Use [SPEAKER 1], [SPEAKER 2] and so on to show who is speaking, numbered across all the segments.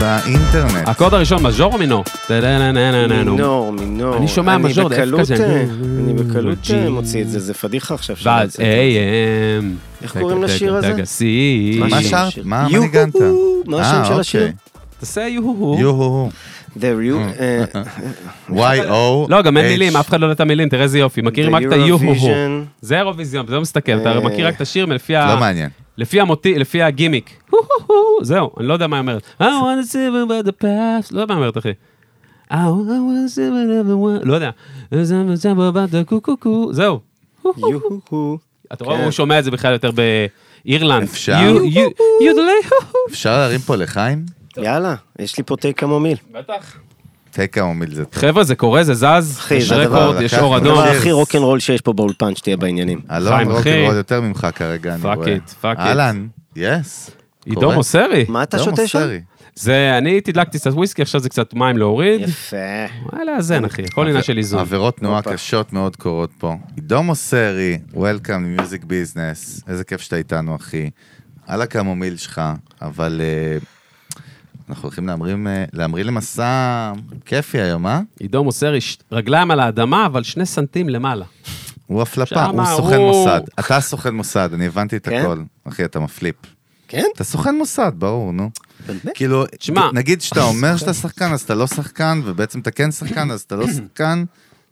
[SPEAKER 1] באינטרנט.
[SPEAKER 2] הקוד הראשון מז'ור או מינו?
[SPEAKER 3] מינור, מינור.
[SPEAKER 2] אני שומע מז'ור, זה F
[SPEAKER 3] בקלות,
[SPEAKER 2] כזה.
[SPEAKER 3] אה, אני בקלות
[SPEAKER 2] ג'י.
[SPEAKER 3] אה, מוציא את זה, זה פדיחה עכשיו.
[SPEAKER 2] ואז אה,
[SPEAKER 3] שמוצאת את זה.
[SPEAKER 2] AM.
[SPEAKER 3] איך קוראים לשיר הזה?
[SPEAKER 2] סי.
[SPEAKER 1] מה
[SPEAKER 3] מה שם
[SPEAKER 1] שרת?
[SPEAKER 3] השיר?
[SPEAKER 1] מה מה
[SPEAKER 3] יו-הו-הו,
[SPEAKER 1] ניגנת?
[SPEAKER 3] מה השם
[SPEAKER 1] אה,
[SPEAKER 3] של השיר?
[SPEAKER 1] אוקיי.
[SPEAKER 2] תעשה יו-הו.
[SPEAKER 1] יו-הו-הו.
[SPEAKER 3] There you... אה,
[SPEAKER 1] Y-O.
[SPEAKER 2] לא, גם אין מילים, אף אחד לא יודע את המילים, תראה איזה יופי. מכירים רק את היו-הו-הו.
[SPEAKER 3] Eurovision.
[SPEAKER 2] זה אירוויזיון, אתה לא מסתכל, אתה
[SPEAKER 3] אה.
[SPEAKER 2] מכיר רק את השיר לפי ה...
[SPEAKER 1] לא מעניין.
[SPEAKER 2] לפי המוטי, לפי הגימיק. הו-הו-הו, זהו, אני לא יודע מה היא אומרת. I want to see about the past, לא יודע מה היא אומרת, אחי. I want to see about everyone, לא יודע. I wanna see about the קו-קו-קו, זהו. הו-הו.
[SPEAKER 3] יו-הו-הו.
[SPEAKER 2] אתה רואה,
[SPEAKER 3] כן.
[SPEAKER 2] הוא שומע את זה בכלל יותר באירלנד.
[SPEAKER 1] אפשר.
[SPEAKER 2] You- you- you delay, הו-הו.
[SPEAKER 1] אפשר להרים פה לחיים?
[SPEAKER 3] יאללה, יש לי פה תה קמומיל.
[SPEAKER 1] תקה או מיל זה טוב.
[SPEAKER 2] חבר'ה, זה קורה, זה זז,
[SPEAKER 3] אחי,
[SPEAKER 2] יש
[SPEAKER 3] זה הדבר,
[SPEAKER 2] רקורד, יש
[SPEAKER 1] לקחנו.
[SPEAKER 2] אור
[SPEAKER 3] הדבר
[SPEAKER 2] אדום.
[SPEAKER 1] Cheers.
[SPEAKER 3] הכי רוקנרול שיש פה באולפן, שתהיה בעניינים.
[SPEAKER 1] אלון
[SPEAKER 2] חיים, אחי.
[SPEAKER 1] רוקנרול לא יותר ממך כרגע, אני
[SPEAKER 2] Fuck
[SPEAKER 1] רואה.
[SPEAKER 2] it, fuck it.
[SPEAKER 1] אהלן, יס.
[SPEAKER 2] עידו
[SPEAKER 1] קורה.
[SPEAKER 2] מוסרי.
[SPEAKER 3] מה אתה
[SPEAKER 1] לא,
[SPEAKER 3] שותה שם?
[SPEAKER 1] מוסרי.
[SPEAKER 2] זה, אני תדלקתי קצת וויסקי, עכשיו זה קצת מים להוריד.
[SPEAKER 3] יפה.
[SPEAKER 2] מה לאזן, אחי, הכל עניין של איזון.
[SPEAKER 1] עבירות תנועה
[SPEAKER 3] הופה.
[SPEAKER 1] קשות מאוד קורות פה. עידו מוסרי, Welcome to Music Business, איזה כיף שאתה איתנו, אחי. על הקמומיל שלך, אבל אה, אנחנו הולכים להמריא- אה, להמריא למסע כיפי היום, אה?
[SPEAKER 2] עידו מוסרי, ש- רגליים על האדמה, אבל שני סנטים למעלה.
[SPEAKER 1] הוא הפלפה,
[SPEAKER 2] שמה,
[SPEAKER 1] הוא סוכן
[SPEAKER 2] הוא-
[SPEAKER 1] מוסד. אתה סוכן מוסד, אני הבנתי את
[SPEAKER 3] כן?
[SPEAKER 1] הכל. אחי, אתה מפליפ.
[SPEAKER 3] כן?
[SPEAKER 1] אתה סוכן מוסד, ברור, נו.
[SPEAKER 3] באמת?
[SPEAKER 1] כאילו,
[SPEAKER 2] תשמע.
[SPEAKER 1] נגיד שאתה אומר שאתה שחקן, אז אתה לא שחקן, ובעצם אתה כן שחקן, אז אתה לא שחקן.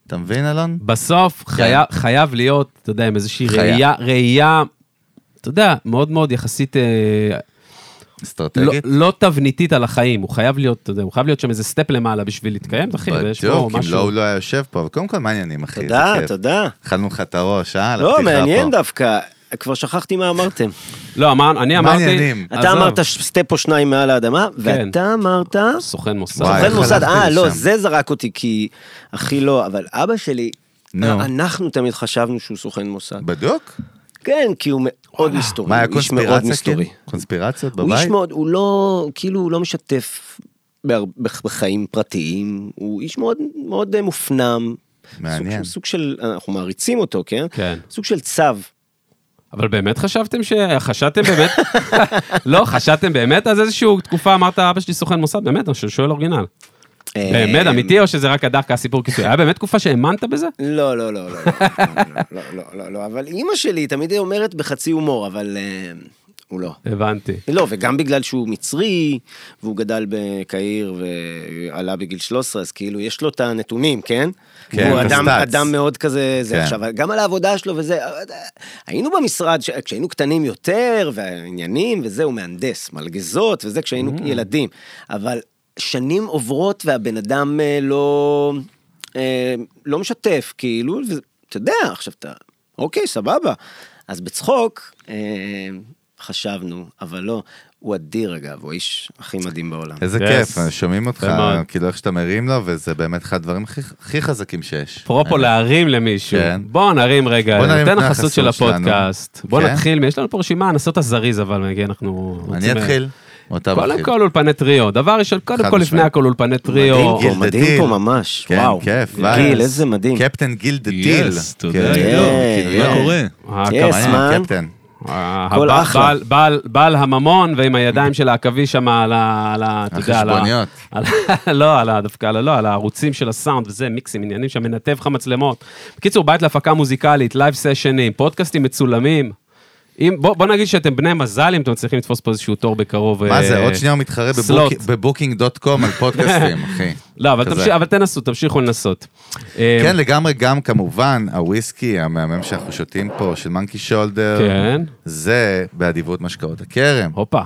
[SPEAKER 1] אתה מבין, אלון?
[SPEAKER 2] בסוף חיה- חייב להיות, אתה יודע, עם איזושהי
[SPEAKER 1] חיה.
[SPEAKER 2] ראייה, ראייה, אתה יודע, מאוד מאוד יחסית, אה, לא-
[SPEAKER 1] אסטרטגית.
[SPEAKER 2] לא תבניתית על החיים, הוא חייב להיות, אתה יודע, הוא חייב להיות שם איזה סטפ למעלה בשביל להתקיים, אחי, ויש פה
[SPEAKER 1] בדיוק, אם לא,
[SPEAKER 2] משהו.
[SPEAKER 1] הוא לא היה יושב פה, אבל קודם כל, מה העניינים, אחי?
[SPEAKER 3] תודה,
[SPEAKER 1] איזה כיף.
[SPEAKER 3] תודה.
[SPEAKER 1] אכלנו לך את הראש, אה? על
[SPEAKER 3] לא,
[SPEAKER 1] הפתיחה
[SPEAKER 3] מעניין
[SPEAKER 1] פה.
[SPEAKER 3] דווקא. כבר שכחתי מה אמרתם.
[SPEAKER 2] לא, אמר- אני אמרתי,
[SPEAKER 1] מעניינים.
[SPEAKER 3] אתה
[SPEAKER 2] עזוב,
[SPEAKER 3] אמרת ש- סטפ או שניים מעל האדמה,
[SPEAKER 2] כן.
[SPEAKER 3] ואתה אמרת...
[SPEAKER 2] סוכן מוסד.
[SPEAKER 1] וואי,
[SPEAKER 3] סוכן
[SPEAKER 1] איך
[SPEAKER 3] מוסד,
[SPEAKER 1] הלכתי
[SPEAKER 3] אה, לא,
[SPEAKER 1] לשם?
[SPEAKER 3] זה זרק אותי, כי... אחי, לא, אבל אבא שלי... אה,
[SPEAKER 1] נו.
[SPEAKER 3] אנחנו תמיד חשבנו שהוא סוכן מוסד.
[SPEAKER 1] בדוק?
[SPEAKER 3] כן, כי הוא מאוד מסתורי.
[SPEAKER 1] מה, היה
[SPEAKER 3] הוא איש מאוד
[SPEAKER 1] קונספירציה? כאילו?
[SPEAKER 3] מסתורי.
[SPEAKER 1] קונספירציות
[SPEAKER 3] הוא איש
[SPEAKER 1] בבית?
[SPEAKER 3] מאוד, הוא לא, כאילו, הוא לא משתף בהר- בח- בחיים פרטיים, הוא איש מאוד מאוד אה, מופנם.
[SPEAKER 1] מעניין.
[SPEAKER 3] סוג, של- סוג של, אנחנו מעריצים אותו, כן?
[SPEAKER 2] כן.
[SPEAKER 3] סוג של צו.
[SPEAKER 2] אבל באמת חשבתם ש... חשדתם באמת? לא, חשדתם באמת? אז איזושהי תקופה אמרת, אבא שלי סוכן מוסד, באמת, אני שואל אורגינל.
[SPEAKER 3] אה,
[SPEAKER 2] באמת, אמיתי, או שזה רק הדחקה, הסיפור כיסוי? היה באמת תקופה שהאמנת בזה?
[SPEAKER 3] לא, לא, לא, לא, לא, לא, לא, לא, לא, אבל אימא שלי תמיד היא אומרת בחצי הומור, אבל אה, הוא לא.
[SPEAKER 2] הבנתי.
[SPEAKER 3] לא, וגם בגלל שהוא מצרי, והוא גדל בקהיר ועלה בגיל 13, אז כאילו, יש לו את הנתונים, כן?
[SPEAKER 1] כן,
[SPEAKER 3] הוא אדם,
[SPEAKER 1] הסטאצ.
[SPEAKER 3] אדם מאוד כזה, זה
[SPEAKER 1] כן.
[SPEAKER 3] עכשיו, גם על העבודה שלו וזה, היינו במשרד, ש... כשהיינו קטנים יותר, והעניינים וזה, הוא מהנדס, מלגזות וזה, כשהיינו
[SPEAKER 1] Mm.
[SPEAKER 3] ילדים, אבל שנים עוברות והבן אדם אה, לא, אה, לא משתף, כאילו, וזה- אתה יודע, עכשיו אתה, אוקיי, סבבה. אז בצחוק, אה, חשבנו, אבל לא, הוא אדיר אגב, הוא האיש הכי מדהים בעולם.
[SPEAKER 1] איזה
[SPEAKER 2] Yes.
[SPEAKER 1] כיף, שומעים אותך,
[SPEAKER 2] יפה מאוד.
[SPEAKER 1] כאילו איך שאתה מרים לו, וזה באמת אחד הדברים הכי- הכי חזקים שיש.
[SPEAKER 2] אפרופו
[SPEAKER 3] אה.
[SPEAKER 2] להרים למישהו,
[SPEAKER 1] כן.
[SPEAKER 2] בוא נרים רגע,
[SPEAKER 1] בוא נרים
[SPEAKER 2] נותן
[SPEAKER 1] את
[SPEAKER 2] החסות של
[SPEAKER 1] החסות שלנו.
[SPEAKER 2] הפודקאסט. בוא
[SPEAKER 1] כן.
[SPEAKER 2] נתחיל, יש לנו פה רשימה, נעשה אותה זריז, אבל כי אנחנו...
[SPEAKER 1] אני
[SPEAKER 2] רוצים- אה,
[SPEAKER 1] אתחיל. או אתה
[SPEAKER 2] קודם
[SPEAKER 1] מתחיל?
[SPEAKER 2] כל אולפני טריו, דבר ראשון, קודם
[SPEAKER 1] חד
[SPEAKER 2] כל לפני
[SPEAKER 1] משמעית.
[SPEAKER 2] הכל אולפני טריו.
[SPEAKER 3] מדהים,
[SPEAKER 1] גיל
[SPEAKER 3] פה, מדהים
[SPEAKER 1] דדיל.
[SPEAKER 3] פה ממש,
[SPEAKER 1] כן,
[SPEAKER 3] וואו.
[SPEAKER 1] כיף,
[SPEAKER 3] גיל,
[SPEAKER 1] וייס.
[SPEAKER 3] איזה מדהים.
[SPEAKER 1] קפטן גיל דה טיל.
[SPEAKER 4] יס, תודה,
[SPEAKER 1] כן,
[SPEAKER 4] עידו.
[SPEAKER 1] כן,
[SPEAKER 3] כן,
[SPEAKER 4] כאילו, מה
[SPEAKER 3] כן.
[SPEAKER 4] קורה?
[SPEAKER 2] אה,
[SPEAKER 3] Yes.
[SPEAKER 2] כמה-
[SPEAKER 1] מה
[SPEAKER 3] יס,
[SPEAKER 1] עם
[SPEAKER 3] מן.
[SPEAKER 1] קפטן?
[SPEAKER 3] הכל
[SPEAKER 2] הבע-
[SPEAKER 3] אחלה.
[SPEAKER 2] בעל- בעל- בעל הממון ועם הידיים של העכביש שם על ה... על ה- אתה יודע, על ה-
[SPEAKER 1] החשבוניות.
[SPEAKER 2] על ה- לא, על ה... דווקא על ה- לא, על הערוצים של הסאונד וזה, מיקסים, עניינים שם, מנתב לך מצלמות. בקיצור, בית להפקה מוזיקלית, לייב סשנים, פודקאסטים מצולמים. אם, בוא, בוא נגיד שאתם בני מזל אם אתם מצליחים לתפוס פה איזשהו תור בקרוב.
[SPEAKER 1] מה
[SPEAKER 2] אה,
[SPEAKER 1] זה, עוד שנייה הוא מתחרה
[SPEAKER 2] סלוט.
[SPEAKER 1] בבוקינג דוט קום על פודקאסטים, אחי.
[SPEAKER 2] לא, אבל,
[SPEAKER 1] כזה.
[SPEAKER 2] תמשיך, אבל תנסו, תמשיכו לנסות. אה,
[SPEAKER 1] כן, לגמרי, גם כמובן, הוויסקי המהמם שאנחנו שותים פה, של מנקי שולדר,
[SPEAKER 2] כן. זה
[SPEAKER 1] זה באדיבות משקאות הכרם,
[SPEAKER 2] הופה.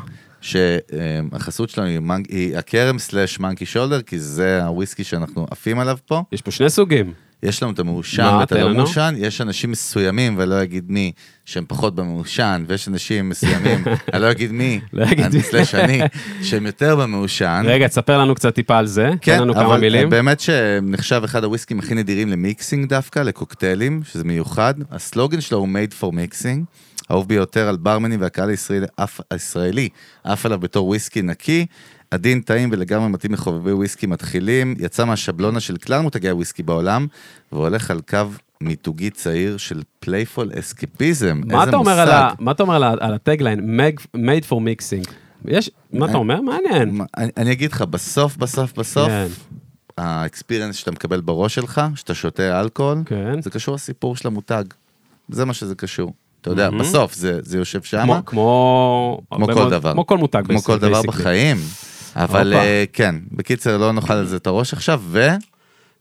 [SPEAKER 1] שהחסות שלנו היא מנק- היא הכרם סלאש מנקי שולדר, כי זה הוויסקי שאנחנו עפים עליו פה.
[SPEAKER 2] יש פה שני סוגים.
[SPEAKER 1] יש לנו את המעושן
[SPEAKER 2] מה,
[SPEAKER 1] ואת
[SPEAKER 2] תן
[SPEAKER 1] הלא
[SPEAKER 2] לנו.
[SPEAKER 1] מעושן, יש אנשים מסוימים, ולא אגיד מי, שהם פחות במעושן, ויש אנשים מסוימים, אני לא אגיד מי,
[SPEAKER 2] לא אגיד מי.
[SPEAKER 1] אני סלאש אני, שהם יותר במעושן.
[SPEAKER 2] רגע, תספר לנו קצת טיפה על זה. תן לנו כמה
[SPEAKER 1] כן, אבל אה,
[SPEAKER 2] מילים.
[SPEAKER 1] באמת שנחשב אחד הוויסקים הכי נדירים למיקסינג דווקא, לקוקטיילים, שזה מיוחד. הסלוגן שלו הוא made for mixing, אהוב ביותר על ברמנים והקהל הישראלי עף- הישראלי, עף עליו בתור וויסקי נקי. עדין, טעים ולגמרי מתאים לחובבי וויסקי מתחילים, יצא מהשבלונה של כלל מותגי הוויסקי בעולם, והולך על קו מיתוגי צעיר של פלייפול אסקיפיזם.
[SPEAKER 2] מה אתה אומר על ה- מה אתה אומר על ה- על הטגליין, Mag- made for mixing? יש, מה
[SPEAKER 1] אה?
[SPEAKER 2] אתה אומר? מעניין.
[SPEAKER 1] מה- אני- אני אגיד לך, בסוף, בסוף, בסוף,
[SPEAKER 2] כן.
[SPEAKER 1] האקספיריאנס שאתה מקבל בראש שלך, שאתה שותה אלכוהול,
[SPEAKER 2] כן.
[SPEAKER 1] זה קשור לסיפור של המותג. זה מה שזה קשור. אתה יודע, בסוף זה זה יושב שם,
[SPEAKER 2] כמו, כמו,
[SPEAKER 1] כמו
[SPEAKER 2] הרבה
[SPEAKER 1] כל
[SPEAKER 2] מאוד-
[SPEAKER 1] דבר.
[SPEAKER 2] כמו כל מותג.
[SPEAKER 1] כמו כל
[SPEAKER 2] basically.
[SPEAKER 1] דבר בחיים. אבל
[SPEAKER 2] הופה.
[SPEAKER 1] אה, כן, בקיצר, לא נאכל על זה את הראש עכשיו,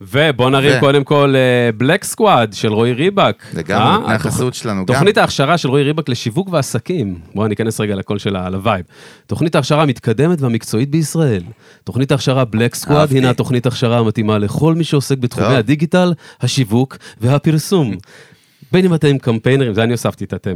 [SPEAKER 2] ובוא נרים
[SPEAKER 1] ו-
[SPEAKER 2] קודם כל בלק סקוואד של רועי ריבק. אה?
[SPEAKER 1] וגם נותני
[SPEAKER 2] התוכ-
[SPEAKER 1] החסות שלנו גם.
[SPEAKER 2] תוכנית ההכשרה של רועי ריבק לשיווק ועסקים, בואו ניכנס רגע לקול שלה, לווייב. תוכנית ההכשרה המתקדמת והמקצועית בישראל. תוכנית ההכשרה בלק סקוואד
[SPEAKER 1] אהבתי.
[SPEAKER 2] הינה התוכנית ההכשרה המתאימה לכל מי שעוסק בתחומי
[SPEAKER 1] טוב.
[SPEAKER 2] הדיגיטל, השיווק והפרסום. בין אם אתם קמפיינרים, זה אני הוספתי את אתם.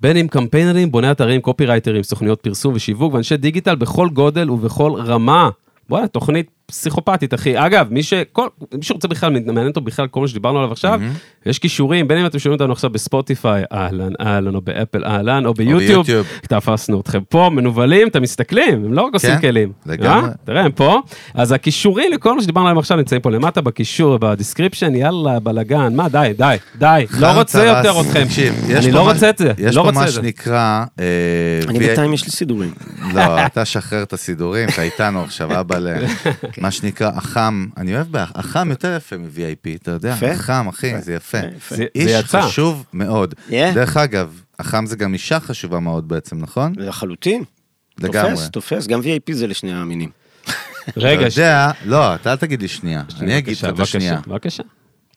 [SPEAKER 2] בין אם קמפיינרים, בוני אתרים, קופירייטרים, סוכניות פרסום ושיווק ואנשי דיגיטל בכל גודל ובכל רמה. בואנה, תוכנית פסיכופתית, אחי. אגב, מי, ש... כל... מי שרוצה בכלל, מעניין אותו בכלל כל מה שדיברנו עליו עכשיו, mm-hmm. יש כישורים, בין אם אתם שומעים אותנו עכשיו בספוטיפיי, אהלן, אהלן, או באפל, אהלן, או ביוטיוב.
[SPEAKER 1] ביוטיוב.
[SPEAKER 2] תפסנו אתכם פה, מנוולים, אתם מסתכלים, הם לא רק עושים כלים.
[SPEAKER 1] כן? לגמרי.
[SPEAKER 2] אה? תראה, הם פה. אז הכישורים לכל מה שדיברנו עליהם עכשיו נמצאים פה למטה, בקישור, בדיסקריפשן, יאללה, בלאגן, מה, די, די, די, לא
[SPEAKER 1] חרא
[SPEAKER 2] רוצה
[SPEAKER 1] טרס.
[SPEAKER 2] יותר אתכם.
[SPEAKER 1] תקשיב, יש
[SPEAKER 2] אני
[SPEAKER 1] פה
[SPEAKER 2] לא
[SPEAKER 1] מה-
[SPEAKER 2] רוצה את זה,
[SPEAKER 1] יש
[SPEAKER 2] לא
[SPEAKER 1] פה
[SPEAKER 2] רוצה
[SPEAKER 1] מה
[SPEAKER 2] את זה.
[SPEAKER 1] שנקרא... אה, V-
[SPEAKER 3] אני בינתיים יש לי סידורים.
[SPEAKER 1] לא, אתה שחרר את הסידורים, אתה איתנו עכשיו, אבא ל... מה שנקרא אח"ם, אני אוהב, בה- אח"ם יותר יפה מ-VIP, אתה יודע,
[SPEAKER 3] יפה.
[SPEAKER 1] אח"ם, אחי, זה יפה.
[SPEAKER 2] זה-
[SPEAKER 1] איש
[SPEAKER 2] זה יצא.
[SPEAKER 1] חשוב מאוד.
[SPEAKER 3] Yeah.
[SPEAKER 1] דרך אגב, אח"ם זה גם אישה חשובה מאוד בעצם, נכון?
[SPEAKER 3] לחלוטין.
[SPEAKER 1] לגמרי.
[SPEAKER 3] תופס, תופס, גם VIP זה לשני המינים.
[SPEAKER 2] רגע,
[SPEAKER 1] אתה יודע, לא, אתה אל תגיד לי שנייה, אני אגיד לך
[SPEAKER 2] בבקשה,
[SPEAKER 1] את השנייה.
[SPEAKER 2] בבקשה, בבקשה.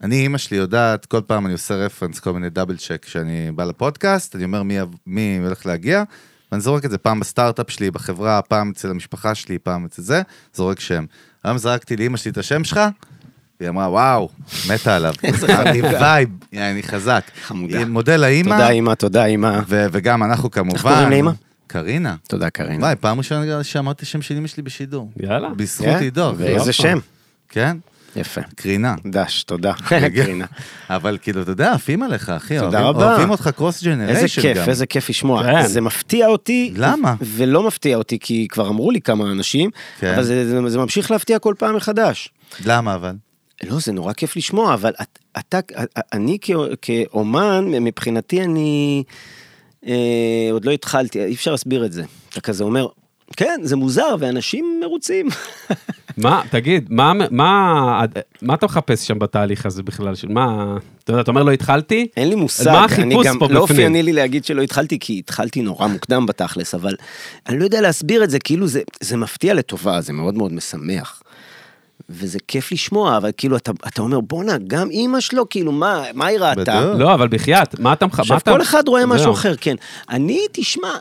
[SPEAKER 1] אני, אימא שלי יודעת, כל פעם אני עושה רפרנס, כל מיני דאבל צ'ק כשאני בא לפודקאסט, אני אומר מי, יב- מי הולך להגיע, ואני זורק את זה פעם בסטארט-אפ שלי, בחברה, פעם אצל המשפחה שלי, פעם אצל זה, זורק שם. היום זרקתי לאימא שלי את השם שלך, והיא אמרה, וואו, מתה עליו. אמרתי, וייב, אני חזק.
[SPEAKER 3] חמודה.
[SPEAKER 1] היא- מודה
[SPEAKER 3] תודה
[SPEAKER 1] לאימא,
[SPEAKER 3] אימא, תודה אימא.
[SPEAKER 1] ו- וגם אנחנו כמובן.
[SPEAKER 3] קוראים לאמא?
[SPEAKER 1] קרינה.
[SPEAKER 3] תודה קרין.
[SPEAKER 1] וואי, פעם ראשונה שאמרתי שם של אימא שלי בשידור.
[SPEAKER 2] יאללה.
[SPEAKER 1] בזכות
[SPEAKER 3] כן?
[SPEAKER 1] עידו.
[SPEAKER 3] ואיזה
[SPEAKER 1] אחי.
[SPEAKER 3] שם.
[SPEAKER 1] כן,
[SPEAKER 3] יפה.
[SPEAKER 1] קרינה.
[SPEAKER 3] דש, תודה.
[SPEAKER 1] רגע.
[SPEAKER 3] קרינה.
[SPEAKER 1] כן. אבל כאילו, אתה יודע, עפים עליך, אחי.
[SPEAKER 3] כן. תודה
[SPEAKER 1] אוהבים-
[SPEAKER 3] רבה.
[SPEAKER 1] אוהבים אותך קרוס ג'נריישן גם.
[SPEAKER 3] איזה כיף, איזה כיף לשמוע.
[SPEAKER 2] כן.
[SPEAKER 3] זה מפתיע אותי.
[SPEAKER 1] למה?
[SPEAKER 3] ו- ולא מפתיע אותי, כי כבר אמרו לי כמה אנשים,
[SPEAKER 1] כן.
[SPEAKER 3] אבל זה- זה- זה ממשיך להפתיע כל פעם מחדש.
[SPEAKER 1] למה אבל?
[SPEAKER 3] לא, זה נורא כיף לשמוע, אבל את- אתה, אני כ- כאומן, מבחינתי אני אה, עוד לא התחלתי, אי אפשר להסביר את זה. אתה כזה אומר, כן, זה מוזר, ואנשים מרוצים.
[SPEAKER 2] מה, תגיד, מה- מה מה אתה מחפש שם בתהליך הזה בכלל? של מה, אתה יודע, אתה אומר לא התחלתי?
[SPEAKER 3] אין לי מושג.
[SPEAKER 2] מה
[SPEAKER 3] אני
[SPEAKER 2] החיפוש
[SPEAKER 3] גם-
[SPEAKER 2] פה
[SPEAKER 3] לא
[SPEAKER 2] בפנים?
[SPEAKER 3] אופייני לי להגיד שלא התחלתי, כי התחלתי נורא מוקדם בתכלס, אבל אני לא יודע להסביר את זה, כאילו זה, זה מפתיע לטובה, זה מאוד מאוד משמח. וזה כיף לשמוע, אבל כאילו אתה, אתה אומר, בואנה, גם אימא שלו, כאילו, מה, מה היא ראתה?
[SPEAKER 1] בטוח.
[SPEAKER 2] לא, אבל בחייאת, מה אתה מחפש?
[SPEAKER 3] עכשיו, כל אחד רואה משהו אחר, כן. אני, תשמע,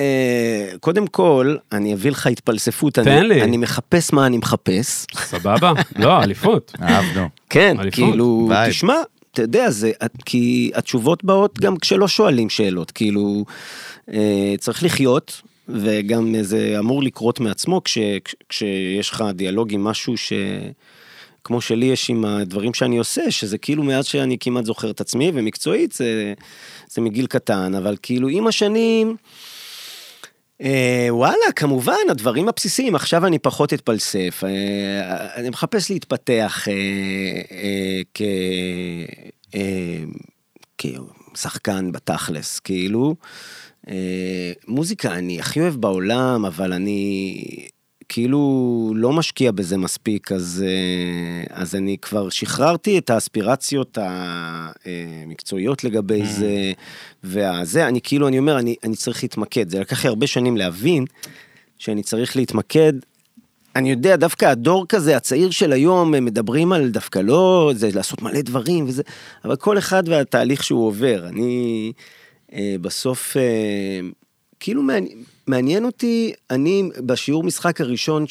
[SPEAKER 3] אה, קודם כל, אני אביא לך התפלספות, אני-
[SPEAKER 2] תן לי.
[SPEAKER 3] אני מחפש מה אני מחפש.
[SPEAKER 2] סבבה? לא, אליפות.
[SPEAKER 1] אהבנו.
[SPEAKER 3] כן,
[SPEAKER 2] אליפות,
[SPEAKER 3] כאילו,
[SPEAKER 1] וייב.
[SPEAKER 3] תשמע, אתה יודע, זה, כי התשובות באות גם כשלא שואלים שאלות, כאילו, אה, צריך לחיות, וגם זה אמור לקרות מעצמו כש, כש- כשיש לך דיאלוג עם משהו ש... כמו שלי יש עם הדברים שאני עושה, שזה כאילו מאז שאני כמעט זוכר את עצמי, ומקצועית זה, זה מגיל קטן, אבל כאילו עם השנים, אה, וואלה, כמובן, הדברים הבסיסיים, עכשיו אני פחות אתפלסף, אה, אני מחפש להתפתח אה, אה, כ... אה, כשחקן בתכלס, כאילו. אה, מוזיקה אני הכי אוהב בעולם, אבל אני כאילו לא משקיע בזה מספיק, אז, אה, אז אני כבר שחררתי את האספירציות המקצועיות לגבי זה, והזה, אני כאילו, אני אומר, אני, אני צריך להתמקד. זה לקח לי הרבה שנים להבין שאני צריך להתמקד אני יודע, דווקא הדור כזה, הצעיר של היום, הם מדברים על דווקא לא, זה לעשות מלא דברים וזה, אבל כל אחד והתהליך שהוא עובר. אני אה, בסוף, אה, כאילו מעניין, מעניין אותי, אני בשיעור משחק הראשון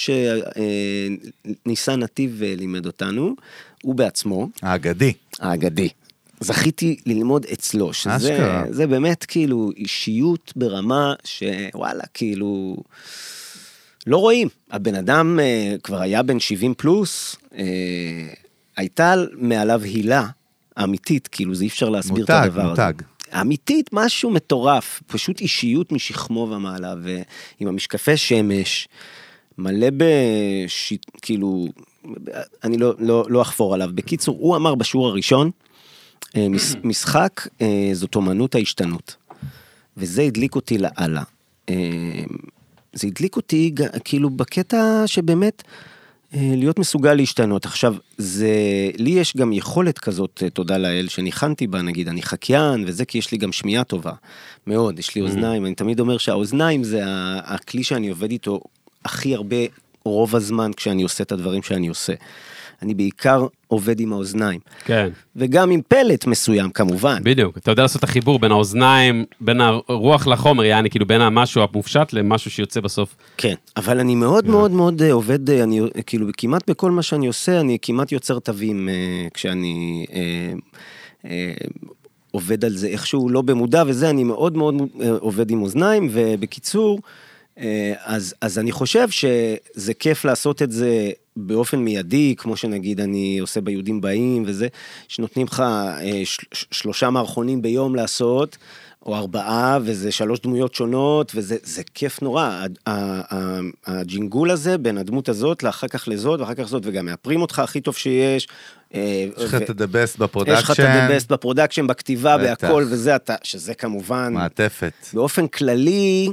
[SPEAKER 3] שניסן נתיב אה, לימד אותנו, הוא בעצמו,
[SPEAKER 1] האגדי.
[SPEAKER 3] האגדי. זכיתי ללמוד אצלו, שזה
[SPEAKER 1] אשכרה.
[SPEAKER 3] זה באמת כאילו אישיות ברמה שוואלה, כאילו, לא רואים. הבן אדם אה, כבר היה בן 70 פלוס, אה, הייתה מעליו הילה אמיתית, כאילו זה אי אפשר להסביר את
[SPEAKER 1] מותג,
[SPEAKER 3] הדבר הזה.
[SPEAKER 1] מותג.
[SPEAKER 3] אמיתית, משהו מטורף, פשוט אישיות משכמו ומעלה, ועם המשקפי שמש, מלא בשיט, כאילו, אני לא, לא, לא אחפור עליו. בקיצור, הוא אמר בשיעור הראשון, אה, מש- משחק אה, זאת אומנות ההשתנות. וזה הדליק אותי לאללה. אה, זה הדליק אותי ג- כאילו בקטע שבאמת אה, להיות מסוגל להשתנות. עכשיו, זה, לי יש גם יכולת כזאת, אה, תודה לאל, שניחנתי בה, נגיד, אני חקיין וזה, כי יש לי גם שמיעה טובה מאוד, יש לי אוזניים, אני תמיד אומר שהאוזניים זה ה- הכלי שאני עובד איתו הכי הרבה רוב הזמן כשאני עושה את הדברים שאני עושה. אני בעיקר עובד עם האוזניים,
[SPEAKER 2] כן.
[SPEAKER 3] וגם עם פלט מסוים כמובן.
[SPEAKER 2] בדיוק, אתה יודע לעשות את החיבור בין האוזניים, בין הרוח לחומר, יעני, כאילו בין המשהו המופשט למשהו שיוצא בסוף.
[SPEAKER 3] כן, אבל אני מאוד מאוד מאוד אה, עובד, אה, אני אה, כאילו כמעט בכל מה שאני עושה, אני כמעט יוצר תווים אה, כשאני אה, אה, עובד על זה איכשהו לא במודע וזה, אני מאוד מאוד אה, עובד עם אוזניים, ובקיצור, אה, אז, אז אני חושב שזה כיף לעשות את זה באופן מיידי, כמו שנגיד אני עושה ביהודים באים וזה, שנותנים לך אה, של, ש- שלושה מערכונים ביום לעשות. או ארבעה, וזה שלוש דמויות שונות, וזה זה כיף נורא. ה- ה- ה- הג'ינגול הזה בין הדמות הזאת, לאחר כך לזאת, ואחר כך זאת, וגם מאפרים אותך הכי טוב שיש. אה,
[SPEAKER 1] יש לך
[SPEAKER 3] ו-
[SPEAKER 1] את ה-the best
[SPEAKER 3] יש לך את
[SPEAKER 1] בפרודקשן,
[SPEAKER 3] הדבסט בפרודקשן, בכתיבה,
[SPEAKER 1] בטח.
[SPEAKER 3] בהכל, וזה אתה, שזה כמובן,
[SPEAKER 1] מעטפת.
[SPEAKER 3] באופן כללי,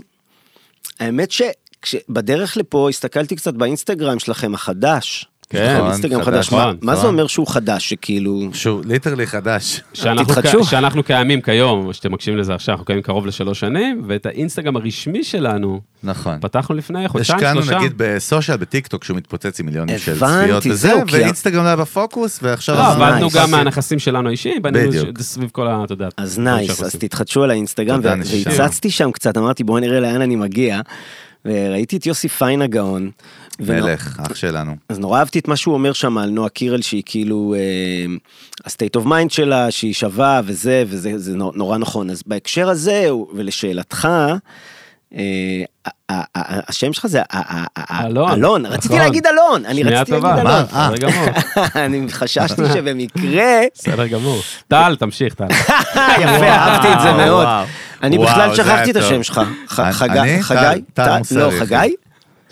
[SPEAKER 3] האמת ש... כש- בדרך לפה הסתכלתי קצת באינסטגרם שלכם החדש.
[SPEAKER 1] כן,
[SPEAKER 3] יש לכם
[SPEAKER 1] נכון,
[SPEAKER 3] אינסטגרם
[SPEAKER 1] חדש,
[SPEAKER 3] חדש. מה-
[SPEAKER 2] נכון,
[SPEAKER 3] מה זה
[SPEAKER 1] נכון.
[SPEAKER 3] אומר שהוא חדש, שכאילו...
[SPEAKER 1] שהוא ליטרלי חדש.
[SPEAKER 2] שאנחנו,
[SPEAKER 3] תתחדשו.
[SPEAKER 2] כ- שאנחנו קיימים כיום, שאתם מקשיבים לזה עכשיו, אנחנו קיימים קרוב לשלוש שנים, ואת האינסטגרם הרשמי שלנו
[SPEAKER 1] נכון.
[SPEAKER 2] פתחנו לפני חודשיים,
[SPEAKER 1] השקענו
[SPEAKER 2] שלושה.
[SPEAKER 1] נגיד בסושיאל בטיקטוק שהוא מתפוצץ עם מיליונים של
[SPEAKER 3] הבנתי,
[SPEAKER 1] צפיות וזה,
[SPEAKER 3] זהו, כי ה-
[SPEAKER 1] ואינסטגרם לא היה בפוקוס, ועכשיו...
[SPEAKER 2] לא,
[SPEAKER 3] אז
[SPEAKER 1] הזמן
[SPEAKER 2] עבדנו
[SPEAKER 3] נייס.
[SPEAKER 1] נכנס
[SPEAKER 2] גם
[SPEAKER 1] לי.
[SPEAKER 2] מהנכסים שלנו האישיים, בנינו
[SPEAKER 1] בדיוק.
[SPEAKER 2] ש- סביב כל ה... אתה יודע.
[SPEAKER 3] אז
[SPEAKER 2] דברים
[SPEAKER 3] נייס,
[SPEAKER 2] שאנחנו
[SPEAKER 3] אז
[SPEAKER 2] עושים.
[SPEAKER 3] תתחדשו על האינסטגרם,
[SPEAKER 1] תודה,
[SPEAKER 3] ו-
[SPEAKER 1] נשמה.
[SPEAKER 3] והצצתי שם קצת, אמרתי בואו נראה לאן אני מגיע, וראיתי את יוסי פיין הגאון. ונורא-
[SPEAKER 1] מלך, אח שלנו.
[SPEAKER 3] אז נורא אהבתי את מה שהוא אומר שם על נועה קירל שהיא כאילו אה, ה-state of mind שלה, שהיא שווה וזה, וזה זה נו- נורא נכון. אז בהקשר הזה, הוא- ולשאלתך, אה, ה- ה- ה- השם שלך זה ה- ה- ה-
[SPEAKER 2] אלון.
[SPEAKER 3] אלון, רציתי
[SPEAKER 2] נכון.
[SPEAKER 3] להגיד אלון, אני
[SPEAKER 2] שנייה
[SPEAKER 3] רציתי להגיד
[SPEAKER 2] טובה,
[SPEAKER 3] אלון.
[SPEAKER 2] מה? בסדר גמור,
[SPEAKER 3] אני חששתי שבמקרה,
[SPEAKER 2] בסדר גמור. טל, תמשיך, טל.
[SPEAKER 3] יפה, אהבתי את זה
[SPEAKER 1] וואו,
[SPEAKER 3] מאוד.
[SPEAKER 1] וואו.
[SPEAKER 3] אני
[SPEAKER 1] וואו,
[SPEAKER 3] בכלל
[SPEAKER 1] זה היה
[SPEAKER 3] שכחתי את
[SPEAKER 1] טוב.
[SPEAKER 3] השם שלך. ח-
[SPEAKER 1] אני?
[SPEAKER 3] חגי?
[SPEAKER 1] טל-
[SPEAKER 3] חגי?
[SPEAKER 1] טל
[SPEAKER 3] טל-
[SPEAKER 1] מוסרי,
[SPEAKER 3] לא,
[SPEAKER 1] אחי.
[SPEAKER 3] חגי?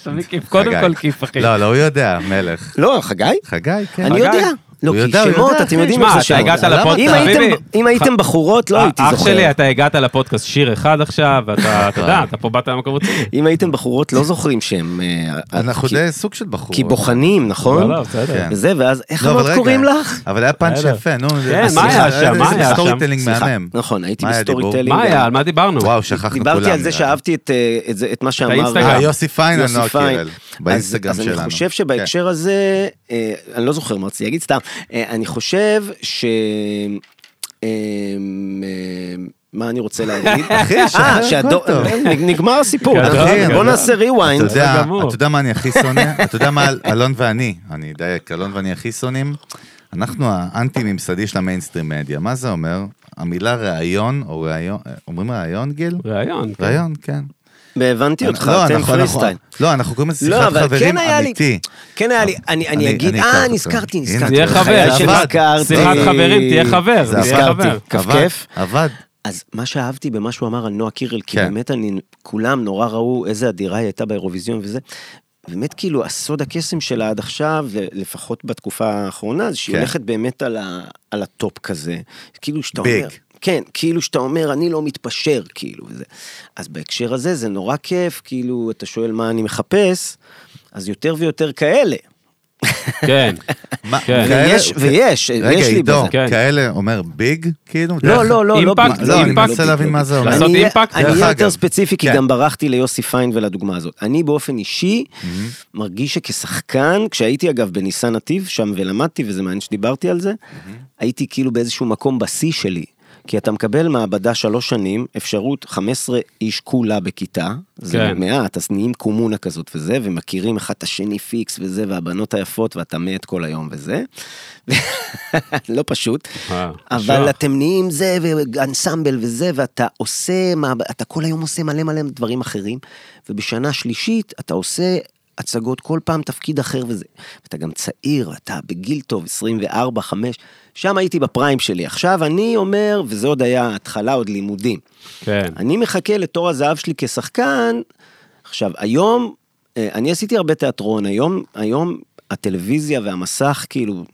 [SPEAKER 2] שווה כיף, קודם
[SPEAKER 1] חגי.
[SPEAKER 2] כל כיף, אחי.
[SPEAKER 1] לא, לא, הוא יודע, מלך.
[SPEAKER 3] לא, חגי?
[SPEAKER 1] חגי, כן.
[SPEAKER 3] אני
[SPEAKER 2] חגי.
[SPEAKER 3] יודע. לא,
[SPEAKER 1] הוא
[SPEAKER 3] כי
[SPEAKER 1] יודע, הוא
[SPEAKER 3] שמות,
[SPEAKER 1] יודע,
[SPEAKER 3] אתם יודעים
[SPEAKER 2] שמע,
[SPEAKER 3] איזה
[SPEAKER 2] אתה
[SPEAKER 3] שמות.
[SPEAKER 2] הגעת
[SPEAKER 3] למה
[SPEAKER 2] לפודקאסט,
[SPEAKER 3] אתה? אם הייתם-
[SPEAKER 2] חביבי.
[SPEAKER 3] אם הייתם בחורות, לא הייתי
[SPEAKER 2] אה, אח שלי,
[SPEAKER 3] זוכר.
[SPEAKER 2] אתה הגעת לפודקאסט שיר אחד עכשיו, ואתה, אתה יודע, אתה פה באת למקום רציני.
[SPEAKER 3] אם הייתם בחורות, לא זוכרים שהם... אה,
[SPEAKER 1] אנחנו
[SPEAKER 3] כי-
[SPEAKER 1] די סוג של בחור.
[SPEAKER 3] כי בוחנים, נכון?
[SPEAKER 2] לא, לא, בסדר.
[SPEAKER 1] כן.
[SPEAKER 3] וזה, ואז איך
[SPEAKER 1] לא, אבל
[SPEAKER 3] אמרת
[SPEAKER 1] רגע,
[SPEAKER 3] קוראים לך?
[SPEAKER 1] אבל היה פאנץ'
[SPEAKER 2] בסדר.
[SPEAKER 1] יפה, נו. זה-
[SPEAKER 2] כן,
[SPEAKER 1] סליחה,
[SPEAKER 2] מה היה שם?
[SPEAKER 1] איזה
[SPEAKER 2] מה היה שם?
[SPEAKER 1] סטורי טלינג
[SPEAKER 3] סליחה,
[SPEAKER 1] מהמם.
[SPEAKER 3] נכון, הייתי
[SPEAKER 1] מה היה
[SPEAKER 3] בסטורי
[SPEAKER 1] הדיבור?
[SPEAKER 3] טלינג.
[SPEAKER 2] מה היה, על מה דיברנו?
[SPEAKER 1] וואו, שכחנו כולם.
[SPEAKER 3] דיברתי על זה
[SPEAKER 1] נראה לי.
[SPEAKER 3] שאהבתי את, אה, את, זה- את מה שאמר...
[SPEAKER 2] האינסטגרם.
[SPEAKER 1] אה, יוסי פיין על
[SPEAKER 3] יוסי
[SPEAKER 1] נועה
[SPEAKER 3] פיין.
[SPEAKER 1] קירל, באינסטגרם
[SPEAKER 3] אז, אז
[SPEAKER 1] שלנו. כן.
[SPEAKER 3] אז אני חושב שבהקשר הזה, אה, אני לא זוכר מה רציתי להגיד סתם, אה, אני חושב ש... אה, אה, מה אני רוצה להגיד?
[SPEAKER 1] אחי, שחרר,
[SPEAKER 3] אה,
[SPEAKER 1] הכל
[SPEAKER 3] שהדור-
[SPEAKER 1] טוב.
[SPEAKER 3] נגמר הסיפור,
[SPEAKER 2] גדול,
[SPEAKER 3] אנחנו-
[SPEAKER 1] גדול.
[SPEAKER 3] בוא נעשה
[SPEAKER 1] אתה
[SPEAKER 3] rewind.
[SPEAKER 1] יודע,
[SPEAKER 2] גמור.
[SPEAKER 1] אתה יודע מה אני הכי שונא? אתה יודע מה אל- אלון ואני, אני אדייק, אלון ואני הכי שונאים? אנחנו האנטי-ממסדי של המיינסטרים מדיה. מה זה אומר? המילה ראיון, או ראיון, אומרים ראיון, גיל?
[SPEAKER 2] ראיון. כן.
[SPEAKER 1] ראיון, כן.
[SPEAKER 3] והבנתי אותך,
[SPEAKER 1] לא,
[SPEAKER 3] תן
[SPEAKER 1] אנחנו-
[SPEAKER 3] פרי
[SPEAKER 1] אנחנו-
[SPEAKER 3] סטייל.
[SPEAKER 1] לא, אנחנו קוראים לזה
[SPEAKER 3] לא,
[SPEAKER 1] שיחת
[SPEAKER 3] אבל
[SPEAKER 1] חברים
[SPEAKER 3] כן היה לי,
[SPEAKER 1] אמיתי.
[SPEAKER 3] כן היה לי, אני- אני
[SPEAKER 1] אני-
[SPEAKER 3] אגיד,
[SPEAKER 1] אני
[SPEAKER 3] אה,
[SPEAKER 1] הכרתי
[SPEAKER 3] נזכרתי,
[SPEAKER 1] אותו.
[SPEAKER 3] נזכרתי. אה,
[SPEAKER 1] הנה,
[SPEAKER 2] תהיה חבר,
[SPEAKER 3] חיי
[SPEAKER 1] עבד.
[SPEAKER 3] שנזכרתי.
[SPEAKER 2] שיחת חברים, תהיה חבר,
[SPEAKER 1] זה
[SPEAKER 2] תהיה
[SPEAKER 1] עבד.
[SPEAKER 2] חבר.
[SPEAKER 1] עבד,
[SPEAKER 3] כפכף.
[SPEAKER 1] עבד.
[SPEAKER 3] אז מה שאהבתי במה שהוא אמר על נועה קירל, כי
[SPEAKER 1] כן.
[SPEAKER 3] באמת אני, כולם נורא ראו איזה אדירה היא הייתה באירוויזיון וזה. באמת כאילו הסוד הקסם שלה עד עכשיו, לפחות בתקופה האחרונה, זה שהיא
[SPEAKER 1] כן.
[SPEAKER 3] הולכת באמת על, ה, על הטופ כזה. כאילו שאתה
[SPEAKER 1] ביג.
[SPEAKER 3] אומר, כן, כאילו שאתה אומר, אני לא מתפשר, כאילו. וזה. אז בהקשר הזה זה נורא כיף, כאילו, אתה שואל מה אני מחפש, אז יותר ויותר כאלה.
[SPEAKER 2] כן.
[SPEAKER 1] מה-
[SPEAKER 2] כן.
[SPEAKER 1] כאלה-
[SPEAKER 3] ויש, ויש,
[SPEAKER 1] רגע,
[SPEAKER 3] יש לי
[SPEAKER 1] עידו,
[SPEAKER 3] בזה.
[SPEAKER 2] כן.
[SPEAKER 1] כאלה אומר ביג, כאילו?
[SPEAKER 3] לא, לא, לא, לא,
[SPEAKER 2] אימפקט,
[SPEAKER 3] ביג,
[SPEAKER 1] לא, אני
[SPEAKER 2] אימפקט.
[SPEAKER 1] מנסה להבין מה זה אומר.
[SPEAKER 2] לעשות
[SPEAKER 3] אני אהיה-
[SPEAKER 2] אימפקט,
[SPEAKER 3] אני
[SPEAKER 1] דרך
[SPEAKER 3] אהיה יותר
[SPEAKER 1] אגב.
[SPEAKER 3] ספציפי, כי
[SPEAKER 1] כן.
[SPEAKER 3] גם ברחתי ליוסי פיין ולדוגמה הזאת. אני באופן אישי
[SPEAKER 1] Mm-hmm.
[SPEAKER 3] מרגיש שכשחקן, כשהייתי אגב בניסן נתיב, שם ולמדתי, וזה מעניין שדיברתי על זה,
[SPEAKER 1] Mm-hmm.
[SPEAKER 3] הייתי כאילו באיזשהו מקום בשיא שלי. כי אתה מקבל מעבדה שלוש שנים, אפשרות 15 איש כולה בכיתה, זה
[SPEAKER 2] כן.
[SPEAKER 3] מעט, אז נהיים קומונה כזאת וזה, ומכירים אחד את השני פיקס וזה, והבנות היפות, ואתה מת כל היום וזה. לא פשוט.
[SPEAKER 2] אה,
[SPEAKER 3] אבל
[SPEAKER 2] אשוח.
[SPEAKER 3] אתם נהיים זה, ואנסמבל וזה, ואתה עושה, מה- אתה כל היום עושה מלא מלא דברים אחרים, ובשנה שלישית אתה עושה הצגות כל פעם תפקיד אחר וזה. אתה גם צעיר, אתה בגיל טוב, 24, 5, שם הייתי בפריים שלי. עכשיו אני אומר, וזה עוד היה התחלה, עוד לימודים.
[SPEAKER 2] כן.
[SPEAKER 3] אני מחכה לתור הזהב שלי כשחקן. עכשיו, היום, אה, אני עשיתי הרבה תיאטרון, היום, היום הטלוויזיה והמסך, כאילו,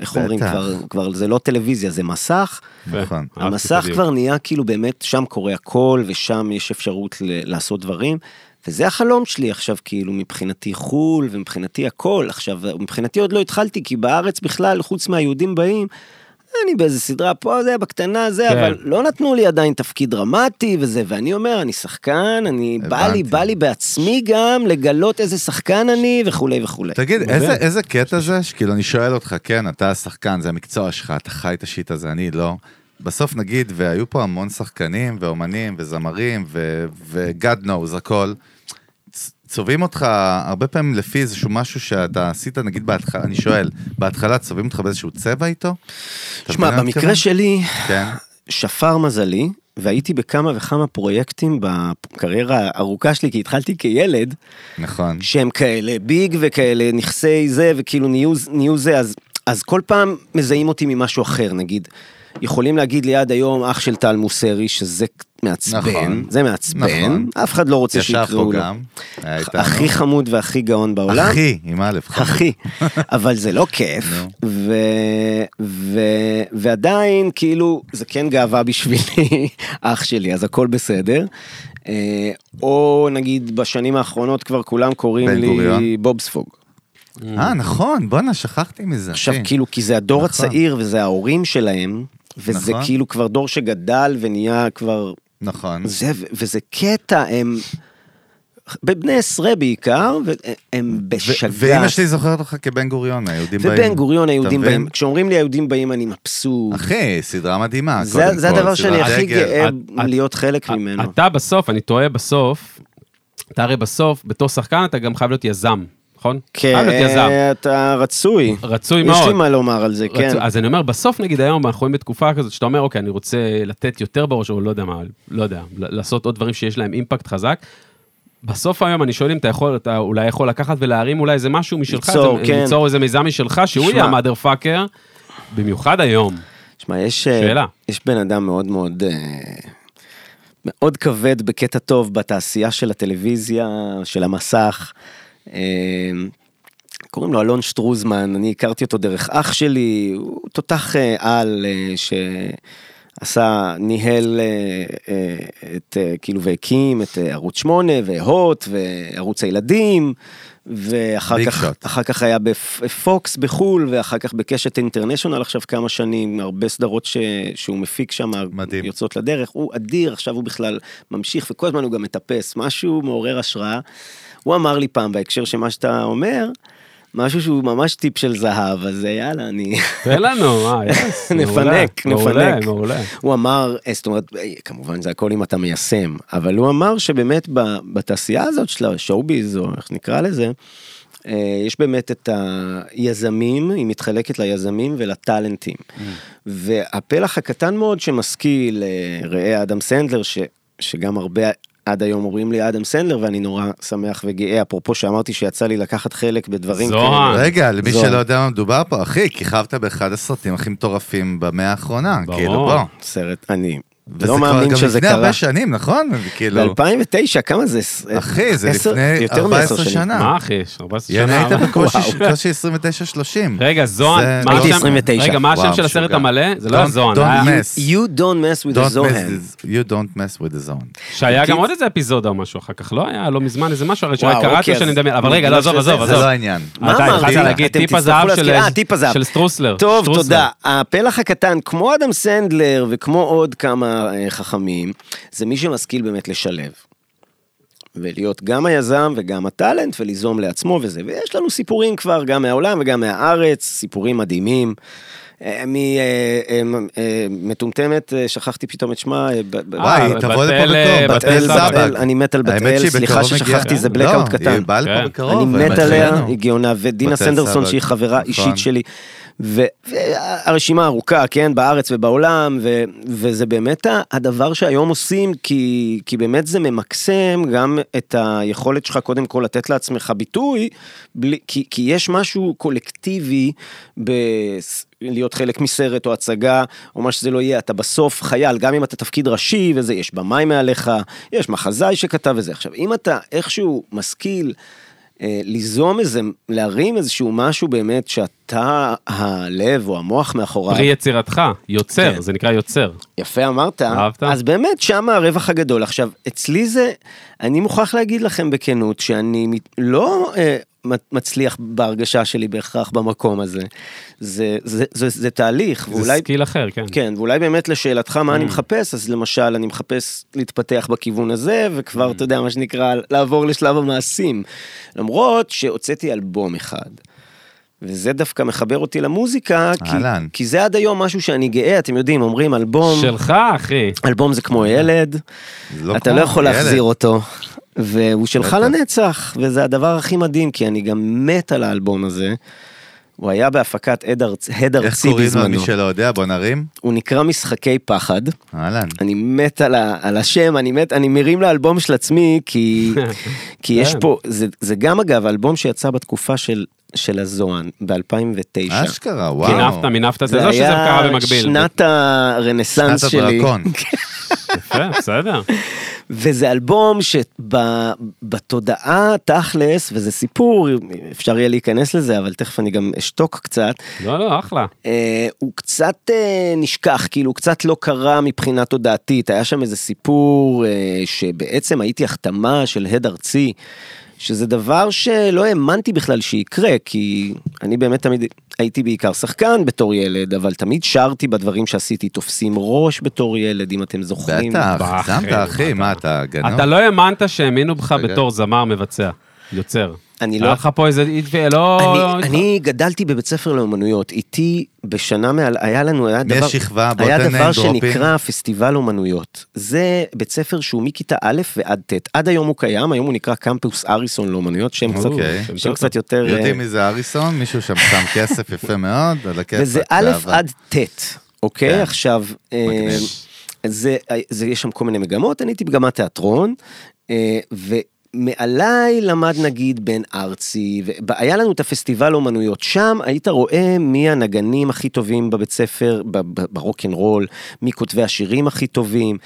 [SPEAKER 3] איך אומרים,
[SPEAKER 1] בטח.
[SPEAKER 3] כבר, כבר זה לא טלוויזיה, זה מסך.
[SPEAKER 1] נכון.
[SPEAKER 2] אהבתי את
[SPEAKER 3] המסך
[SPEAKER 2] הדיוק.
[SPEAKER 3] כבר נהיה כאילו באמת, שם קורה הכל, ושם יש אפשרות ל- לעשות דברים. וזה החלום שלי עכשיו, כאילו, מבחינתי חו"ל ומבחינתי הכל. עכשיו, מבחינתי עוד לא התחלתי, כי בארץ בכלל, חוץ מהיהודים באים, אני באיזה סדרה פה, זה, בקטנה, זה,
[SPEAKER 2] כן.
[SPEAKER 3] כן. אבל לא נתנו לי עדיין תפקיד דרמטי וזה, ואני אומר, אני שחקן, אני, בא לי,
[SPEAKER 1] הבנתי.
[SPEAKER 3] בא לי בעצמי גם לגלות איזה שחקן אני, וכולי וכולי.
[SPEAKER 1] תגיד,
[SPEAKER 2] מודה.
[SPEAKER 1] איזה, איזה קטע זה, שכאילו אני שואל אותך, כן, אתה השחקן, זה המקצוע שלך, אתה חי את השיט הזה, אני לא. בסוף נגיד, והיו פה המון שחקנים, ואומנים, וזמרים, ו- ו-God knows, הכל. צ- צובעים אותך הרבה פעמים לפי איזשהו משהו שאתה עשית, נגיד בהתחלה, אני שואל, בהתחלה צובעים אותך באיזשהו צבע איתו? אתה
[SPEAKER 3] שמע,
[SPEAKER 1] מבין מה אני מתכוון?
[SPEAKER 3] במקרה שלי,
[SPEAKER 1] כן.
[SPEAKER 3] שפר מזלי, והייתי בכמה וכמה פרויקטים בקריירה הארוכה שלי, כי התחלתי כילד,
[SPEAKER 1] נכון.
[SPEAKER 3] שהם כאלה ביג וכאלה נכסי זה, וכאילו נהיו, נהיו זה, אז, אז כל פעם מזהים אותי ממשהו אחר, נגיד. יכולים להגיד לי עד היום אח של טל מוסרי, שזה מעצבן,
[SPEAKER 1] נכון.
[SPEAKER 3] נכון, זה מעצבן,
[SPEAKER 1] נכון.
[SPEAKER 3] נכון. אף אחד לא רוצה
[SPEAKER 1] ישב פה
[SPEAKER 3] שיקראו לו.
[SPEAKER 1] גם. היה איתנו.
[SPEAKER 3] הכי חמוד והכי גאון בעולם.
[SPEAKER 1] אחי, עם א',
[SPEAKER 3] אחי, אבל זה לא כיף, ו... ו... ועדיין כאילו זה כן גאווה בשבילי, אח שלי, אז הכל בסדר. אה, או נגיד בשנים האחרונות כבר כולם קוראים
[SPEAKER 1] בן
[SPEAKER 3] לי
[SPEAKER 1] גוריון?
[SPEAKER 3] בובספוג.
[SPEAKER 1] אה, נכון, בואנה, שכחתי מזה.
[SPEAKER 3] עכשיו
[SPEAKER 1] אחי.
[SPEAKER 3] כאילו, כי זה הדור
[SPEAKER 1] נכון.
[SPEAKER 3] הצעיר וזה ההורים שלהם, וזה
[SPEAKER 1] נכון.
[SPEAKER 3] כאילו כבר דור שגדל ונהיה כבר
[SPEAKER 1] נכון.
[SPEAKER 3] זה, ו- וזה קטע, הם... בבני עשרה בעיקר, והם בשגעת.
[SPEAKER 1] ואימא שלי זוכרת אותך כבן גוריון, היהודים באים.
[SPEAKER 3] ובן גוריון
[SPEAKER 1] אתה
[SPEAKER 3] היהודים
[SPEAKER 1] מבין?
[SPEAKER 3] באים, כשאומרים לי היהודים באים אני מבסוט.
[SPEAKER 1] אחי, סדרה מדהימה.
[SPEAKER 3] זה-
[SPEAKER 1] קודם
[SPEAKER 3] זה
[SPEAKER 1] כל, לא-
[SPEAKER 3] הדבר
[SPEAKER 1] סדרת
[SPEAKER 3] שאני הכי
[SPEAKER 1] דגל.
[SPEAKER 3] גאה
[SPEAKER 2] את- את-
[SPEAKER 3] להיות חלק ממנו.
[SPEAKER 2] אתה בסוף, אני טועה בסוף, אתה הרי בסוף, בתור שחקן אתה גם חייב להיות יזם, נכון? חייב להיות יזם.
[SPEAKER 3] כן, אתה רצוי.
[SPEAKER 2] רצוי
[SPEAKER 3] יש לי
[SPEAKER 2] מאוד.
[SPEAKER 3] מה לומר על זה, כן.
[SPEAKER 2] רצו- אז אני אומר, בסוף נגיד היום אנחנו רואים בתקופה כזאת שאתה אומר, אוקיי, אני רוצה לתת יותר בראש, או לא יודע מה, לא יודע, ל- לעשות עוד דברים שיש להם אימפקט חזק. בסוף היום אני שואל אם אתה יכול, אתה אולי יכול לקחת ולהרים אולי איזה משהו משלך,
[SPEAKER 3] ליצור,
[SPEAKER 2] איזה-
[SPEAKER 3] כן.
[SPEAKER 2] ליצור איזה מיזם משלך, שהוא
[SPEAKER 3] שמע.
[SPEAKER 2] יהיה המאדר פאקר, במיוחד היום.
[SPEAKER 3] שמע, יש, אה,
[SPEAKER 2] שאלה.
[SPEAKER 3] יש בן אדם מאוד מאוד... אה, מאוד כבד בקטע טוב בתעשייה של הטלוויזיה, של המסך. אה, קוראים לו אלון שטרוזמן, אני הכרתי אותו דרך אח שלי, הוא תותח אה, על אה, שעשה, ניהל אה, אה, את, אה, כאילו, והקים את אה, ערוץ 8 והוט וערוץ הילדים, ואחר
[SPEAKER 1] ביג
[SPEAKER 3] כך,
[SPEAKER 1] שוט.
[SPEAKER 3] אחר כך היה בפוקס בחו"ל, ואחר כך בקשת אינטרנשיונל עכשיו כמה שנים, הרבה סדרות ש... שהוא מפיק שם,
[SPEAKER 1] מדהים.
[SPEAKER 3] יוצאות לדרך, הוא אדיר, עכשיו הוא בכלל ממשיך, וכל הזמן הוא גם מטפס, משהו מעורר השראה. הוא אמר לי פעם, בהקשר של מה שאתה אומר, משהו שהוא ממש טיפ של זהב, אז אה, יאללה, אני...
[SPEAKER 2] תן לנו, אה, יס, מעולה,
[SPEAKER 3] נפנק,
[SPEAKER 2] מעולה,
[SPEAKER 3] נפנק.
[SPEAKER 2] מעולה.
[SPEAKER 3] הוא אמר, אה, זאת אומרת, אה, כמובן זה הכל אם אתה מיישם, אבל הוא אמר שבאמת ב- בתעשייה הזאת של השואו-ביז, או איך נקרא לזה, אה, יש באמת את היזמים, היא מתחלקת ליזמים ולטאלנטים.
[SPEAKER 1] Mm.
[SPEAKER 3] והפלח הקטן מאוד שמשכיל, אה, ראה אדם סנדלר, ש, שגם הרבה עד היום אומרים לי אדם סנדלר, ואני נורא שמח וגאה, אפרופו שאמרתי שיצא לי לקחת חלק בדברים
[SPEAKER 2] זוהר.
[SPEAKER 1] רגע, למי
[SPEAKER 3] זוהר.
[SPEAKER 1] שלא יודע מה מדובר פה, אחי, כיכבת באחד הסרטים הכי מטורפים במאה האחרונה,
[SPEAKER 2] ברור.
[SPEAKER 1] כאילו, בוא.
[SPEAKER 3] סרט, אני
[SPEAKER 1] וזה כבר
[SPEAKER 3] לא מאמין שזה
[SPEAKER 1] גם לפני
[SPEAKER 3] קרה.
[SPEAKER 1] הרבה שנים, נכון? כאילו,
[SPEAKER 3] ב-2009, כמה זה?
[SPEAKER 1] אחי, זה
[SPEAKER 3] עשר-
[SPEAKER 1] לפני
[SPEAKER 3] יותר מעשר
[SPEAKER 1] 14 שנה.
[SPEAKER 2] מה אחי, יש 14
[SPEAKER 1] יאללה,
[SPEAKER 2] שנה.
[SPEAKER 1] היית
[SPEAKER 2] אבל-
[SPEAKER 1] בקושי בקושי 29-30.
[SPEAKER 2] רגע, זוהן,
[SPEAKER 1] זה-
[SPEAKER 2] מה
[SPEAKER 3] הייתי
[SPEAKER 2] השם-
[SPEAKER 3] 29.
[SPEAKER 2] רגע, מה השם
[SPEAKER 1] וואו,
[SPEAKER 2] של הסרט
[SPEAKER 1] משוגע.
[SPEAKER 2] המלא? זה לא היה
[SPEAKER 1] Don't-
[SPEAKER 2] זוהן,
[SPEAKER 1] don't
[SPEAKER 2] היה-
[SPEAKER 1] mess.
[SPEAKER 3] You don't mess with
[SPEAKER 1] Don't
[SPEAKER 3] the
[SPEAKER 1] mess
[SPEAKER 3] Zohan.
[SPEAKER 1] with- You don't mess with the zone.
[SPEAKER 2] שהיה גם
[SPEAKER 3] בקיצ-
[SPEAKER 2] עוד איזה אפיזודה או משהו אחר כך, לא היה לא מזמן איזה משהו, הרי שרק
[SPEAKER 3] וואו,
[SPEAKER 2] קראתי
[SPEAKER 3] אוקיי,
[SPEAKER 2] או שאני
[SPEAKER 3] אז-
[SPEAKER 2] מדמיין, אבל רגע, לא, עזוב,
[SPEAKER 3] זה-
[SPEAKER 2] עזוב,
[SPEAKER 1] זה
[SPEAKER 2] עזוב.
[SPEAKER 1] לא העניין.
[SPEAKER 3] מה
[SPEAKER 2] אתה
[SPEAKER 3] אמרתי?
[SPEAKER 2] התחלת להגיד
[SPEAKER 3] אתם
[SPEAKER 2] טיפ
[SPEAKER 3] תצטרכו
[SPEAKER 2] הזהב
[SPEAKER 3] להזכיר-
[SPEAKER 2] של-
[SPEAKER 3] אה, טיפ הזהב.
[SPEAKER 2] של סטרוסלר.
[SPEAKER 3] טוב,
[SPEAKER 2] שטרוסלר.
[SPEAKER 3] תודה. הפלח הקטן, כמו אדם סנדלר וכמו עוד כמה אה, חכמים, זה מי שמשכיל באמת לשלב. ולהיות גם היזם וגם הטאלנט וליזום לעצמו וזה. ויש לנו סיפורים כבר גם מהעולם וגם מהארץ, סיפורים מדהימים. אה, ממטומטמת, אה, שכחתי פתאום את שמה, אה, ב- ב-
[SPEAKER 1] וואי,
[SPEAKER 2] בת
[SPEAKER 1] תבוא לפה
[SPEAKER 2] אל,
[SPEAKER 1] בקרוב,
[SPEAKER 2] בת
[SPEAKER 1] אה, בת
[SPEAKER 2] אל
[SPEAKER 1] אל
[SPEAKER 2] סבג.
[SPEAKER 1] זבג.
[SPEAKER 3] אני מת על בת
[SPEAKER 1] האמת
[SPEAKER 3] אל,
[SPEAKER 1] שהיא
[SPEAKER 3] סליחה
[SPEAKER 1] בקרוב
[SPEAKER 3] ששכחתי,
[SPEAKER 1] מגיעה.
[SPEAKER 3] זה blackout
[SPEAKER 1] לא,
[SPEAKER 3] קטן.
[SPEAKER 1] היא באה
[SPEAKER 2] כן.
[SPEAKER 1] לפה
[SPEAKER 3] אני
[SPEAKER 1] בקרוב.
[SPEAKER 3] מת
[SPEAKER 1] האמת
[SPEAKER 3] עליה,
[SPEAKER 1] שלנו.
[SPEAKER 3] היא גאונה, ודינה
[SPEAKER 1] בתל
[SPEAKER 3] סנדרסון
[SPEAKER 1] סבג,
[SPEAKER 3] שהיא חברה
[SPEAKER 1] נכון.
[SPEAKER 3] אישית שלי. ו- והרשימה ארוכה, כן, בארץ ובעולם, ו- וזה באמת ה- הדבר שהיום עושים, כי, כי באמת זה ממקסם גם את היכולת שלך קודם כל לתת לעצמך ביטוי, בלי, כי, כי יש משהו קולקטיבי בס- להיות חלק מסרט או הצגה, או מה שזה לא יהיה, אתה בסוף חייל, גם אם אתה תפקיד ראשי וזה, יש במאי מעליך, יש מחזאי שכתב וזה. עכשיו, אם אתה איכשהו משכיל... אה, ליזום איזה, להרים איזשהו משהו באמת שאתה הלב או המוח מאחוריו.
[SPEAKER 2] פרי יצירתך, יוצר,
[SPEAKER 3] כן.
[SPEAKER 2] זה נקרא יוצר.
[SPEAKER 3] יפה אמרת.
[SPEAKER 2] אהבת?
[SPEAKER 3] אז באמת, שם הרווח הגדול. עכשיו, אצלי זה, אני מוכרח להגיד לכם בכנות, שאני מת- לא אה, מת- מצליח בהרגשה שלי בהכרח במקום הזה. זה, זה, זה, זה תהליך,
[SPEAKER 2] זה
[SPEAKER 3] ואולי...
[SPEAKER 2] סקיל אחר, כן.
[SPEAKER 3] כן, ואולי באמת לשאלתך מה
[SPEAKER 1] Mm.
[SPEAKER 3] אני מחפש, אז למשל אני מחפש להתפתח בכיוון הזה, וכבר,
[SPEAKER 1] Mm.
[SPEAKER 3] אתה יודע, מה שנקרא, לעבור לשלב המעשים. למרות שהוצאתי אלבום אחד. וזה דווקא מחבר אותי למוזיקה, כי,
[SPEAKER 1] אהלן.
[SPEAKER 3] כי זה עד היום משהו שאני גאה, אתם יודעים, אומרים אלבום,
[SPEAKER 2] שלך, אחי.
[SPEAKER 3] אלבום זה כמו ילד,
[SPEAKER 1] זה לא
[SPEAKER 3] אתה
[SPEAKER 1] כמו
[SPEAKER 3] לא יכול
[SPEAKER 1] ילד.
[SPEAKER 3] להחזיר אותו, והוא שלך
[SPEAKER 1] בטח.
[SPEAKER 3] לנצח, וזה הדבר הכי מדהים, כי אני גם מת על האלבום הזה. הוא היה בהפקת הד ארצ- הד
[SPEAKER 1] איך
[SPEAKER 3] ארצי
[SPEAKER 1] קוראים לו, מי
[SPEAKER 3] בזמנו,
[SPEAKER 1] שלא יודע, בוא נרים.
[SPEAKER 3] הוא נקרא משחקי פחד.
[SPEAKER 1] אהלן.
[SPEAKER 3] אני מת על, ה, על השם, אני מת, אני מרים לאלבום של עצמי, כי, כי יש
[SPEAKER 2] כן.
[SPEAKER 3] פה, זה, זה גם אגב אלבום שיצא בתקופה של, של הזוהן, ב-2009.
[SPEAKER 1] אה,
[SPEAKER 2] כן,
[SPEAKER 1] אשכרה, וואו.
[SPEAKER 2] מינפת, מינפת את זה, לא שזה קרה במקביל.
[SPEAKER 3] שנת הרנסאנס
[SPEAKER 1] שנת
[SPEAKER 3] שלי.
[SPEAKER 1] הדרקון.
[SPEAKER 2] יפה, בסדר.
[SPEAKER 3] וזה אלבום שבתודעה תכלס, וזה סיפור, אפשר יהיה להיכנס לזה, אבל תכף אני גם אשתוק קצת,
[SPEAKER 2] לא, לא, אחלה.
[SPEAKER 3] אה, הוא קצת אה, נשכח, כאילו הוא קצת לא קרה מבחינה תודעתית, היה שם איזה סיפור אה, שבעצם הייתי החתמה של הד ארצי, שזה דבר שלא האמנתי בכלל שיקרה, כי אני באמת תמיד הייתי בעיקר שחקן בתור ילד, אבל תמיד שרתי בדברים שעשיתי, תופסים ראש בתור ילד, אם אתם זוכרים.
[SPEAKER 1] בטח,
[SPEAKER 2] בח,
[SPEAKER 1] הגזמת
[SPEAKER 2] אה,
[SPEAKER 1] אחי, מה אתה
[SPEAKER 3] כן,
[SPEAKER 1] גנוב?
[SPEAKER 2] אתה לא האמנת שהאמינו בך
[SPEAKER 1] רגע.
[SPEAKER 2] בתור זמר מבצע, יוצר.
[SPEAKER 3] אוקיי. אני לא-
[SPEAKER 2] היה לך פה איזה... לא...
[SPEAKER 3] אני, אני גדלתי בבית ספר לאומנויות, איתי בשנה מעל, היה לנו, היה דבר,
[SPEAKER 1] שכבה? בוא
[SPEAKER 3] היה
[SPEAKER 1] תן
[SPEAKER 3] דבר
[SPEAKER 1] name dropping.
[SPEAKER 3] שנקרא פסטיבל אומנויות. זה בית ספר שהוא מכיתה א' ועד ט', עד היום הוא קיים, היום הוא נקרא קמפוס אריסון לאומנויות, שם קצת,
[SPEAKER 1] אוקיי.
[SPEAKER 2] שם
[SPEAKER 3] שם
[SPEAKER 2] טוב.
[SPEAKER 3] קצת יותר,
[SPEAKER 1] יודעים
[SPEAKER 3] אה,
[SPEAKER 1] מי זה אריסון? מישהו שם שם כסף יפה מאוד, על הכסף.
[SPEAKER 3] וזה א'
[SPEAKER 1] באהבה.
[SPEAKER 3] עד ט',
[SPEAKER 1] כן.
[SPEAKER 3] אוקיי? עכשיו, אה,
[SPEAKER 1] מגניב.
[SPEAKER 3] זה, זה, יש שם כל מיני מגמות, אני הייתי במגמת תיאטרון, אה, ומעליי למד נגיד בן ארצי, והיה לנו את הפסטיבל אומנויות, שם היית רואה מי הנגנים הכי טובים בבית ספר, ב- ב- ברוקנרול, מי כותבי השירים הכי טובים.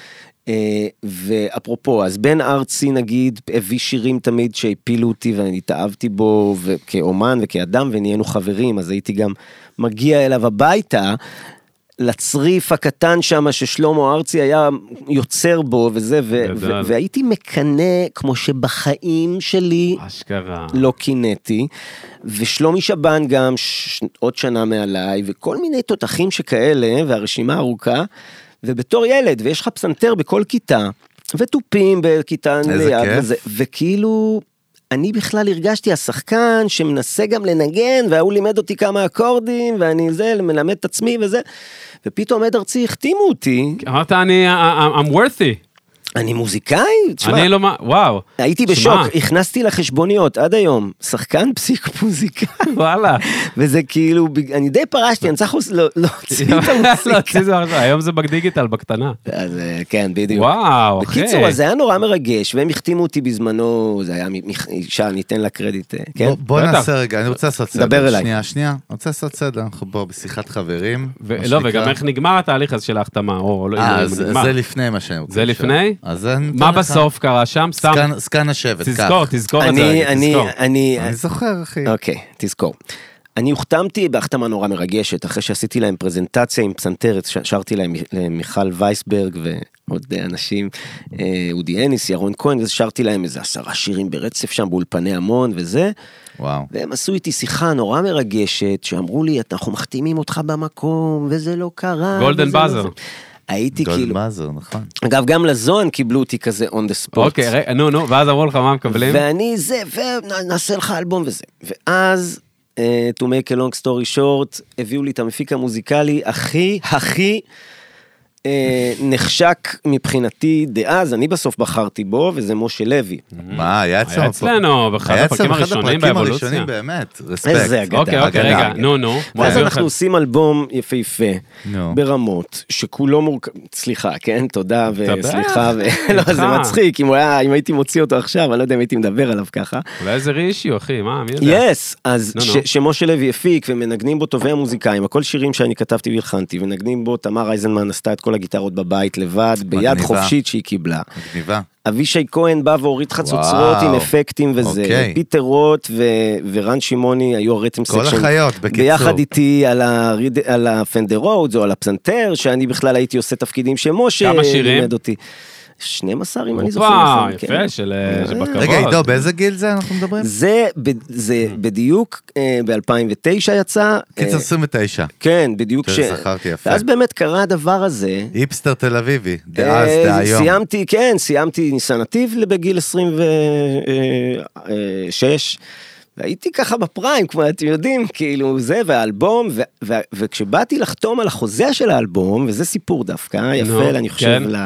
[SPEAKER 3] אה, ואפרופו, אז בן ארצי נגיד הביא שירים תמיד שהפילו אותי ואני התאהבתי בו ו- כאומן וכאדם ונהיינו חברים, אז הייתי גם מגיע אליו הביתה, לצריף הקטן שם ששלמה ארצי היה יוצר בו וזה, ו-
[SPEAKER 2] גדל.
[SPEAKER 3] ו- והייתי מקנא כמו שבחיים
[SPEAKER 2] אה,
[SPEAKER 3] שלי
[SPEAKER 2] אשכרה.
[SPEAKER 3] לא קינאתי, ושלומי שבן גם ש- עוד שנה מעליי, וכל מיני תותחים שכאלה, והרשימה ארוכה, ובתור ילד, ויש לך פסנתר בכל כיתה, ותופים בכיתה
[SPEAKER 1] איזה
[SPEAKER 3] ליד,
[SPEAKER 1] כיף.
[SPEAKER 3] וזה, וכאילו... אני בכלל הרגשתי השחקן שמנסה גם לנגן, וההוא לימד אותי כמה אקורדים, ואני זה, מלמד את עצמי וזה, ופתאום עד ארצי החתימו אותי,
[SPEAKER 2] אמרת, אני... I- I'm worthy.
[SPEAKER 3] אני מוזיקאי? תשמע,
[SPEAKER 2] אני לא... מה- וואו.
[SPEAKER 3] הייתי
[SPEAKER 2] שמע,
[SPEAKER 3] בשוק, הכנסתי לחשבוניות עד היום, שחקן פסיק מוזיקאי.
[SPEAKER 2] וואלה.
[SPEAKER 3] וזה כאילו, בג- אני די פרשתי, אני צריך להוס- לא- להוציא את המוסיקה.
[SPEAKER 2] להוציא זה עכשיו, לא, היום זה בדיגיטל, בקטנה.
[SPEAKER 3] אז אה, כן, בדיוק.
[SPEAKER 2] וואו, אחי.
[SPEAKER 3] בקיצור, אז זה היה נורא מרגש, והם החתימו אותי בזמנו, זה היה מ- מ- אישה, אני אתן לה קרדיט, אה, כן?
[SPEAKER 1] בוא- בוא
[SPEAKER 2] בטח.
[SPEAKER 1] נעשה רגע, אני רוצה לעשות סדר.
[SPEAKER 3] דבר אליי.
[SPEAKER 1] שנייה, שנייה. אני רוצה לעשות סדר, אנחנו פה בשיחת חברים.
[SPEAKER 2] ו-
[SPEAKER 1] מה
[SPEAKER 2] לא,
[SPEAKER 1] שנקרא.
[SPEAKER 2] וגם איך נגמר התהליך הזה של ההחתמה, או לא,
[SPEAKER 1] אה,
[SPEAKER 2] אם
[SPEAKER 1] אז-
[SPEAKER 2] הוא
[SPEAKER 1] אז
[SPEAKER 2] נגמר.
[SPEAKER 1] זה לפני מה שאני רוצה.
[SPEAKER 2] זה
[SPEAKER 1] לשאול.
[SPEAKER 2] לפני?
[SPEAKER 1] אז אני נותן
[SPEAKER 2] מה
[SPEAKER 1] לך.
[SPEAKER 2] בסקן- בסוף קרה שם? סתם,
[SPEAKER 1] זקן- זקן השבט, אה? כך.
[SPEAKER 2] תזכור, תזכור את זה.
[SPEAKER 3] אני,
[SPEAKER 2] רגע,
[SPEAKER 3] אני,
[SPEAKER 2] אה,
[SPEAKER 3] אה,
[SPEAKER 2] תזכור.
[SPEAKER 3] אני,
[SPEAKER 1] אני זוכר, אחי.
[SPEAKER 3] אוקיי, תזכור. אני הוחתמתי בהחתמה נורא מרגשת, אחרי שעשיתי להם פרזנטציה עם פסנתרת, ש- שרתי להם מ- למיכל וייסברג ועוד אנשים, אה, אודי אניס, ירון כהן, וזה שרתי להם איזה עשרה שירים ברצף שם באולפני המון וזה,
[SPEAKER 1] וואו.
[SPEAKER 3] והם עשו איתי שיחה נורא מרגשת, שאמרו לי, אנחנו מחתימים אותך במקום, וזה לא קרה.
[SPEAKER 2] גולדן
[SPEAKER 3] וזה לא
[SPEAKER 2] באזר.
[SPEAKER 3] זה." הייתי
[SPEAKER 1] גולד
[SPEAKER 3] כאילו,
[SPEAKER 1] מאזר, נכון.
[SPEAKER 2] Mm-hmm.
[SPEAKER 3] אגב, גם לזוהן קיבלו אותי כזה on the spot.
[SPEAKER 2] אוקיי, רגע, נו, נו, ואז אמרו לך מה מקבלים?
[SPEAKER 3] ואני זה, ונעשה לך אלבום וזה. ואז, אה, to make a long story short, הביאו לי את המפיק המוזיקלי הכי, הכי אה, נחשק מבחינתי דאז, אני בסוף בחרתי בו, וזה משה לוי.
[SPEAKER 1] מה, היה אצלנו?
[SPEAKER 2] היה אצלנו, באחד
[SPEAKER 1] היה
[SPEAKER 2] הפרקים
[SPEAKER 1] אצלנו אחד
[SPEAKER 2] הראשונים
[SPEAKER 1] הפרקים
[SPEAKER 2] באבולוציה.
[SPEAKER 1] הראשונים, באמת, רספקט.
[SPEAKER 3] איזה אגדה.
[SPEAKER 2] אוקיי, אוקיי,
[SPEAKER 1] אגדה.
[SPEAKER 2] רגע, נו, נו. וואי,
[SPEAKER 3] ואז
[SPEAKER 2] אני
[SPEAKER 3] אנחנו
[SPEAKER 2] הולך-
[SPEAKER 3] עושים אלבום יפהפה,
[SPEAKER 1] נו.
[SPEAKER 3] ברמות, שכולו מורכב, סליחה, כן, תודה
[SPEAKER 2] תודה.
[SPEAKER 3] וסליחה, ו- לא, זה
[SPEAKER 2] סליחה.
[SPEAKER 3] מצחיק, אם הוא היה- אם הייתי מוציא אותו עכשיו, אני לא יודע אם הייתי מדבר עליו ככה.
[SPEAKER 2] אולי זה רישיו, אחי, מה, מי יודע?
[SPEAKER 3] יס, yes, אז
[SPEAKER 1] לא,
[SPEAKER 2] נו,
[SPEAKER 3] ש-
[SPEAKER 2] נו.
[SPEAKER 3] שמשה לוי הפיק ומנגנים בו טובי המוזיקאים, הכל שירים שאני כתבתי והלחנתי, ונגנים בו תמר אייזנמן עשתה את כל לגיטרות בבית לבד, ביד
[SPEAKER 1] מגניבה.
[SPEAKER 3] חופשית שהיא קיבלה.
[SPEAKER 1] מגניבה.
[SPEAKER 3] אבישי כהן בא והוריד חצוצרות
[SPEAKER 1] וואו.
[SPEAKER 3] עם אפקטים וזה,
[SPEAKER 1] אוקיי.
[SPEAKER 3] פיטר רוט ו- ורן שמעוני היו הרתם
[SPEAKER 1] כל
[SPEAKER 3] סקשן.
[SPEAKER 1] החיות, בקיצור.
[SPEAKER 3] ביחד איתי על, הריד... על הפנדר רודס או על הפסנתר, שאני בכלל הייתי עושה תפקידים שמשה
[SPEAKER 2] כמה שירים?
[SPEAKER 3] לימד אותי. 12 אם אני זוכר.
[SPEAKER 2] הופה,
[SPEAKER 3] נכון, כן.
[SPEAKER 2] יפה, של אה, שבכבוד.
[SPEAKER 1] רגע, עידו, באיזה גיל זה אנחנו מדברים?
[SPEAKER 3] זה, ב- זה בדיוק ב-2009 יצא.
[SPEAKER 1] קיצר
[SPEAKER 3] אה,
[SPEAKER 1] 29.
[SPEAKER 3] כן, בדיוק
[SPEAKER 1] כן, זכרתי יפה.
[SPEAKER 3] ואז באמת קרה הדבר הזה.
[SPEAKER 1] היפסטר תל אביבי, דאז,
[SPEAKER 3] אה,
[SPEAKER 1] דהיום.
[SPEAKER 3] סיימתי, כן, סיימתי ניסן נתיב בגיל 26. אה, והייתי ככה בפריים, כמו אתם יודעים, כאילו זה, והאלבום, ו- ו- וכשבאתי לחתום על החוזה של האלבום, וזה סיפור דווקא,
[SPEAKER 2] נו,
[SPEAKER 3] יפה, אני חושב,
[SPEAKER 2] כן.
[SPEAKER 3] ל...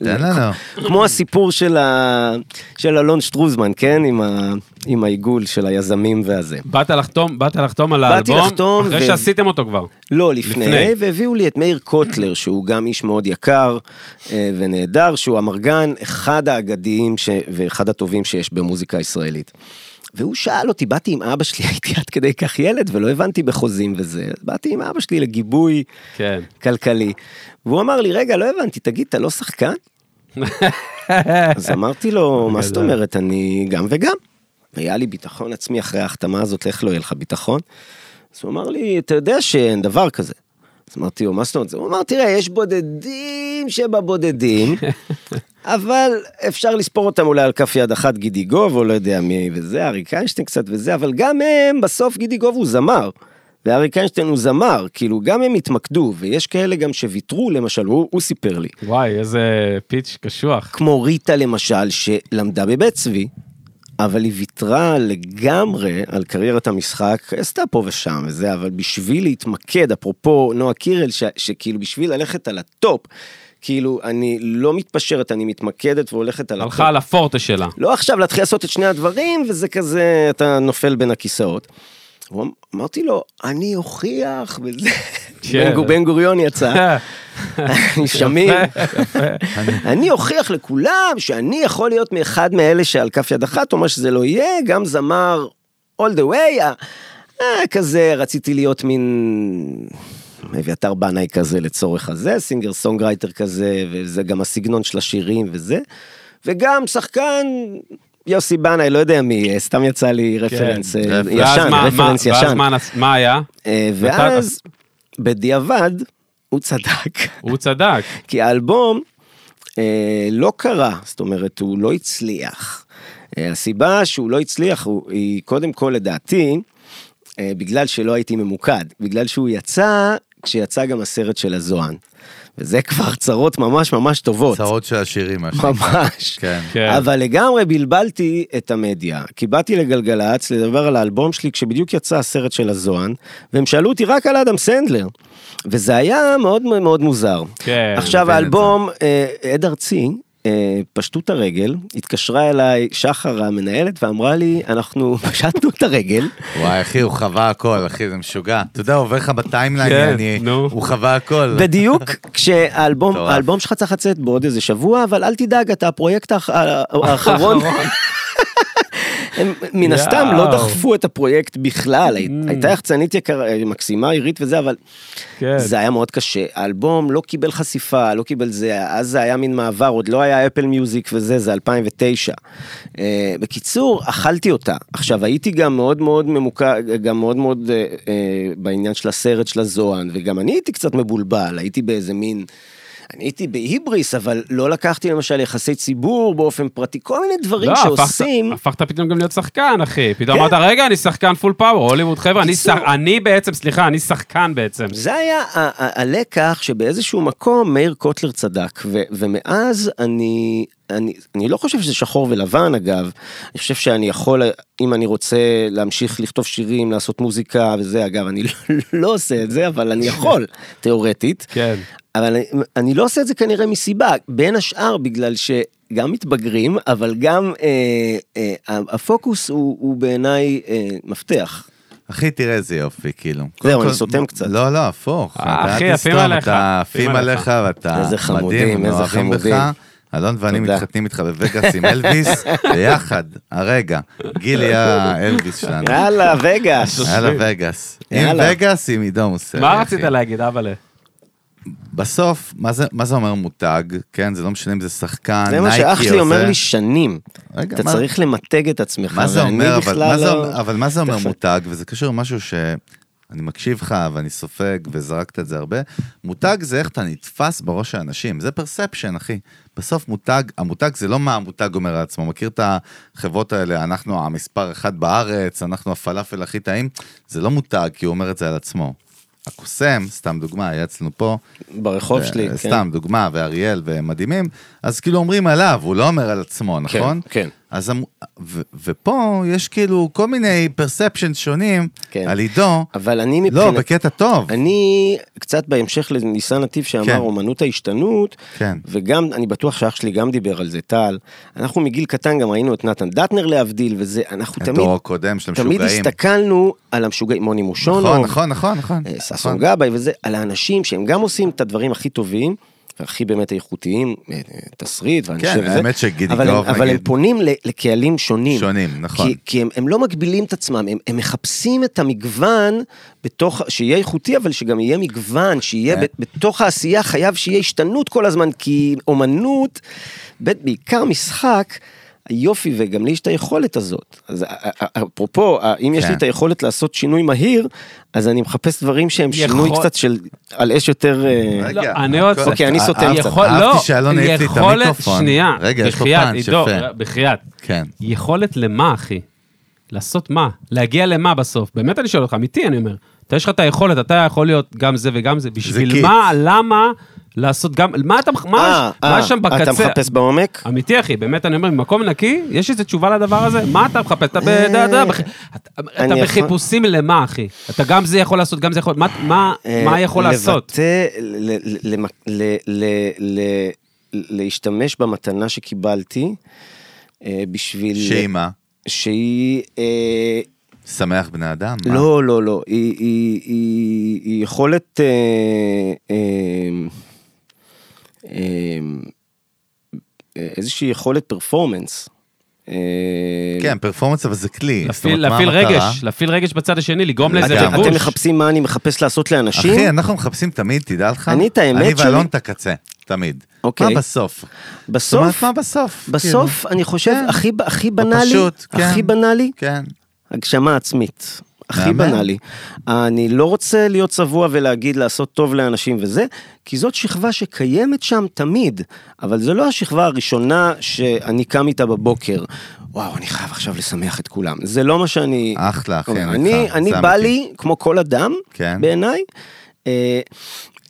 [SPEAKER 1] תן
[SPEAKER 3] ל-
[SPEAKER 1] לנו.
[SPEAKER 3] כמו הסיפור של, ה... של אלון שטרוזמן, כן? עם, ה... עם העיגול של היזמים והזה.
[SPEAKER 2] באת לחתום, באת לחתום על
[SPEAKER 3] באתי
[SPEAKER 2] האלבום,
[SPEAKER 3] לחתום
[SPEAKER 2] אחרי
[SPEAKER 3] ו-
[SPEAKER 2] שעשיתם אותו כבר.
[SPEAKER 3] לא, לפני,
[SPEAKER 2] לפני.
[SPEAKER 3] לפני, והביאו לי את מאיר קוטלר, שהוא גם איש מאוד יקר אה, ונהדר, שהוא אמרגן, אחד האגדיים ש... ואחד הטובים שיש במוזיקה הישראלית. והוא שאל אותי, באתי עם אבא שלי, הייתי עד כדי כך ילד ולא הבנתי בחוזים וזה, אז באתי עם אבא שלי לגיבוי
[SPEAKER 2] כן.
[SPEAKER 3] כלכלי. והוא אמר לי, רגע, לא הבנתי, תגיד, אתה לא שחקן? אז אמרתי לו, מה זאת אומרת, אני גם וגם. היה לי ביטחון עצמי אחרי ההחתמה הזאת, איך לא יהיה לך ביטחון? אז הוא אמר לי, אתה יודע שאין דבר כזה. אז אמרתי לו, מה זאת אומרת? הוא אמר, תראה, יש בודדים שבבודדים, אבל אפשר לספור אותם אולי על כף יד אחת, גידי גוב, או לא יודע מי, וזה, אריק איינשטיין קצת וזה, אבל גם הם, בסוף גידי גוב הוא זמר. ואריק איינשטיין הוא זמר, כאילו, גם הם התמקדו, ויש כאלה גם שוויתרו, למשל, הוא, הוא סיפר לי.
[SPEAKER 2] וואי, איזה פיץ' קשוח.
[SPEAKER 3] כמו ריטה למשל, שלמדה בבית צבי, אבל היא ויתרה לגמרי על קריירת המשחק, עשתה פה ושם וזה, אבל בשביל להתמקד, אפרופו נועה קירל, ש, שכאילו בשביל ללכת על הטופ, כאילו אני לא מתפשרת, אני מתמקדת והולכת על הטופ.
[SPEAKER 2] הלכה על הפורטה שלה.
[SPEAKER 3] לא עכשיו להתחיל לעשות את שני הדברים, וזה כזה, אתה נופל בין הכיסאות. הוא אמ- אמרתי לו, אני אוכיח, וזה,
[SPEAKER 2] כן.
[SPEAKER 3] בן גור- בן גוריון יצא, אני שמיר. אני אוכיח לכולם שאני יכול להיות מאחד מאלה שעל כף יד אחת, או מה שזה לא יהיה, גם זמר all the way, אה, אה, כזה, רציתי להיות מין אביתר בנאי כזה לצורך הזה, סינגר סונגרייטר כזה, וזה גם הסגנון של השירים וזה, וגם שחקן... יוסי בנאי, לא יודע מי, אה, סתם יצא לי רפרנס אה,
[SPEAKER 1] ואז
[SPEAKER 2] כן, ואז
[SPEAKER 3] ישן,
[SPEAKER 2] מה-
[SPEAKER 3] רפרנס
[SPEAKER 2] מה-
[SPEAKER 3] ישן.
[SPEAKER 2] ואז מה נס- מה היה?
[SPEAKER 3] אה, ואז, בדיעבד, הוא צדק.
[SPEAKER 2] הוא צדק.
[SPEAKER 3] כי האלבום אה, לא קרה, זאת אומרת, הוא לא הצליח. אה, הסיבה שהוא לא הצליח הוא, היא קודם כל, לדעתי, אה, בגלל שלא הייתי ממוקד, בגלל שהוא יצא כשיצא גם הסרט של הזוהן. וזה כבר צרות ממש ממש טובות.
[SPEAKER 1] צרות של השירים, מה שנקרא.
[SPEAKER 3] ממש.
[SPEAKER 1] כן.
[SPEAKER 2] כן.
[SPEAKER 3] אבל לגמרי בלבלתי את המדיה, כי באתי לגלגלצ לדבר על האלבום שלי כשבדיוק יצא הסרט של הזוהן, והם שאלו אותי רק על אדם סנדלר, וזה היה מאוד מאוד מוזר.
[SPEAKER 2] כן,
[SPEAKER 1] מבין את
[SPEAKER 3] עכשיו האלבום, אה, עד ארצי, אה, פשטו את הרגל, התקשרה אליי שחר המנהלת ואמרה לי, אנחנו פשטנו את הרגל,
[SPEAKER 1] וואי, אחי, הוא חווה הכל, אחי, זה משוגע. אתה יודע, עובר לך בטיימליין,
[SPEAKER 2] כן,
[SPEAKER 1] אני...
[SPEAKER 2] נו.
[SPEAKER 1] הוא חווה הכל.
[SPEAKER 3] בדיוק כשהאלבום
[SPEAKER 1] מטורף.
[SPEAKER 3] האלבום שלך צריך לצאת בעוד איזה שבוע, אבל אל תדאג, אתה הפרויקט האח-
[SPEAKER 2] נכון.
[SPEAKER 3] האחרון. הם מן
[SPEAKER 2] יאו.
[SPEAKER 3] הסתם לא דחפו את הפרויקט בכלל, הי-
[SPEAKER 2] Mm.
[SPEAKER 3] הייתה יחצנית יקרה, מקסימה, עירית וזה, אבל
[SPEAKER 2] כן.
[SPEAKER 3] זה היה מאוד קשה. האלבום לא קיבל חשיפה, לא קיבל זה, אז זה היה מין מעבר, עוד לא היה אפל מיוזיק וזה, זה 2009. אה, בקיצור, אכלתי אותה. עכשיו, הייתי גם מאוד מאוד ממוקד, גם מאוד מאוד אה, אה, בעניין של הסרט של הזוהן, וגם אני הייתי קצת מבולבל, הייתי באיזה מין... אני הייתי בהיבריס, אבל לא לקחתי למשל יחסי ציבור באופן פרטי, כל מיני דברים
[SPEAKER 2] לא, הפכת-
[SPEAKER 3] שעושים. כן.
[SPEAKER 2] הפכת פתאום גם להיות שחקן, אחי. פתאום אמרת, רגע, אני שחקן פול פאוור, הוליווד, חבר'ה, אני
[SPEAKER 3] בקיצור.
[SPEAKER 2] שח- אני בעצם, סליחה, אני שחקן בעצם.
[SPEAKER 3] זה היה ה- ה- הלקח שבאיזשהו מקום מאיר קוטלר צדק, ו- ומאז אני, אני, אני לא חושב שזה שחור ולבן אגב, אני חושב שאני יכול, אם אני רוצה להמשיך לכתוב שירים, לעשות מוזיקה וזה, אגב, אני לא, לא עושה את זה, אבל אני יכול, תיאורטית.
[SPEAKER 2] כן.
[SPEAKER 3] אבל אני, אני לא עושה את זה כנראה מסיבה, בין השאר בגלל שגם מתבגרים, אבל גם אה, אה, הפוקוס הוא, הוא בעיניי אה, מפתח.
[SPEAKER 1] אחי, תראה איזה יופי, כאילו.
[SPEAKER 3] זהו,
[SPEAKER 1] קודם
[SPEAKER 3] אני
[SPEAKER 1] כל-
[SPEAKER 3] סותם קצת.
[SPEAKER 1] לא, לא, הפוך.
[SPEAKER 2] אה,
[SPEAKER 1] אתה
[SPEAKER 2] אחי,
[SPEAKER 1] אל
[SPEAKER 2] עפים
[SPEAKER 1] תסתום,
[SPEAKER 2] עליך,
[SPEAKER 1] אתה
[SPEAKER 2] עפים
[SPEAKER 1] עפים
[SPEAKER 2] עליך.
[SPEAKER 1] עליך, ואתה
[SPEAKER 3] איזה חמודים,
[SPEAKER 1] מדהים,
[SPEAKER 3] איזה
[SPEAKER 1] אוהבים
[SPEAKER 3] חמודים.
[SPEAKER 1] בך. אלון ואני
[SPEAKER 3] תודה.
[SPEAKER 1] מתחתנים איתך בווגאס עם אלוויס, ביחד, הרגע. גיל יהיה האלוויס שלנו.
[SPEAKER 3] יאללה, וגאס.
[SPEAKER 1] יאללה וגאס. עם
[SPEAKER 3] יאללה.
[SPEAKER 2] אה,
[SPEAKER 1] וגאס, עם עידו מוסר.
[SPEAKER 2] מה רצית להגיד, אבל?
[SPEAKER 1] בסוף, מה זה, מה זה אומר מותג? כן, זה לא משנה אם זה שחקן,
[SPEAKER 3] זה
[SPEAKER 1] נייקי או
[SPEAKER 3] מה
[SPEAKER 1] זה.
[SPEAKER 3] שאח שלי אומר לי שנים.
[SPEAKER 1] רגע,
[SPEAKER 3] אתה
[SPEAKER 1] מה-
[SPEAKER 3] צריך למתג את עצמך,
[SPEAKER 1] מה זה
[SPEAKER 3] ואני
[SPEAKER 1] אומר, אבל,
[SPEAKER 3] בכלל
[SPEAKER 1] מה זה,
[SPEAKER 3] לא-
[SPEAKER 1] אומר- אבל מה זה אומר
[SPEAKER 3] תכף.
[SPEAKER 1] מותג, וזה קשור למשהו שאני מקשיב לך ואני סופג וזרקת את זה הרבה, מותג זה איך אתה נתפס בראש של אנשים, זה perception אחי. בסוף מותג, המותג זה לא מה המותג אומר על עצמו, מכיר את החברות האלה, אנחנו המספר אחד בארץ, אנחנו הפלאפל הכי טעים, זה לא מותג כי הוא אומר את זה על עצמו. הקוסם, סתם דוגמה, היה אצלנו פה,
[SPEAKER 3] ברחוב
[SPEAKER 1] ו-
[SPEAKER 3] שלי, כן.
[SPEAKER 1] אה, סתם דוגמה, ואריאל ומדהימים, אז כאילו אומרים עליו, הוא לא אומר על עצמו,
[SPEAKER 3] כן,
[SPEAKER 1] נכון?
[SPEAKER 3] כן.
[SPEAKER 1] אז אמ- ו- ופה יש כאילו כל מיני perception שונים
[SPEAKER 3] כן.
[SPEAKER 1] על עידו,
[SPEAKER 3] אבל אני
[SPEAKER 1] לא,
[SPEAKER 3] מבחינת...
[SPEAKER 1] בקטע טוב.
[SPEAKER 3] אני קצת בהמשך לניסן נתיב
[SPEAKER 1] כן.
[SPEAKER 3] שאמר אומנות ההשתנות,
[SPEAKER 1] כן.
[SPEAKER 3] וגם, אני בטוח שאח שלי גם דיבר על זה, טל, אנחנו מגיל קטן גם ראינו את נתן דטנר להבדיל, וזה, אנחנו תמיד,
[SPEAKER 1] הדור הקודם של
[SPEAKER 3] תמיד
[SPEAKER 1] המשוגעים.
[SPEAKER 3] הסתכלנו על המשוגעים, מוני מושונוב,
[SPEAKER 1] נכון, נכון, נכון, נכון.
[SPEAKER 3] אה,
[SPEAKER 1] נכון.
[SPEAKER 3] ששון גבאי וזה, על האנשים שהם גם עושים את הדברים הכי טובים. והכי באמת איכותיים, אה, אה, תסריט, ואני
[SPEAKER 1] כן,
[SPEAKER 3] חושב וזה,
[SPEAKER 1] האמת שגידי
[SPEAKER 3] אבל,
[SPEAKER 1] גוב,
[SPEAKER 3] הם, אבל הם
[SPEAKER 1] נגיד-
[SPEAKER 3] פונים ל- לקהלים שונים.
[SPEAKER 1] שונים, נכון.
[SPEAKER 3] כי, כי הם, הם לא מגבילים את עצמם, הם, הם מחפשים את המגוון, בתוך, שיהיה איכותי, אבל שגם יהיה מגוון, שיהיה
[SPEAKER 1] כן.
[SPEAKER 3] ב, בתוך העשייה חייב שיהיה השתנות כל הזמן, כי אומנות, ב- בעיקר משחק, היופי, וגם לי יש את היכולת הזאת. אז א- א- א- אפרופו, א- אם יש
[SPEAKER 1] כן.
[SPEAKER 3] לי את היכולת לעשות שינוי מהיר, אז אני מחפש דברים שהם
[SPEAKER 2] יכול-
[SPEAKER 3] שינוי קצת של, על אש יותר... אה,
[SPEAKER 1] רגע,
[SPEAKER 2] לא, אני עוד-
[SPEAKER 1] הכל-
[SPEAKER 3] אוקיי, אני סותם
[SPEAKER 1] אה,
[SPEAKER 3] קצת.
[SPEAKER 2] יכול-
[SPEAKER 1] אהבתי
[SPEAKER 2] לא,
[SPEAKER 1] שאלון העיף לי את
[SPEAKER 2] יכולת-
[SPEAKER 1] המיקרופון.
[SPEAKER 2] שנייה,
[SPEAKER 1] רגע, יש פה
[SPEAKER 2] בחייאת,
[SPEAKER 1] פאנץ',
[SPEAKER 2] עידו,
[SPEAKER 1] יפה.
[SPEAKER 2] בחייאת.
[SPEAKER 1] כן.
[SPEAKER 2] יכולת למה, אחי? לעשות מה? להגיע למה בסוף? באמת אני שואל אותך, אמיתי אני אומר. אתה יש לך את היכולת, אתה יכול להיות גם זה וגם זה.
[SPEAKER 1] קיט.
[SPEAKER 2] בשביל מה, למה, לעשות גם, מה אתה, מה
[SPEAKER 3] אה,
[SPEAKER 2] מה
[SPEAKER 3] אה,
[SPEAKER 2] שם
[SPEAKER 3] אתה
[SPEAKER 2] בקצה?
[SPEAKER 3] מחפש בעומק?
[SPEAKER 2] אמיתי אחי, באמת אני אומר, ממקום נקי, יש איזה תשובה לדבר הזה? מה אתה מחפש? אתה ב-
[SPEAKER 3] אה,
[SPEAKER 2] אתה- אתה בח- אתה-
[SPEAKER 3] אני
[SPEAKER 2] אתה
[SPEAKER 3] יכול-
[SPEAKER 2] בחיפושים למה אחי? אתה גם זה יכול לעשות, גם זה יכול, מה- מה מה יכול
[SPEAKER 3] אה,
[SPEAKER 2] לעשות?
[SPEAKER 3] לבטא, ל- ל- ל- ל- ל- ל- להשתמש במתנה שקיבלתי, אה, בשביל...
[SPEAKER 1] שהיא מה?
[SPEAKER 3] שהיא... אה,
[SPEAKER 1] שמח בני אדם? מה?
[SPEAKER 3] לא, לא, לא. היא- היא- היא היא יכולת... אה, אה, אה, איזושהי יכולת פרפורמנס. אה,
[SPEAKER 1] כן, פרפורמנס אבל זה כלי. זאת
[SPEAKER 2] להפעיל
[SPEAKER 1] אומרת, מה
[SPEAKER 2] להפעיל
[SPEAKER 1] המטרה?
[SPEAKER 2] רגש, להפעיל רגש בצד השני, לגרום לאיזה
[SPEAKER 1] לגמרי.
[SPEAKER 2] רגוש.
[SPEAKER 3] אתם מחפשים מה אני מחפש לעשות לאנשים?
[SPEAKER 1] אחי, אנחנו מחפשים תמיד, תדע לך.
[SPEAKER 3] אני את האמת
[SPEAKER 1] אני
[SPEAKER 3] שלי-
[SPEAKER 1] ואלון את הקצה, תמיד.
[SPEAKER 3] אוקיי.
[SPEAKER 1] מה בסוף? זאת אומרת,
[SPEAKER 3] בסוף,
[SPEAKER 1] מה בסוף? כאילו.
[SPEAKER 3] בסוף, אני חושב,
[SPEAKER 1] כן.
[SPEAKER 3] הכי ב- הכי בנאלי,
[SPEAKER 1] בפשוט, כן.
[SPEAKER 3] הכי בנאלי,
[SPEAKER 1] כאילו, כן.
[SPEAKER 3] הגשמה עצמית. הכי
[SPEAKER 1] מהמם.
[SPEAKER 3] בנאלי. אני לא רוצה להיות צבוע ולהגיד לעשות טוב לאנשים וזה, כי זאת שכבה שקיימת שם תמיד, אבל זו לא השכבה הראשונה שאני קם איתה בבוקר. וואו, אני חייב עכשיו לשמח את כולם. זה לא מה שאני...
[SPEAKER 1] אחלה, אחי,
[SPEAKER 3] אומר.
[SPEAKER 1] אני
[SPEAKER 3] אוקיי, אני,
[SPEAKER 1] איתך,
[SPEAKER 3] אני
[SPEAKER 1] זה
[SPEAKER 3] בא
[SPEAKER 1] אמיתי.
[SPEAKER 3] לי, כמו כל אדם,
[SPEAKER 1] כן.
[SPEAKER 3] בעיניי, אה,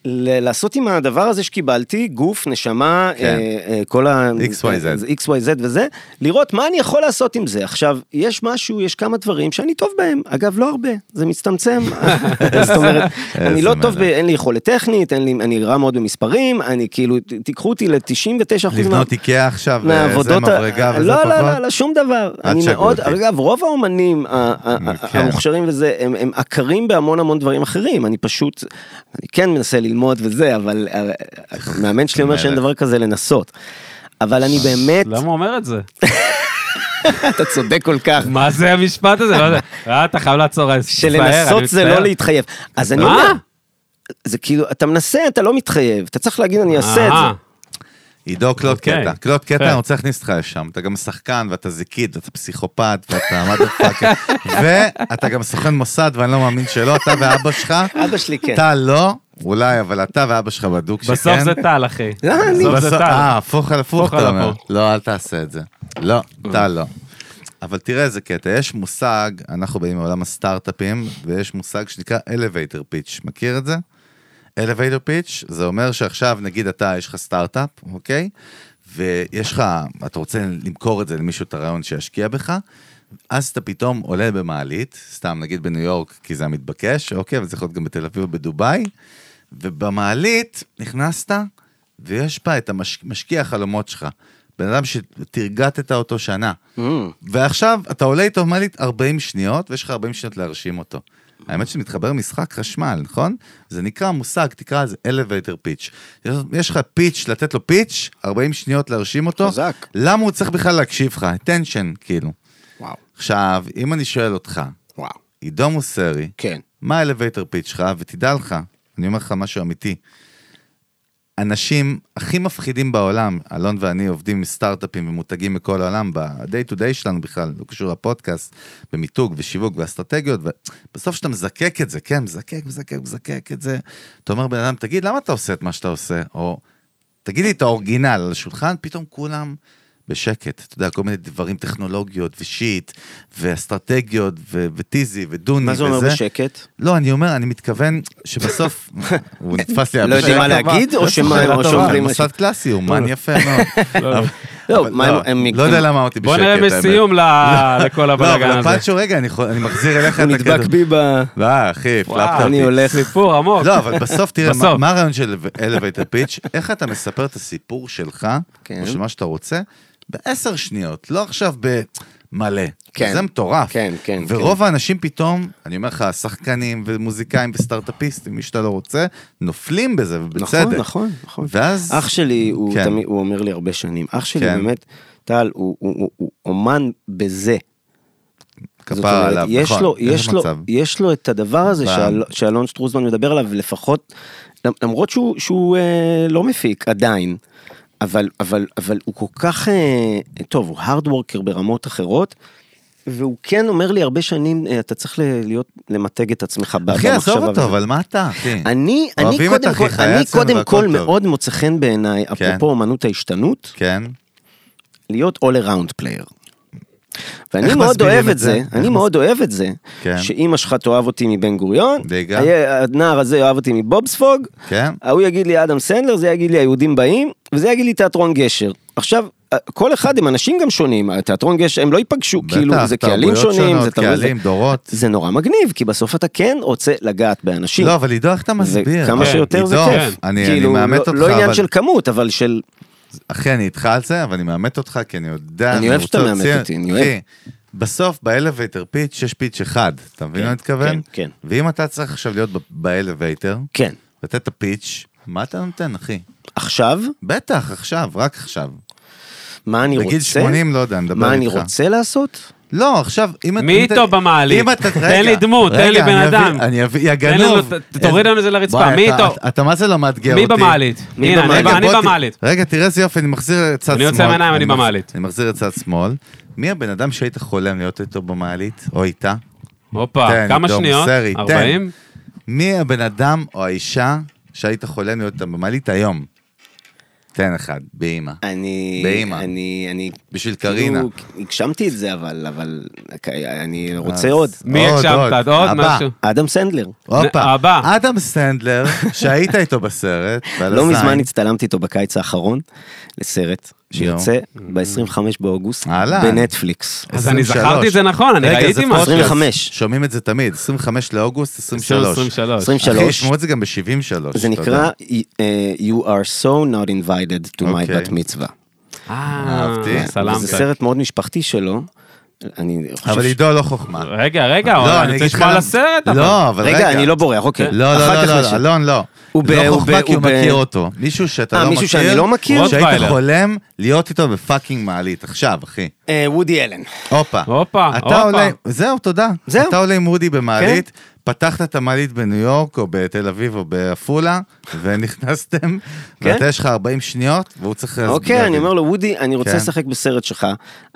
[SPEAKER 3] ל- לעשות עם הדבר הזה שקיבלתי, גוף, נשמה,
[SPEAKER 1] כן.
[SPEAKER 3] אה, אה, כל ה...
[SPEAKER 1] XYZ.
[SPEAKER 3] אה, XYZ וזה, לראות מה אני יכול לעשות עם זה. עכשיו, יש משהו, יש כמה דברים שאני טוב בהם, אגב, לא הרבה, זה מצטמצם. זאת אומרת, אני
[SPEAKER 1] איזה
[SPEAKER 3] לא טוב, ב-
[SPEAKER 1] מלך.
[SPEAKER 3] אין לי יכולת טכנית, אין לי, אני רע מאוד במספרים, אני כאילו, ת- תיקחו אותי ל-99%
[SPEAKER 1] לבנות איקאה עכשיו, וזה
[SPEAKER 3] מהעבודות,
[SPEAKER 1] מברגה וזה
[SPEAKER 3] לא,
[SPEAKER 1] פחות.
[SPEAKER 3] לא, לא, לא, שום דבר.
[SPEAKER 1] אל
[SPEAKER 3] אני
[SPEAKER 1] תשגעו
[SPEAKER 3] מאוד,
[SPEAKER 1] אותי.
[SPEAKER 3] אגב, רוב האומנים ה- ה- ה-
[SPEAKER 1] כן.
[SPEAKER 3] המוכשרים וזה, הם הם עקרים בהמון המון דברים אחרים, אני פשוט, אני כן מנסה ללמוד וזה, אבל אה, המאמן שלי אומר שאין
[SPEAKER 1] מלך.
[SPEAKER 3] דבר כזה לנסות. אבל אני באמת,
[SPEAKER 2] למה הוא אומר את זה?
[SPEAKER 3] אתה צודק כל כך,
[SPEAKER 2] מה זה המשפט הזה? לא יודע. אה, אתה חייב לעצור. אני מצטער,
[SPEAKER 3] שלנסות
[SPEAKER 2] אני
[SPEAKER 3] זה
[SPEAKER 2] מצטער.
[SPEAKER 3] לא להתחייב. אז אני אומר,
[SPEAKER 2] מה?
[SPEAKER 3] זה כאילו, אתה מנסה, אתה לא מתחייב, אתה צריך להגיד, אני אעשה את
[SPEAKER 2] אה,
[SPEAKER 3] זה.
[SPEAKER 1] עידו, קלוט
[SPEAKER 2] אוקיי.
[SPEAKER 1] קטע. קלוט קטע,
[SPEAKER 2] יפה.
[SPEAKER 1] אני רוצה להכניס אותך לשם. אתה גם שחקן, ואתה זיקית, ואתה פסיכופת, ואתה מה זה פאקר. ואתה גם סוכן מוסד, ואני לא מאמין שלא, אתה ואבא שלך.
[SPEAKER 3] אבא שלי כן.
[SPEAKER 1] אתה לא, אולי, אבל אתה ואבא שלך בדוק שכן.
[SPEAKER 2] בסוף זה טל, אחי.
[SPEAKER 3] למה לא, אני-
[SPEAKER 2] בסוף זה
[SPEAKER 1] בסוף-
[SPEAKER 2] טל.
[SPEAKER 1] אה, הפוך על הפוך,
[SPEAKER 2] הפוך
[SPEAKER 1] אתה
[SPEAKER 2] על
[SPEAKER 1] אומר.
[SPEAKER 2] הפוך.
[SPEAKER 1] לא, אל תעשה את זה. לא, אתה לא. אבל תראה איזה קטע, יש מושג, אנחנו באים מעולם הסטארט-אפים, ויש מושג שנקרא elevator pitch, מכיר את זה? elevator pitch, זה אומר שעכשיו, נגיד אתה, יש לך סטארט-אפ, אוקיי? ויש לך, אתה רוצה למכור את זה למישהו, את הרעיון שישקיע בך, אז אתה פתאום עולה במעלית, סתם נגיד בניו יורק, כי זה המתבקש, אוקיי, וזה יכול להיות גם בתל אביב או בדובאי, ובמעלית נכנסת, ויש בה את המשקיע החלומות שלך. בן אדם שתרגטת אותו שנה. ועכשיו אתה עולה איתו במעלית 40 שניות, ויש לך 40 שניות להרשים אותו. האמת שזה מתחבר משחק חשמל, נכון? זה נקרא מושג, תקרא לזה elevator pitch. יש- יש לך פיץ', לתת לו פיץ', 40 שניות להרשים אותו.
[SPEAKER 3] חזק.
[SPEAKER 1] למה הוא צריך בכלל להקשיב לך? attention, כאילו.
[SPEAKER 3] וואו,
[SPEAKER 1] עכשיו, אם אני שואל אותך,
[SPEAKER 3] וואו,
[SPEAKER 1] עידו מוסרי,
[SPEAKER 3] כן.
[SPEAKER 1] מה האלווייטר פיץ' שלך, ותדע לך, אני אומר לך משהו אמיתי. האנשים הכי מפחידים בעולם, אלון ואני עובדים עם סטארט-אפים ומותגים מכל העולם, ב-day to day שלנו בכלל, לא קשור לפודקאסט, במיתוג ושיווק ואסטרטגיות, ובסוף כשאתה מזקק את זה, כן, מזקק, מזקק, מזקק את זה, אתה אומר בן אדם, תגיד, למה אתה עושה את מה שאתה עושה? או תגיד לי את האורגינל על השולחן, פתאום כולם בשקט. אתה יודע, כל מיני דברים, טכנולוגיות ושיט, ואסטרטגיות, ו- וטיזי, ודוני,
[SPEAKER 3] מה זה
[SPEAKER 1] וזה.
[SPEAKER 3] אומר בשקט?
[SPEAKER 1] לא, אני אומר, אני מתכוון שבסוף, הוא נתפס לי על
[SPEAKER 3] לא יודעים
[SPEAKER 1] בשקט.
[SPEAKER 3] מה להגיד, או שמה- או
[SPEAKER 1] זה
[SPEAKER 3] שאומרים משהו?
[SPEAKER 1] מוסד קלאסי, הוא מן יפה מאוד.
[SPEAKER 2] לא,
[SPEAKER 3] לא,
[SPEAKER 1] אבל
[SPEAKER 3] מה הם- הם...
[SPEAKER 1] לא יודע למה אמרתי בשקט.
[SPEAKER 2] בוא נראה
[SPEAKER 1] האמת.
[SPEAKER 2] בסיום ל- לכל
[SPEAKER 1] לא, אבל
[SPEAKER 2] הבלאגן הזה.
[SPEAKER 1] הפאצ'ו, רגע, אני יכול- אני מחזיר אליך
[SPEAKER 3] הוא
[SPEAKER 1] את הכדור.
[SPEAKER 3] נדבק בי ב...
[SPEAKER 1] לא, אחי, הפלפת
[SPEAKER 2] וואו,
[SPEAKER 1] אותי.
[SPEAKER 3] אני הולך.
[SPEAKER 2] סיפור עמוק.
[SPEAKER 1] לא, אבל בסוף, תראה,
[SPEAKER 2] בסוף.
[SPEAKER 1] מה- מה הרעיון של elevator pitch? איך אתה מספר את הסיפור שלך,
[SPEAKER 3] כן.
[SPEAKER 1] או של מה שאתה רוצה, בעשר שניות, לא עכשיו במלא.
[SPEAKER 3] כן.
[SPEAKER 1] זה מטורף.
[SPEAKER 3] כן, כן,
[SPEAKER 1] ורוב האנשים פתאום, אני אומר לך, שחקנים ומוזיקאים וסטארט-אפיסטים, מי שאתה לא רוצה, נופלים בזה, ובצדק.
[SPEAKER 3] נכון, נכון, נכון.
[SPEAKER 1] ואז...
[SPEAKER 3] אח שלי, הוא,
[SPEAKER 1] כן.
[SPEAKER 3] תמיד, הוא אומר לי הרבה שנים, אח שלי
[SPEAKER 1] כן.
[SPEAKER 3] באמת, טל, הוא, הוא, הוא, הוא אומן בזה.
[SPEAKER 1] כפרה
[SPEAKER 3] זאת אומרת,
[SPEAKER 1] עליו,
[SPEAKER 3] יש
[SPEAKER 1] נכון,
[SPEAKER 3] לו,
[SPEAKER 1] איזה
[SPEAKER 3] יש, לו,
[SPEAKER 1] מצב.
[SPEAKER 3] יש לו את הדבר הזה
[SPEAKER 1] פעם.
[SPEAKER 3] שאל, שאלון שטרוסמן מדבר עליו, לפחות, למ- למרות שהוא, שהוא אה, לא מפיק עדיין, אבל, אבל, אבל הוא כל כך, אה, טוב, הוא hard worker ברמות אחרות. והוא כן אומר לי הרבה שנים, אה, אתה צריך ל- להיות, למתג את עצמך ב-
[SPEAKER 1] אחי,
[SPEAKER 3] במחשבה.
[SPEAKER 1] עזוב
[SPEAKER 3] וזה."
[SPEAKER 1] אותו, אבל מה אתה, אחי?
[SPEAKER 3] אני, אני
[SPEAKER 1] אוהבים
[SPEAKER 3] קודם
[SPEAKER 1] אותך,
[SPEAKER 3] כל,
[SPEAKER 1] היא חיה
[SPEAKER 3] אני
[SPEAKER 1] אצלנו
[SPEAKER 3] קודם
[SPEAKER 1] והכל
[SPEAKER 3] כל
[SPEAKER 1] טוב.
[SPEAKER 3] מאוד מוצא חן בעיניי, אפרופו אומנות ההשתנות,
[SPEAKER 1] כן.
[SPEAKER 3] להיות all around player. ואני
[SPEAKER 1] איך
[SPEAKER 3] מאוד
[SPEAKER 1] מסבירים
[SPEAKER 3] אוהב
[SPEAKER 1] את
[SPEAKER 3] את
[SPEAKER 1] זה?
[SPEAKER 3] זה,
[SPEAKER 1] איך
[SPEAKER 3] אני
[SPEAKER 1] מס-
[SPEAKER 3] מאוד אוהב את זה,
[SPEAKER 1] כן.
[SPEAKER 3] שאימא שלך תאהב אותי מבן גוריון,
[SPEAKER 1] רגע.
[SPEAKER 3] היה- הנער הזה יאהב אותי מבובספוג,
[SPEAKER 1] כן.
[SPEAKER 3] ההוא יגיד לי אדם סנדלר, זה יגיד לי היהודים באים, וזה יגיד לי תיאטרון גשר. עכשיו, כל אחד הם אנשים גם שונים, תיאטרון גשר, הם לא ייפגשו,
[SPEAKER 1] בטח,
[SPEAKER 3] כאילו זה קהלים
[SPEAKER 1] תרבויות
[SPEAKER 3] שונים, זה
[SPEAKER 1] שונות,
[SPEAKER 3] תרבות-
[SPEAKER 1] קהלים, דורות.
[SPEAKER 3] זה נורא מגניב, כי בסוף אתה כן רוצה לגעת באנשים.
[SPEAKER 1] לא, אבל עידו, איך אתה מסביר?
[SPEAKER 3] כמה
[SPEAKER 2] כן.
[SPEAKER 3] שיותר זה
[SPEAKER 1] עידו,
[SPEAKER 3] כיף.
[SPEAKER 1] אני אני
[SPEAKER 3] כאילו,
[SPEAKER 1] מאמת
[SPEAKER 3] לא-
[SPEAKER 1] אותך,
[SPEAKER 3] לא עניין
[SPEAKER 1] אבל-
[SPEAKER 3] של כמות, אבל של...
[SPEAKER 1] אחי, אני איתך על זה, אבל אני מאמת אותך, כי אני יודע...
[SPEAKER 3] אני אוהב שאתה
[SPEAKER 1] רוצה
[SPEAKER 3] מאמת
[SPEAKER 1] להוציא-
[SPEAKER 3] אותי, אני אוהב.
[SPEAKER 1] אחי, בסוף באלווייטר פיץ' יש פיץ' אחד, אתה מבין מה אני מתכוון?
[SPEAKER 3] כן, כן.
[SPEAKER 1] ואם אתה צריך עכשיו להיות ב- באלווייטר,
[SPEAKER 3] כן.
[SPEAKER 1] לתת את הפיץ', מה אתה נותן, אחי?
[SPEAKER 3] עכשיו,
[SPEAKER 1] בטח, עכשיו, רק עכשיו.
[SPEAKER 3] מה אני רוצה?
[SPEAKER 1] בגיל 80, לא יודע, אני מדבר
[SPEAKER 3] מה אני
[SPEAKER 1] איתך.
[SPEAKER 3] רוצה לעשות?
[SPEAKER 1] לא, עכשיו, אם אתה...
[SPEAKER 2] מי איתו במעלית?
[SPEAKER 1] אם אתה-
[SPEAKER 2] תן
[SPEAKER 1] רגע,
[SPEAKER 2] לי דמות, תן
[SPEAKER 1] רגע,
[SPEAKER 2] לי בן
[SPEAKER 1] אני אביא-
[SPEAKER 2] אדם.
[SPEAKER 1] אני אביא, יא
[SPEAKER 2] תן
[SPEAKER 1] גנוב.
[SPEAKER 2] לנו- ת- תוריד לנו את זה לרצפה,
[SPEAKER 1] וואי, אתה-
[SPEAKER 2] מי איתו?
[SPEAKER 1] אתה- אתה מה זה לא מאתגר
[SPEAKER 2] מי
[SPEAKER 1] אותי?
[SPEAKER 2] במעלית?
[SPEAKER 3] מי
[SPEAKER 2] הנה,
[SPEAKER 3] במעלית?
[SPEAKER 2] אני-
[SPEAKER 1] רגע,
[SPEAKER 2] אני
[SPEAKER 1] בוא ת-
[SPEAKER 2] במעלית.
[SPEAKER 1] רגע, תראה איזה יופי, אני מחזיר צד שמאל.
[SPEAKER 2] אני יוצא מהעיניים, אני
[SPEAKER 1] מח-
[SPEAKER 2] במעלית.
[SPEAKER 1] אני מחזיר צד שמאל. מי הבן אדם שהיית חולם להיות איתו במעלית, או איתה?
[SPEAKER 2] הופה,
[SPEAKER 1] תן,
[SPEAKER 2] כמה
[SPEAKER 1] דום,
[SPEAKER 2] שניות?
[SPEAKER 1] סרי, תן.
[SPEAKER 2] 40?
[SPEAKER 1] מי הבן אדם או האישה שהיית חולם להיות איתם במעלית היום? תן אחד, באימא.
[SPEAKER 3] אני...
[SPEAKER 1] באמא.
[SPEAKER 3] אני... אני...
[SPEAKER 1] בשביל קרינה.
[SPEAKER 3] כאילו, הגשמתי את זה, אבל... אבל... אוקיי, אני רוצה
[SPEAKER 1] אז
[SPEAKER 3] עוד.
[SPEAKER 2] מי
[SPEAKER 1] עוד,
[SPEAKER 2] הגשמת?
[SPEAKER 1] עוד.
[SPEAKER 2] עוד
[SPEAKER 1] הבא.
[SPEAKER 2] משהו?
[SPEAKER 3] אדם סנדלר.
[SPEAKER 1] הופה,
[SPEAKER 2] הבא.
[SPEAKER 1] אדם סנדלר, שהיית איתו בסרט, ועל
[SPEAKER 3] לא
[SPEAKER 1] הזין.
[SPEAKER 3] מזמן הצטלמתי איתו בקיץ האחרון לסרט שיוצא ב-25 באוגוסט
[SPEAKER 1] Mm. אהלן.
[SPEAKER 3] בנטפליקס.
[SPEAKER 2] אז אני
[SPEAKER 1] 23.
[SPEAKER 2] זכרתי את זה נכון, אני
[SPEAKER 1] רגע,
[SPEAKER 2] ראיתי
[SPEAKER 1] זה
[SPEAKER 2] משהו.
[SPEAKER 1] פודקאסט,
[SPEAKER 3] 25.
[SPEAKER 1] שומעים את זה תמיד, 25 לאוגוסט, 23.
[SPEAKER 2] 23.
[SPEAKER 3] 23.
[SPEAKER 1] אחי, ישמעו את זה גם ב-73.
[SPEAKER 3] זה נקרא אה, You are so not invited to my
[SPEAKER 1] אוקיי.
[SPEAKER 3] bat mitzvah.
[SPEAKER 1] אהבתי.
[SPEAKER 2] אה,
[SPEAKER 3] זה
[SPEAKER 2] סלמת.
[SPEAKER 3] סרט מאוד משפחתי שלו. אני חושב...
[SPEAKER 1] אבל
[SPEAKER 3] ש-
[SPEAKER 1] עידו לא חוכמה.
[SPEAKER 2] רגע, רגע, אני רוצה לשמוע על הסרט. אבל. כן.
[SPEAKER 1] לא, אבל רגע.
[SPEAKER 3] רגע, אני לא בורח, אוקיי.
[SPEAKER 1] לא,
[SPEAKER 3] אחר
[SPEAKER 1] לא,
[SPEAKER 3] כך
[SPEAKER 1] לא,
[SPEAKER 3] נשאל.
[SPEAKER 1] לא, אלון לא.
[SPEAKER 3] הוא ב-
[SPEAKER 1] לא
[SPEAKER 3] הוא
[SPEAKER 1] חוכמה
[SPEAKER 3] ב-
[SPEAKER 1] כי הוא
[SPEAKER 3] הוא ב-
[SPEAKER 1] מכיר אותו. מישהו שאתה לא
[SPEAKER 3] אה,
[SPEAKER 1] מכיר.
[SPEAKER 3] מישהו שאני לא מכיר?
[SPEAKER 1] שהיית
[SPEAKER 2] רוטוויילר.
[SPEAKER 1] חולם להיות איתו בפאקינג מעלית. עכשיו, אחי.
[SPEAKER 3] אה, וודי אלן.
[SPEAKER 1] הופה.
[SPEAKER 2] הופה,
[SPEAKER 1] אתה
[SPEAKER 2] הופה.
[SPEAKER 1] עולה, זהו, תודה.
[SPEAKER 3] זהו. כן.
[SPEAKER 1] אתה עולה עם אודי במעלית, פתחת את המעלית בניו יורק, או בתל אביב, או בעפולה, ונכנסתם,
[SPEAKER 3] כן.
[SPEAKER 1] ואתה יש לך 40 שניות, והוא צריך להסביר.
[SPEAKER 3] אוקיי, אני
[SPEAKER 1] לי.
[SPEAKER 3] אומר לו, וודי, אני רוצה
[SPEAKER 1] כן.
[SPEAKER 3] לשחק בסרט שלך.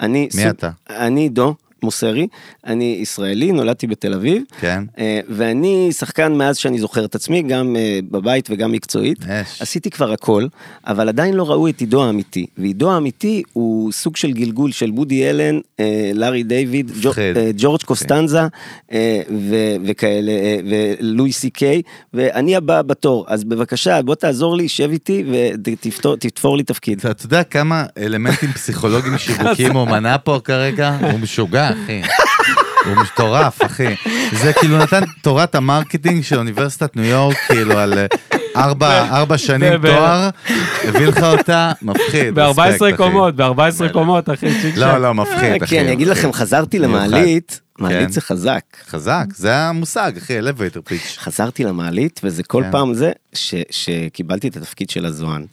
[SPEAKER 3] אני...
[SPEAKER 1] מי
[SPEAKER 3] סוג-
[SPEAKER 1] אתה?
[SPEAKER 3] אני עידו מוסרי, אני ישראלי, נולדתי בתל אביב.
[SPEAKER 1] כן.
[SPEAKER 3] אה, ואני שחקן מאז שאני זוכר את עצמי, גם אה, בבית וגם מקצועית.
[SPEAKER 1] אש.
[SPEAKER 3] עשיתי כבר הכל, אבל עדיין לא ראו את עידו האמיתי. ועידו האמיתי הוא סוג של גלגול של וודי אלן, אה, לארי דיוויד, ג'ו-
[SPEAKER 1] מפחיד.
[SPEAKER 3] אה, ג'ורג' קוסטנזה אה, ו- וכאלה, אה, ולואי סי קיי, ואני הבא בתור. אז בבקשה, בוא תעזור לי, שב איתי ותתפור לי תפקיד.
[SPEAKER 1] אתה אתה יודע כמה אלמנטים פסיכולוגיים שיווקיים הוא מנע פה כרגע? הוא משוגע, אחי. הוא מטורף, אחי. זה כאילו נתן תורת המרקטינג של אוניברסיטת ניו יורק, כאילו על אה, ארבע, ארבע שנים
[SPEAKER 2] ב-
[SPEAKER 1] תואר, הביא לך אותה, מפחיד. רספקט,
[SPEAKER 2] ב-14
[SPEAKER 1] אחי.
[SPEAKER 2] קומות, ב-14
[SPEAKER 1] מלך.
[SPEAKER 2] קומות, אחי, צ'יק צ'אק.
[SPEAKER 1] לא, לא, מפחיד, אחי.
[SPEAKER 3] כן, אני אגיד
[SPEAKER 1] מפחיד.
[SPEAKER 3] לכם, חזרתי
[SPEAKER 1] מיוחד.
[SPEAKER 3] למעלית,
[SPEAKER 1] כן.
[SPEAKER 3] מעלית זה חזק.
[SPEAKER 1] חזק, זה המושג, אחי, elevator pitch.
[SPEAKER 3] חזרתי למעלית, וזה כל
[SPEAKER 1] כן.
[SPEAKER 3] פעם זה ש, שקיבלתי את התפקיד של הזוהן.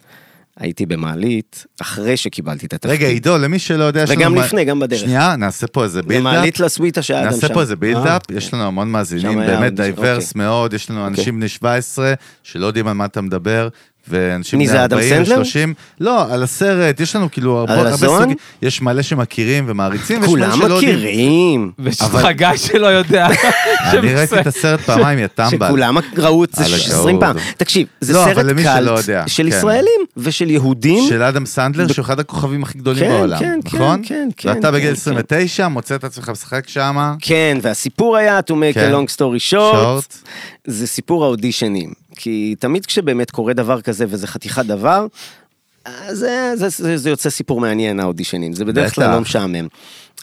[SPEAKER 3] הייתי במעלית אחרי שקיבלתי את התפקיד.
[SPEAKER 1] רגע, עידו, למי שלא יודע, יש
[SPEAKER 3] וגם
[SPEAKER 1] לנו מה-
[SPEAKER 3] לפני, גם בדרך.
[SPEAKER 1] שנייה, נעשה פה איזה
[SPEAKER 3] זה
[SPEAKER 1] בילדאפ.
[SPEAKER 3] מעלית לסוויטה שאדם שם. אה, אוקיי.
[SPEAKER 1] נעשה פה איזה בילדאפ, יש לנו המון מאזינים,
[SPEAKER 3] שם היה
[SPEAKER 1] באמת
[SPEAKER 3] עוד-
[SPEAKER 1] דייברס
[SPEAKER 3] אוקיי.
[SPEAKER 1] מאוד, יש לנו אנשים בני 17 שלא יודעים על מה אתה מדבר, ואנשים
[SPEAKER 3] מי זה, אדם סנדלר?
[SPEAKER 1] 30. לא, על הסרט, יש לנו כאילו הרבה,
[SPEAKER 3] על
[SPEAKER 1] הרבה
[SPEAKER 3] הזון?
[SPEAKER 1] סוגים, יש מלא שמכירים ומעריצים, ויש מלא
[SPEAKER 3] כולם
[SPEAKER 1] שלא יודעים.
[SPEAKER 3] מכירים.
[SPEAKER 2] ויש לך גיא שלא יודע.
[SPEAKER 1] אני ראיתי את הסרט פעמיים, יא טמבל.
[SPEAKER 3] שכולם ראו את זה
[SPEAKER 1] על
[SPEAKER 3] 20 פעם.
[SPEAKER 1] הגאוד.
[SPEAKER 3] תקשיב, זה
[SPEAKER 1] לא, אבל
[SPEAKER 3] סרט
[SPEAKER 1] למי שלא יודע,
[SPEAKER 3] קאלט של
[SPEAKER 1] כן.
[SPEAKER 3] ישראלים ושל יהודים.
[SPEAKER 1] של אדם סנדלר, שהוא אחד הכוכבים הכי גדולים
[SPEAKER 3] כן,
[SPEAKER 1] בעולם,
[SPEAKER 3] כן, כן,
[SPEAKER 1] נכון?
[SPEAKER 3] כן, כן,
[SPEAKER 1] ואתה
[SPEAKER 3] כן,
[SPEAKER 1] בגיל
[SPEAKER 3] כן.
[SPEAKER 1] 29, מוצא את עצמך משחק שמה.
[SPEAKER 3] כן, והסיפור היה To make
[SPEAKER 1] כן.
[SPEAKER 3] a long story
[SPEAKER 1] Short.
[SPEAKER 3] short, זה סיפור האודישנים. כי תמיד כשבאמת קורה דבר כזה וזה חתיכת דבר, אז זה, זה, זה, זה יוצא סיפור מעניין האודישנים, זה בדרך כלל
[SPEAKER 1] בטח.
[SPEAKER 3] לא משעמם.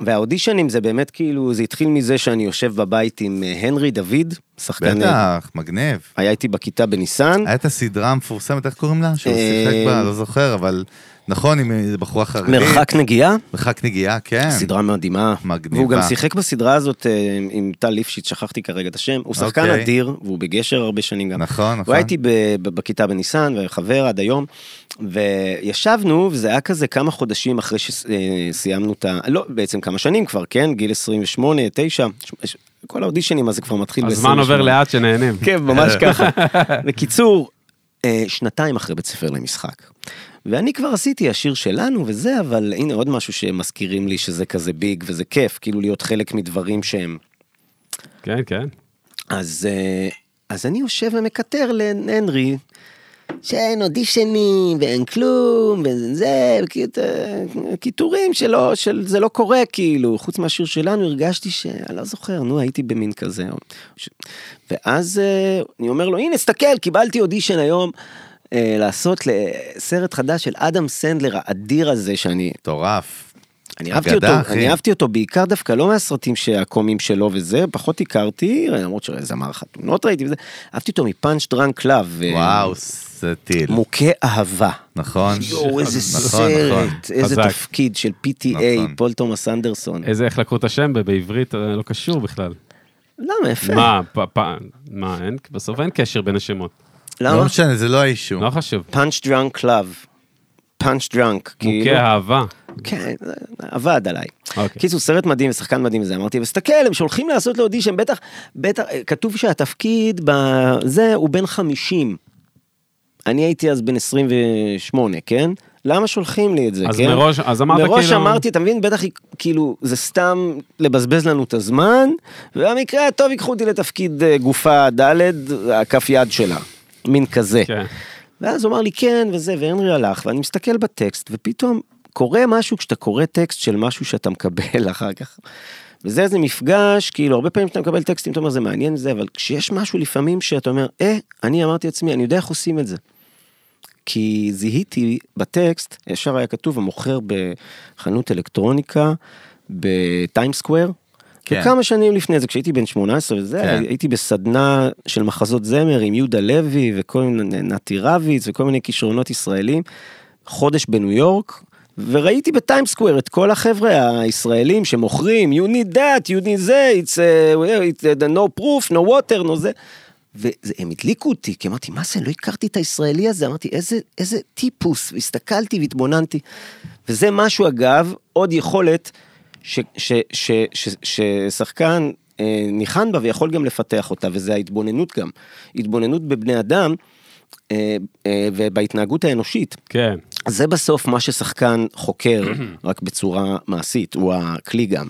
[SPEAKER 3] והאודישנים זה באמת כאילו, זה התחיל מזה שאני יושב בבית עם אה, הנרי דוד, שחקן, אה,
[SPEAKER 1] בטח, מגניב.
[SPEAKER 3] היה איתי בכיתה בניסן,
[SPEAKER 1] היה את הסדרה המפורסמת, איך קוראים לה? שהוא
[SPEAKER 3] אה,
[SPEAKER 1] שיחק בה, לא זוכר, אבל נכון, עם איזה בחורה חרדית.
[SPEAKER 3] מרחק נגיעה,
[SPEAKER 1] מרחק נגיעה, כן.
[SPEAKER 3] סדרה מדהימה.
[SPEAKER 1] מגניבה.
[SPEAKER 3] והוא גם שיחק בסדרה הזאת אה, עם טל ליפשיץ, שכחתי כרגע את השם. הוא שחקן
[SPEAKER 1] אוקיי.
[SPEAKER 3] אדיר, והוא בגשר הרבה שנים גם.
[SPEAKER 1] נכון, נכון.
[SPEAKER 3] הוא היה איתי ב- ב- בכיתה בניסן, וחבר עד היום, וישבנו, וזה היה כזה כמה חודשים אחרי שסיימנו את ה... לא, בעצם כמה שנים כבר, כן? גיל 28, 9, ש- כל האודישנים, אז זה כבר מתחיל ב-28.
[SPEAKER 2] הזמן עובר לאט שנהנים.
[SPEAKER 3] כן, ממש ככה. בקיצור, אה, שנתיים אחרי בית ספר למשחק. ואני כבר עשיתי השיר שלנו וזה, אבל הנה עוד משהו שמזכירים לי שזה כזה ביג וזה כיף, כאילו להיות חלק מדברים שהם...
[SPEAKER 2] כן, כן.
[SPEAKER 3] אז, אה, אז אני יושב ומקטר להנרי, שאין אודישנים ואין כלום וזה, וכי- אה, קיטורים שלא, של זה לא קורה כאילו, חוץ מהשיר שלנו הרגשתי שאני לא זוכר, נו הייתי במין כזה. ש- ואז אה, אני אומר לו הנה תסתכל קיבלתי אודישן היום. אה, לעשות סרט חדש של אדם סנדלר האדיר הזה שאני
[SPEAKER 1] מטורף.
[SPEAKER 3] אני אהבתי
[SPEAKER 1] אגדה,
[SPEAKER 3] אותו,
[SPEAKER 1] אחי.
[SPEAKER 3] אני אהבתי אותו בעיקר דווקא לא מהסרטים שהקומיים שלו וזה, פחות הכרתי, למרות שזמר חתונות ראיתי וזה, אהבתי אותו מפאנץ' דרנק קלאב. אה,
[SPEAKER 1] וואו, זה טיל.
[SPEAKER 3] מוכה אהבה.
[SPEAKER 1] נכון.
[SPEAKER 3] יואו, איזה
[SPEAKER 1] נכון, נכון.
[SPEAKER 3] סרט, איזה
[SPEAKER 2] חזק.
[SPEAKER 3] תפקיד של
[SPEAKER 1] נכון.
[SPEAKER 3] PTA, פול תומאס
[SPEAKER 1] אה,
[SPEAKER 3] אנדרסון.
[SPEAKER 2] איזה, איך לקחו את השם ב- בעברית, אה, לא קשור בכלל.
[SPEAKER 3] למה,
[SPEAKER 1] כן.
[SPEAKER 3] יפה.
[SPEAKER 2] מה, פ- פ- מה, אין, בסוף אין קשר בין השמות.
[SPEAKER 1] לא
[SPEAKER 3] למה?
[SPEAKER 1] משנה, זה לא האישו.
[SPEAKER 2] לא חשוב.
[SPEAKER 3] פאנץ' דרנק קלאב. פאנץ' דרנק,
[SPEAKER 2] מוכי
[SPEAKER 3] כאילו.
[SPEAKER 2] אהבה.
[SPEAKER 3] כן, זה עבד עליי.
[SPEAKER 2] אוקיי.
[SPEAKER 3] קיצור, סרט מדהים ושחקן מדהים וזה, אמרתי, וסתכל, הם שהולכים לעשות לו אודישן, בטח, בטח, אה, כתוב שהתפקיד בזה הוא בן 50. אני הייתי אז בן 28, כן? למה שולחים לי את זה,
[SPEAKER 2] אז
[SPEAKER 3] כן?
[SPEAKER 2] מראש- אז אמרת
[SPEAKER 3] מראש
[SPEAKER 2] כאילו-
[SPEAKER 3] אמרתי, אתה מבין, בטח, היא- כאילו, זה סתם לבזבז לנו את הזמן, ובמקרה הטוב ייקחו אותי לתפקיד אה, גופה ד', הכף יד שלה, מין כזה.
[SPEAKER 2] כן.
[SPEAKER 3] ואז הוא אמר לי כן וזה, והנרי הלך, ואני מסתכל בטקסט, ופתאום קורה משהו כשאתה קורא טקסט של משהו שאתה מקבל אחר כך. וזה איזה מפגש, כאילו הרבה פעמים כשאתה מקבל טקסטים, אתה אומר זה מעניין זה, אבל כשיש משהו לפעמים שאתה אומר, אה, אני אמרתי לעצמי, אני יודע איך עושים את זה. כי זיהיתי בטקסט, ישר היה כתוב, המוכר בחנות אלקטרוניקה בטיים סקוואר.
[SPEAKER 1] כן.
[SPEAKER 3] כן. כמה שנים לפני זה, כשהייתי בן 18 וזה,
[SPEAKER 1] כן.
[SPEAKER 3] כן. הייתי בסדנה של מחזות זמר עם יהודה לוי וכל מיני, נתי רביץ וכל מיני כישרונות ישראלים, חודש בניו יורק, וראיתי בטיים סקוואר את כל החבר'ה הישראלים שמוכרים, you need that, you need זה, it's, uh, it's uh, no proof, no water, no זה. והם הדליקו אותי, כי אמרתי, מה זה, לא הכרתי את הישראלי הזה, אמרתי, איזה, איזה טיפוס, והסתכלתי והתבוננתי. וזה משהו, אגב, עוד יכולת ש- ש- ש- ש- ששחקן אה, ניחן בה ויכול גם לפתח אותה, וזה ההתבוננות גם. התבוננות בבני אדם אה, אה, ובהתנהגות האנושית.
[SPEAKER 2] כן.
[SPEAKER 3] זה בסוף מה ששחקן חוקר, רק בצורה מעשית, הוא הכלי גם.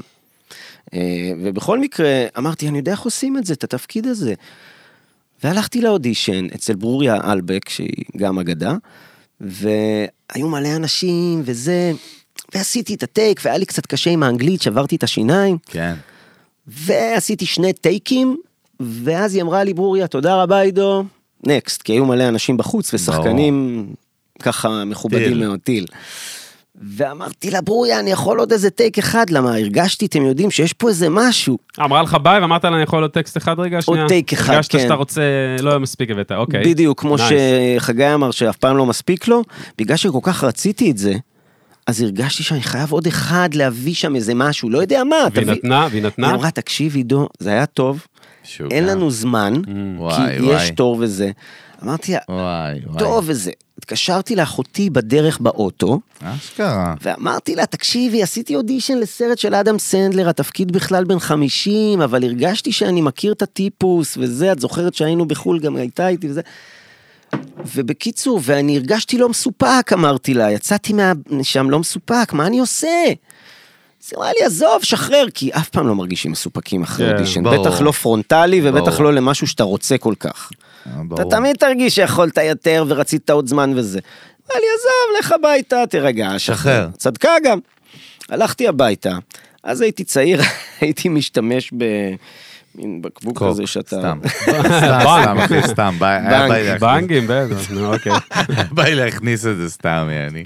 [SPEAKER 3] אה, ובכל מקרה, אמרתי, אני יודע איך עושים את זה, את התפקיד הזה. והלכתי לאודישן אצל ברוריה אלבק, שהיא גם אגדה, והיו מלא אנשים וזה, ועשיתי את הטייק, והיה לי קצת קשה עם האנגלית, שברתי את השיניים,
[SPEAKER 1] כן.
[SPEAKER 3] ועשיתי שני טייקים, ואז היא אמרה לי, ברוריה, תודה רבה עידו, נקסט, כי היו מלא אנשים בחוץ ושחקנים ככה
[SPEAKER 1] טיל.
[SPEAKER 3] מכובדים מאוד, טיל. ואמרתי לה, ברוריה, אני יכול עוד איזה טייק אחד, למה הרגשתי, אתם יודעים, שיש פה איזה משהו.
[SPEAKER 2] אמרה לך ביי ואמרת לה אני יכול עוד טקסט אחד רגע שנייה?
[SPEAKER 3] טייק אחד,
[SPEAKER 2] הרגשת
[SPEAKER 3] כן.
[SPEAKER 2] שאתה רוצה, לא מספיק הבאת, אוקיי.
[SPEAKER 3] בדיוק, כמו
[SPEAKER 2] Nice.
[SPEAKER 3] שחגי אמר שאף פעם לא מספיק לו, בגלל שכל כך רציתי את זה, אז הרגשתי שאני חייב עוד אחד להביא שם איזה משהו, לא יודע מה.
[SPEAKER 2] והיא
[SPEAKER 3] תביא-
[SPEAKER 2] נתנה, והיא
[SPEAKER 3] היא
[SPEAKER 2] נתנה.
[SPEAKER 3] אמרה, תקשיב עידו, זה היה טוב,
[SPEAKER 1] שהוא
[SPEAKER 3] אין
[SPEAKER 1] גם- Mm,
[SPEAKER 3] לנו זמן,
[SPEAKER 1] וואי,
[SPEAKER 3] כי
[SPEAKER 1] וואי.
[SPEAKER 3] יש תור וזה. אמרתי לה,
[SPEAKER 1] וואי, וואי.
[SPEAKER 3] טוב וזה. התקשרתי לאחותי בדרך באוטו,
[SPEAKER 1] אשכרה.
[SPEAKER 3] ואמרתי לה, תקשיבי, עשיתי אודישן לסרט של אדם סנדלר, התפקיד בכלל בן 50, אבל הרגשתי שאני מכיר את הטיפוס וזה, את זוכרת שהיינו בחו"ל, גם הייתה איתי וזה. ובקיצור, ואני הרגשתי לא מסופק, אמרתי לה, יצאתי מה... שם לא מסופק, מה אני עושה? אז היא אמרה לי, עזוב, שחרר, כי אף פעם לא מרגישים מסופקים אחרי
[SPEAKER 2] כן,
[SPEAKER 3] אודישן,
[SPEAKER 1] ברור.
[SPEAKER 3] בטח לא פרונטלי ובטח
[SPEAKER 1] ברור.
[SPEAKER 3] לא למשהו שאתה רוצה כל כך.
[SPEAKER 1] אה,
[SPEAKER 3] אתה
[SPEAKER 1] ברור.
[SPEAKER 3] תמיד תרגיש שיכולת יותר ורצית עוד זמן וזה. אמר לי, עזוב, לך הביתה, תירגע,
[SPEAKER 1] שחרר.
[SPEAKER 3] שחרר. צדקה גם. הלכתי הביתה, אז הייתי צעיר, הייתי משתמש במין בקבוק
[SPEAKER 1] קוק,
[SPEAKER 3] כזה שאתה...
[SPEAKER 1] סתם, סתם, סתם, אחי, סתם, בא- היה בא לי להכניס-
[SPEAKER 2] בנגים, בטח, נו, אוקיי.
[SPEAKER 1] היה בא לי להכניס את זה סתם, יעני.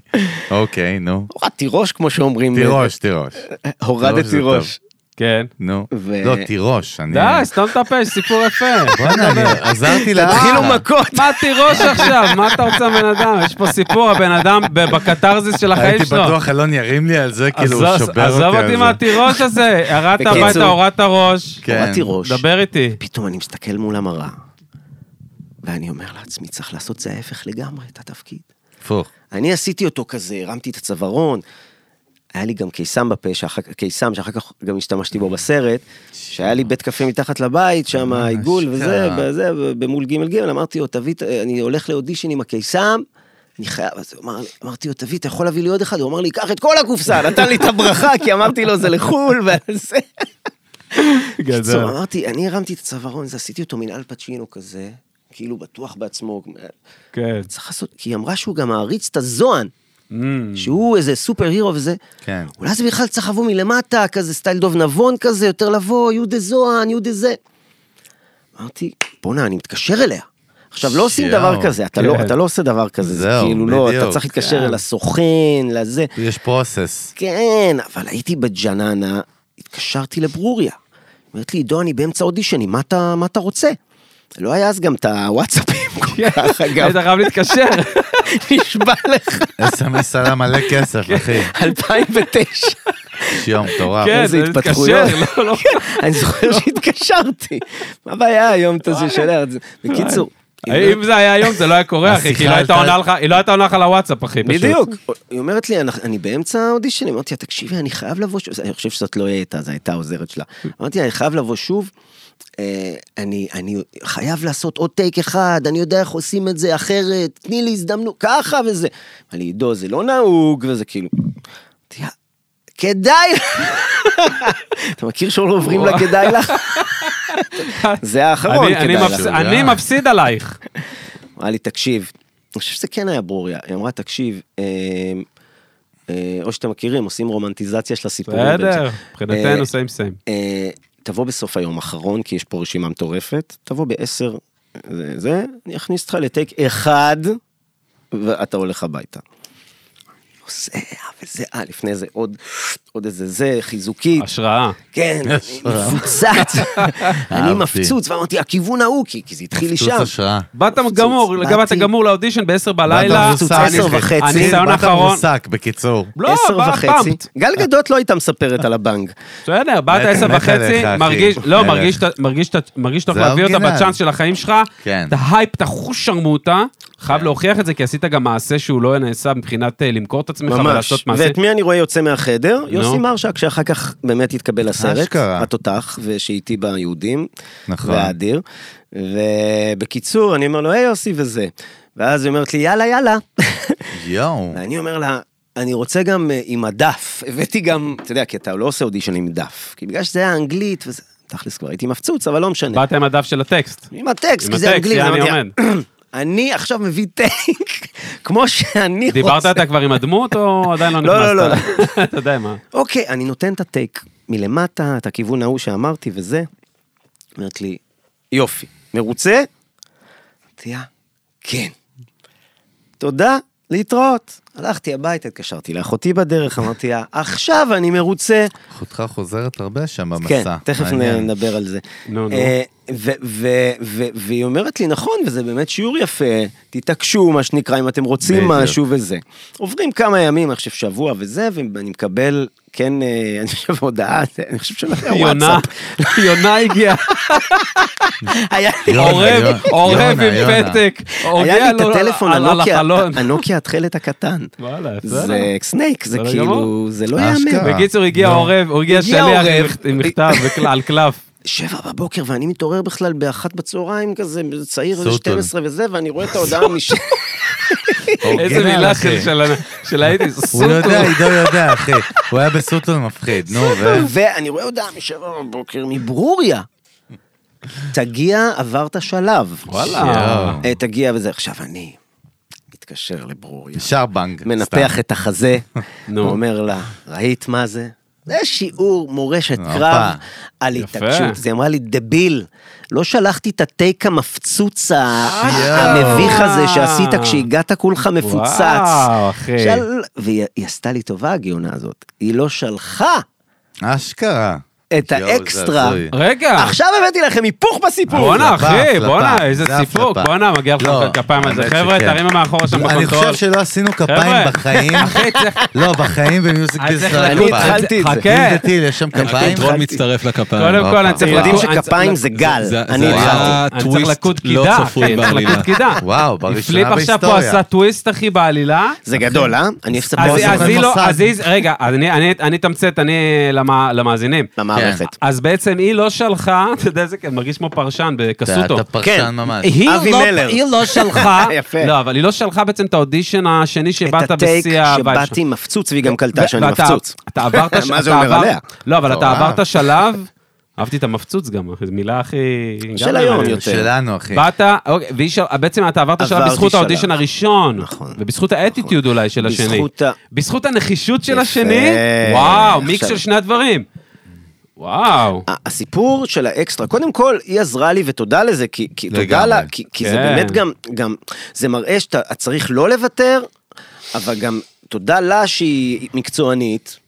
[SPEAKER 1] אוקיי, נו.
[SPEAKER 3] הורדתי ראש, כמו שאומרים.
[SPEAKER 1] תירוש, תירוש. תירוש זה
[SPEAKER 3] הורדתי
[SPEAKER 1] טוב.
[SPEAKER 3] ראש.
[SPEAKER 2] כן.
[SPEAKER 1] נו.
[SPEAKER 3] ו-
[SPEAKER 1] לא, תירוש. אני-
[SPEAKER 2] די, סתום את הפה, יש סיפור יפה. אה,
[SPEAKER 1] בוא'נה, אני עזרתי לה.
[SPEAKER 3] התחילו מכות.
[SPEAKER 2] מה תירוש עכשיו? מה אתה רוצה בן אדם? יש פה סיפור, הבן אדם ב- בקתרזיס של החיים
[SPEAKER 1] הייתי
[SPEAKER 2] שלו.
[SPEAKER 1] בטוח אלון ירים לי על זה, כאילו, הוא
[SPEAKER 2] עזוב-
[SPEAKER 1] שובר אותי על זה.
[SPEAKER 2] עזוב אותי מהתירוש הזה, ירדת
[SPEAKER 3] בקיצור.
[SPEAKER 2] הביתה, הורדת ראש,
[SPEAKER 1] כן.
[SPEAKER 3] הורדתי ראש.
[SPEAKER 2] דבר איתי.
[SPEAKER 3] פתאום אני מסתכל מול המראה, ואני אומר לעצמי, צריך לעשות זה ההפך לגמרי, את התפקיד.
[SPEAKER 1] הפוך.
[SPEAKER 3] אני עשיתי אותו כזה, הרמתי את הצווארון. היה לי גם קיסם בפה, שאחר, קיסם שאחר כך גם השתמשתי בו בסרט, שהיה לי בית קפה מתחת לבית, שם העיגול וזה,
[SPEAKER 1] אשכרה.
[SPEAKER 3] וזה, במול ג' ג', אמרתי לו, תביא, את- אני הולך לאודישן עם הקיסם, אני חייב, אז הוא אמר לי, אמרתי לו, תביא, אתה יכול להביא לי עוד אחד? הוא אמר לי, קח את כל הקופסה, נתן לי את הברכה, כי אמרתי לו, זה לחו"ל, וזה. בקיצור, אמרתי, אני הרמתי את הצווארון, אז עשיתי אותו מין אל פצ'ינו כזה, כאילו בטוח בעצמו,
[SPEAKER 2] כן.
[SPEAKER 3] צריך לעשות, כי היא אמרה שהוא גם מעריץ את הזוהן.
[SPEAKER 2] Mm.
[SPEAKER 3] שהוא איזה סופר הירו וזה.
[SPEAKER 1] כן.
[SPEAKER 3] אולי זה בכלל צריך לבוא מלמטה, כזה סטייל דוב נבון כזה, יותר לבוא, יהודה זוהן, יהודה זה. אמרתי, בואנה, אני מתקשר אליה. עכשיו, לא עושים
[SPEAKER 1] שיאו,
[SPEAKER 3] דבר כזה, אתה לא
[SPEAKER 2] כן.
[SPEAKER 3] אתה לא עושה דבר כזה, זה
[SPEAKER 1] זהו,
[SPEAKER 3] כאילו לא, אתה
[SPEAKER 1] בדיוק.
[SPEAKER 3] צריך להתקשר
[SPEAKER 2] כן.
[SPEAKER 3] אל הסוכן, לזה.
[SPEAKER 1] יש פרוסס.
[SPEAKER 3] כן, אבל הייתי בג'ננה, התקשרתי לברוריה. היא אומרת לי, עידו, אני באמצע אודישנים, מה אתה מה אתה רוצה? לא היה אז גם את הוואטסאפים כל כך, אגב,
[SPEAKER 2] היית חייב להתקשר.
[SPEAKER 3] נשבע לך,
[SPEAKER 1] אס.אם.אס עלה מלא כסף,
[SPEAKER 2] כן.
[SPEAKER 1] אחי.
[SPEAKER 3] 2009.
[SPEAKER 1] יש יום מטורף.
[SPEAKER 2] כן,
[SPEAKER 3] אה, איזה
[SPEAKER 2] זה
[SPEAKER 3] התפתחויות.
[SPEAKER 2] להתקשר, לא, לא.
[SPEAKER 3] אני זוכר שהתקשרתי. מה הבעיה היום אתה זה שולח את זה? בקיצור.
[SPEAKER 2] אם זה היה היום זה לא היה קורה אחי, כי היא לא הייתה
[SPEAKER 1] השיחה
[SPEAKER 2] עונה לך,
[SPEAKER 1] עלתה-
[SPEAKER 2] היא לא הייתה עונה לך לוואטסאפ אחי, פשוט.
[SPEAKER 3] בדיוק. היא אומרת לי, "אנחנו- אני באמצע האודישן, אמרתי לה, תקשיבי, אני חייב לבוא שוב, אני חושב שזאת לא היא הייתה, זו הייתה העוזרת שלה. אמרתי לה, אני חייב לבוא שוב, אה, אני אני חייב לעשות עוד טייק אחד, אני יודע איך עושים את זה אחרת, תני לי הזדמנות, ככה וזה. אמר לי, עידו, זה לא נהוג, וזה כאילו, אמרתי לה, כדאי לך. אתה מכיר שלא עוברים לה כדאי לך? זה האחרון,
[SPEAKER 2] אני- אני
[SPEAKER 3] כדאי לך.
[SPEAKER 2] מפס- אני מפסיד עלייך.
[SPEAKER 3] אמרה לי, תקשיב, אני חושב שזה כן היה ברוריה, היא אמרה, תקשיב, אה, אה, או שאתם מכירים, עושים רומנטיזציה של הסיפורים.
[SPEAKER 2] בסדר,
[SPEAKER 3] בין ש-
[SPEAKER 2] מבחינתנו סיים סיים.
[SPEAKER 3] אה, תבוא בסוף היום האחרון, כי יש פה רשימה מטורפת, תבוא בעשר, זה, זה, אני אכניס אותך לטייק אחד, ואתה הולך הביתה. עושה, אה, וזה, אה, לפני זה עוד, עוד איזה זה, חיזוקית.
[SPEAKER 2] השראה.
[SPEAKER 3] כן, אני
[SPEAKER 1] השראה.
[SPEAKER 3] מפוצץ, אני
[SPEAKER 1] אהבתי.
[SPEAKER 3] מפצוץ, ואמרתי, הכיוון ההוא, כי כי זה התחיל לי
[SPEAKER 1] שטוץ
[SPEAKER 3] שם.
[SPEAKER 1] השראה.
[SPEAKER 2] באת גמור,
[SPEAKER 3] באתי.
[SPEAKER 2] באת גמור לאודישן ב-10 בלילה.
[SPEAKER 1] באת
[SPEAKER 3] מפוצץ,
[SPEAKER 1] מרוסק,
[SPEAKER 3] עשר
[SPEAKER 1] אחי.
[SPEAKER 3] וחצי.
[SPEAKER 2] הניסיון
[SPEAKER 1] באת
[SPEAKER 2] האחרון.
[SPEAKER 1] מרוסק, בקיצור.
[SPEAKER 2] לא,
[SPEAKER 3] עשר
[SPEAKER 2] בא-
[SPEAKER 3] וחצי.
[SPEAKER 2] פאמפט.
[SPEAKER 3] גל גדות לא הייתה מספרת על הבנג.
[SPEAKER 2] בסדר, באת
[SPEAKER 1] מת-
[SPEAKER 2] עשר
[SPEAKER 1] מת עליך,
[SPEAKER 2] וחצי,
[SPEAKER 1] אחי.
[SPEAKER 2] מרגיש, לא,
[SPEAKER 1] ערך.
[SPEAKER 2] מרגיש שאתה- מרגיש שאתה- מרגיש שאתה
[SPEAKER 1] זה
[SPEAKER 2] יכול להביא אותה
[SPEAKER 1] האורגינל.
[SPEAKER 2] בצ'אנס של החיים שלך,
[SPEAKER 1] כן.
[SPEAKER 2] את ההייפ, את החוש שרמוטה,
[SPEAKER 3] כן.
[SPEAKER 2] חייב להוכיח את זה, כי עשית גם מעשה שהוא לא נעשה מבחינת אה, למכור את עצמך
[SPEAKER 3] ממש.
[SPEAKER 2] ולעשות מעשה.
[SPEAKER 3] ואת מי אני רואה יוצא מהחדר?
[SPEAKER 2] נו.
[SPEAKER 3] יוסי מרשק, שאחר כך באמת התקבל לסרט,
[SPEAKER 1] אשכרה.
[SPEAKER 3] התותח, ושאיתי ביהודים,
[SPEAKER 1] נכון.
[SPEAKER 3] והאדיר. ובקיצור, אני אומר לו, היי יוסי וזה. ואז היא אומרת לי, יאללה, יאללה.
[SPEAKER 1] יואו.
[SPEAKER 3] ואני אומר לה, אני רוצה גם אה, עם הדף. הבאתי גם, אתה יודע, כי אתה לא עושה אודישן עם דף. כי בגלל שזה היה אנגלית, וזה, תכלס כבר הייתי מפצוץ, אבל לא משנה.
[SPEAKER 2] באת עם הדף של הטקסט.
[SPEAKER 3] עם הטקסט,
[SPEAKER 2] עם
[SPEAKER 3] כי זה
[SPEAKER 2] הטקסט,
[SPEAKER 3] אנגלית.
[SPEAKER 2] יעני
[SPEAKER 3] אמרתי,
[SPEAKER 2] עומד.
[SPEAKER 3] אני עכשיו מביא טייק, כמו שאני רוצה.
[SPEAKER 2] דיברת אתה כבר עם הדמות או עדיין לא נכנסת?
[SPEAKER 3] לא, לא, לא,
[SPEAKER 2] אתה יודע מה.
[SPEAKER 3] אוקיי, אני נותן את הטייק מלמטה, את הכיוון ההוא שאמרתי וזה. אומרת לי, יופי, מרוצה? אמרתי לה, כן. תודה, להתראות. הלכתי הביתה, התקשרתי לאחותי בדרך, אמרתי לה, עכשיו אני מרוצה.
[SPEAKER 1] אחותך חוזרת הרבה שם במסע.
[SPEAKER 3] כן, תכף
[SPEAKER 1] מעניין.
[SPEAKER 3] נ- נדבר על זה.
[SPEAKER 2] נו, נו.
[SPEAKER 3] אה, ו- ו- ו- והיא אומרת לי, נכון, וזה באמת שיעור יפה, תתעקשו, מה שנקרא, אם אתם רוצים
[SPEAKER 1] בדיוק.
[SPEAKER 3] משהו וזה. עוברים כמה ימים, אני חושב שבוע וזה, ואני מקבל, כן, אה, אני חושב הודעה, אני חושב שלכם
[SPEAKER 2] יונה,
[SPEAKER 3] וואטסאפ.
[SPEAKER 2] יונה הגיעה,
[SPEAKER 3] היה לי-
[SPEAKER 1] יונה,
[SPEAKER 2] עורב,
[SPEAKER 1] יונה,
[SPEAKER 2] עורב
[SPEAKER 1] יונה,
[SPEAKER 2] עם
[SPEAKER 1] יונה.
[SPEAKER 2] פתק.
[SPEAKER 3] היה
[SPEAKER 2] הודיע
[SPEAKER 3] לי את
[SPEAKER 2] לא. לו
[SPEAKER 3] הטלפון,
[SPEAKER 2] על- על
[SPEAKER 3] הנוקיה-
[SPEAKER 2] החלון.
[SPEAKER 3] הנוקיה התכלת הקטן.
[SPEAKER 2] וואלה, יפה.
[SPEAKER 3] זה סנייק, זה
[SPEAKER 2] בסדר גמור.
[SPEAKER 3] כאילו, זה לא
[SPEAKER 1] אשכרה.
[SPEAKER 3] יאמן.
[SPEAKER 2] בקיצור, הגיע
[SPEAKER 1] לא.
[SPEAKER 2] עורב, הוא הגיע
[SPEAKER 3] הגיע
[SPEAKER 2] שליח
[SPEAKER 3] עורב.
[SPEAKER 2] עם מכ- עם מכתב בקל- על קלף.
[SPEAKER 3] שבע בבוקר, ואני מתעורר בכלל באחת בצהריים כזה, צעיר איזה
[SPEAKER 1] סוטול.
[SPEAKER 3] 12 וזה, ואני רואה את ההודעה מש...
[SPEAKER 2] איזה
[SPEAKER 1] הוגן
[SPEAKER 2] מילה
[SPEAKER 1] עליך.
[SPEAKER 2] של- של ה- של הייתי,
[SPEAKER 1] הוא יודע,
[SPEAKER 2] סוטו.
[SPEAKER 1] עידו יודע, אחי. הוא היה בסוטון מפחיד, נו, ו...
[SPEAKER 3] ואני רואה הודעה משבע בבוקר מברוריה. תגיע, עברת שלב.
[SPEAKER 2] וואלה.
[SPEAKER 1] יואו.
[SPEAKER 3] אה, תגיע וזה. עכשיו אני מתקשר לברוריה.
[SPEAKER 1] שר בנג.
[SPEAKER 3] מנפח את החזה,
[SPEAKER 2] נו.
[SPEAKER 3] אומר לה, ראית מה זה? זה שיעור מורשת
[SPEAKER 1] הופה.
[SPEAKER 3] קרב על
[SPEAKER 2] יפה.
[SPEAKER 3] התעקשות. היא אמרה לי, דביל, לא שלחתי את הטייק המפצוץ ה-
[SPEAKER 1] יואו.
[SPEAKER 3] המביך הזה שעשית כשהגעת כולך מפוצץ.
[SPEAKER 2] וואו, אחי.
[SPEAKER 3] של- והיא היא עשתה לי טובה, הגאונה הזאת. היא לא שלחה
[SPEAKER 1] סתם. אשכרה.
[SPEAKER 3] את
[SPEAKER 1] יואו, זה
[SPEAKER 3] האקסטרה.
[SPEAKER 1] הזוי.
[SPEAKER 2] רגע.
[SPEAKER 3] עכשיו הבאתי לכם היפוך בסיפור.
[SPEAKER 2] בואנה
[SPEAKER 1] הפלפה,
[SPEAKER 2] אחי,
[SPEAKER 1] הפלפה.
[SPEAKER 2] בואנה, איזה
[SPEAKER 1] זה
[SPEAKER 2] סיפוק,
[SPEAKER 1] הפלפה.
[SPEAKER 2] בואנה, מגיע לך
[SPEAKER 1] לא,
[SPEAKER 2] לתת כפיים על זה.
[SPEAKER 1] האמת
[SPEAKER 2] חבר'ה,
[SPEAKER 1] שכן.
[SPEAKER 2] תרימו מאחורה שם
[SPEAKER 1] אני
[SPEAKER 2] בקונטרול.
[SPEAKER 1] חושב שלא עשינו
[SPEAKER 2] חבר'ה.
[SPEAKER 1] כפיים בחיים.
[SPEAKER 2] אחי, צריך-
[SPEAKER 1] לא, בחיים במיוזיק
[SPEAKER 2] אני צריך
[SPEAKER 1] בישראל.
[SPEAKER 2] לקום-
[SPEAKER 3] אני התחלתי את זה. כן.
[SPEAKER 2] חכה.
[SPEAKER 1] תגיד לי, יש שם כפיים?
[SPEAKER 4] הקונטרול
[SPEAKER 3] התחלתי.
[SPEAKER 4] מצטרף
[SPEAKER 2] קודם
[SPEAKER 4] לכפיים.
[SPEAKER 2] כל אני צריך
[SPEAKER 3] אתם יודעים
[SPEAKER 2] לקום- אני
[SPEAKER 3] שכפיים
[SPEAKER 2] צריך-
[SPEAKER 3] זה גל,
[SPEAKER 4] זה- זה
[SPEAKER 3] אני
[SPEAKER 4] היה-
[SPEAKER 3] התחלתי.
[SPEAKER 2] אני צריך
[SPEAKER 4] טוויסט
[SPEAKER 2] לקוד
[SPEAKER 4] לא
[SPEAKER 2] קידה,
[SPEAKER 4] צפוי
[SPEAKER 2] אחי, אני צריך
[SPEAKER 4] בעלילה.
[SPEAKER 2] לקוד קידה.
[SPEAKER 1] וואו,
[SPEAKER 2] הפליפ
[SPEAKER 1] בראשונה
[SPEAKER 2] עכשיו פה
[SPEAKER 1] בהיסטוריה.
[SPEAKER 2] עשה טוויסט, אחי, בעלילה.
[SPEAKER 3] זה גדול, אה? אני אוהב לספר
[SPEAKER 2] אז
[SPEAKER 1] סוכן
[SPEAKER 2] אז היא לא,
[SPEAKER 1] מוסד.
[SPEAKER 2] אז היא, רגע, אז אני- אני- אני אתמצת, אני למ- למאזינים.
[SPEAKER 3] למערכת.
[SPEAKER 2] אז בעצם היא לא שלחה, אתה יודע, זה כן, מרגיש כמו פרשן
[SPEAKER 1] אתה-
[SPEAKER 2] בקסוטו.
[SPEAKER 1] אתה
[SPEAKER 3] כן.
[SPEAKER 1] פרשן ממש.
[SPEAKER 2] היא
[SPEAKER 3] אבי
[SPEAKER 2] לא-
[SPEAKER 3] מלר.
[SPEAKER 2] היא לא שלחה,
[SPEAKER 3] יפה.
[SPEAKER 2] לא, אבל היא לא שלחה בעצם את האודישן השני
[SPEAKER 3] את
[SPEAKER 2] שבאת
[SPEAKER 3] הטייק
[SPEAKER 2] בשיא ההוואי שלך.
[SPEAKER 3] שבאתי מפצוץ והיא גם קלטה שאני
[SPEAKER 2] ואתה-
[SPEAKER 3] מפצוץ.
[SPEAKER 2] אתה עברת... ש-
[SPEAKER 3] מה זה
[SPEAKER 2] אתה
[SPEAKER 3] אומר
[SPEAKER 2] עבר-
[SPEAKER 3] עליה?
[SPEAKER 2] לא, אבל אתה
[SPEAKER 1] נורא.
[SPEAKER 2] עברת שלב, אהבתי את המפצוץ גם, אחי, זו מילה הכי...
[SPEAKER 3] של
[SPEAKER 2] גם אה,
[SPEAKER 3] היום
[SPEAKER 2] מעניינת.
[SPEAKER 3] יותר.
[SPEAKER 1] שלנו, אחי.
[SPEAKER 2] באת, אוקיי, והיא של- בעצם אתה עברת שלב
[SPEAKER 3] כן. עברתי
[SPEAKER 2] בזכות
[SPEAKER 3] שלב.
[SPEAKER 2] האודישן הראשון.
[SPEAKER 3] נכון.
[SPEAKER 2] ובזכות האטיטיוד אולי של השני.
[SPEAKER 3] בזכות ה-
[SPEAKER 2] בזכות הנחישות של
[SPEAKER 3] יפה.
[SPEAKER 2] השני? וואו, מיקס
[SPEAKER 3] עכשיו-
[SPEAKER 2] של שני הדברים. וואו.
[SPEAKER 3] ה- הסיפור של האקסטרה, קודם כל, היא עזרה לי ותודה לזה, כי, כי תודה
[SPEAKER 1] לגמרי.
[SPEAKER 3] לה, כי, כי זה
[SPEAKER 2] כן.
[SPEAKER 3] באמת גם, גם, זה מראה שאתה את צריך לא לוותר, אבל גם תודה לה שהיא מקצוענית.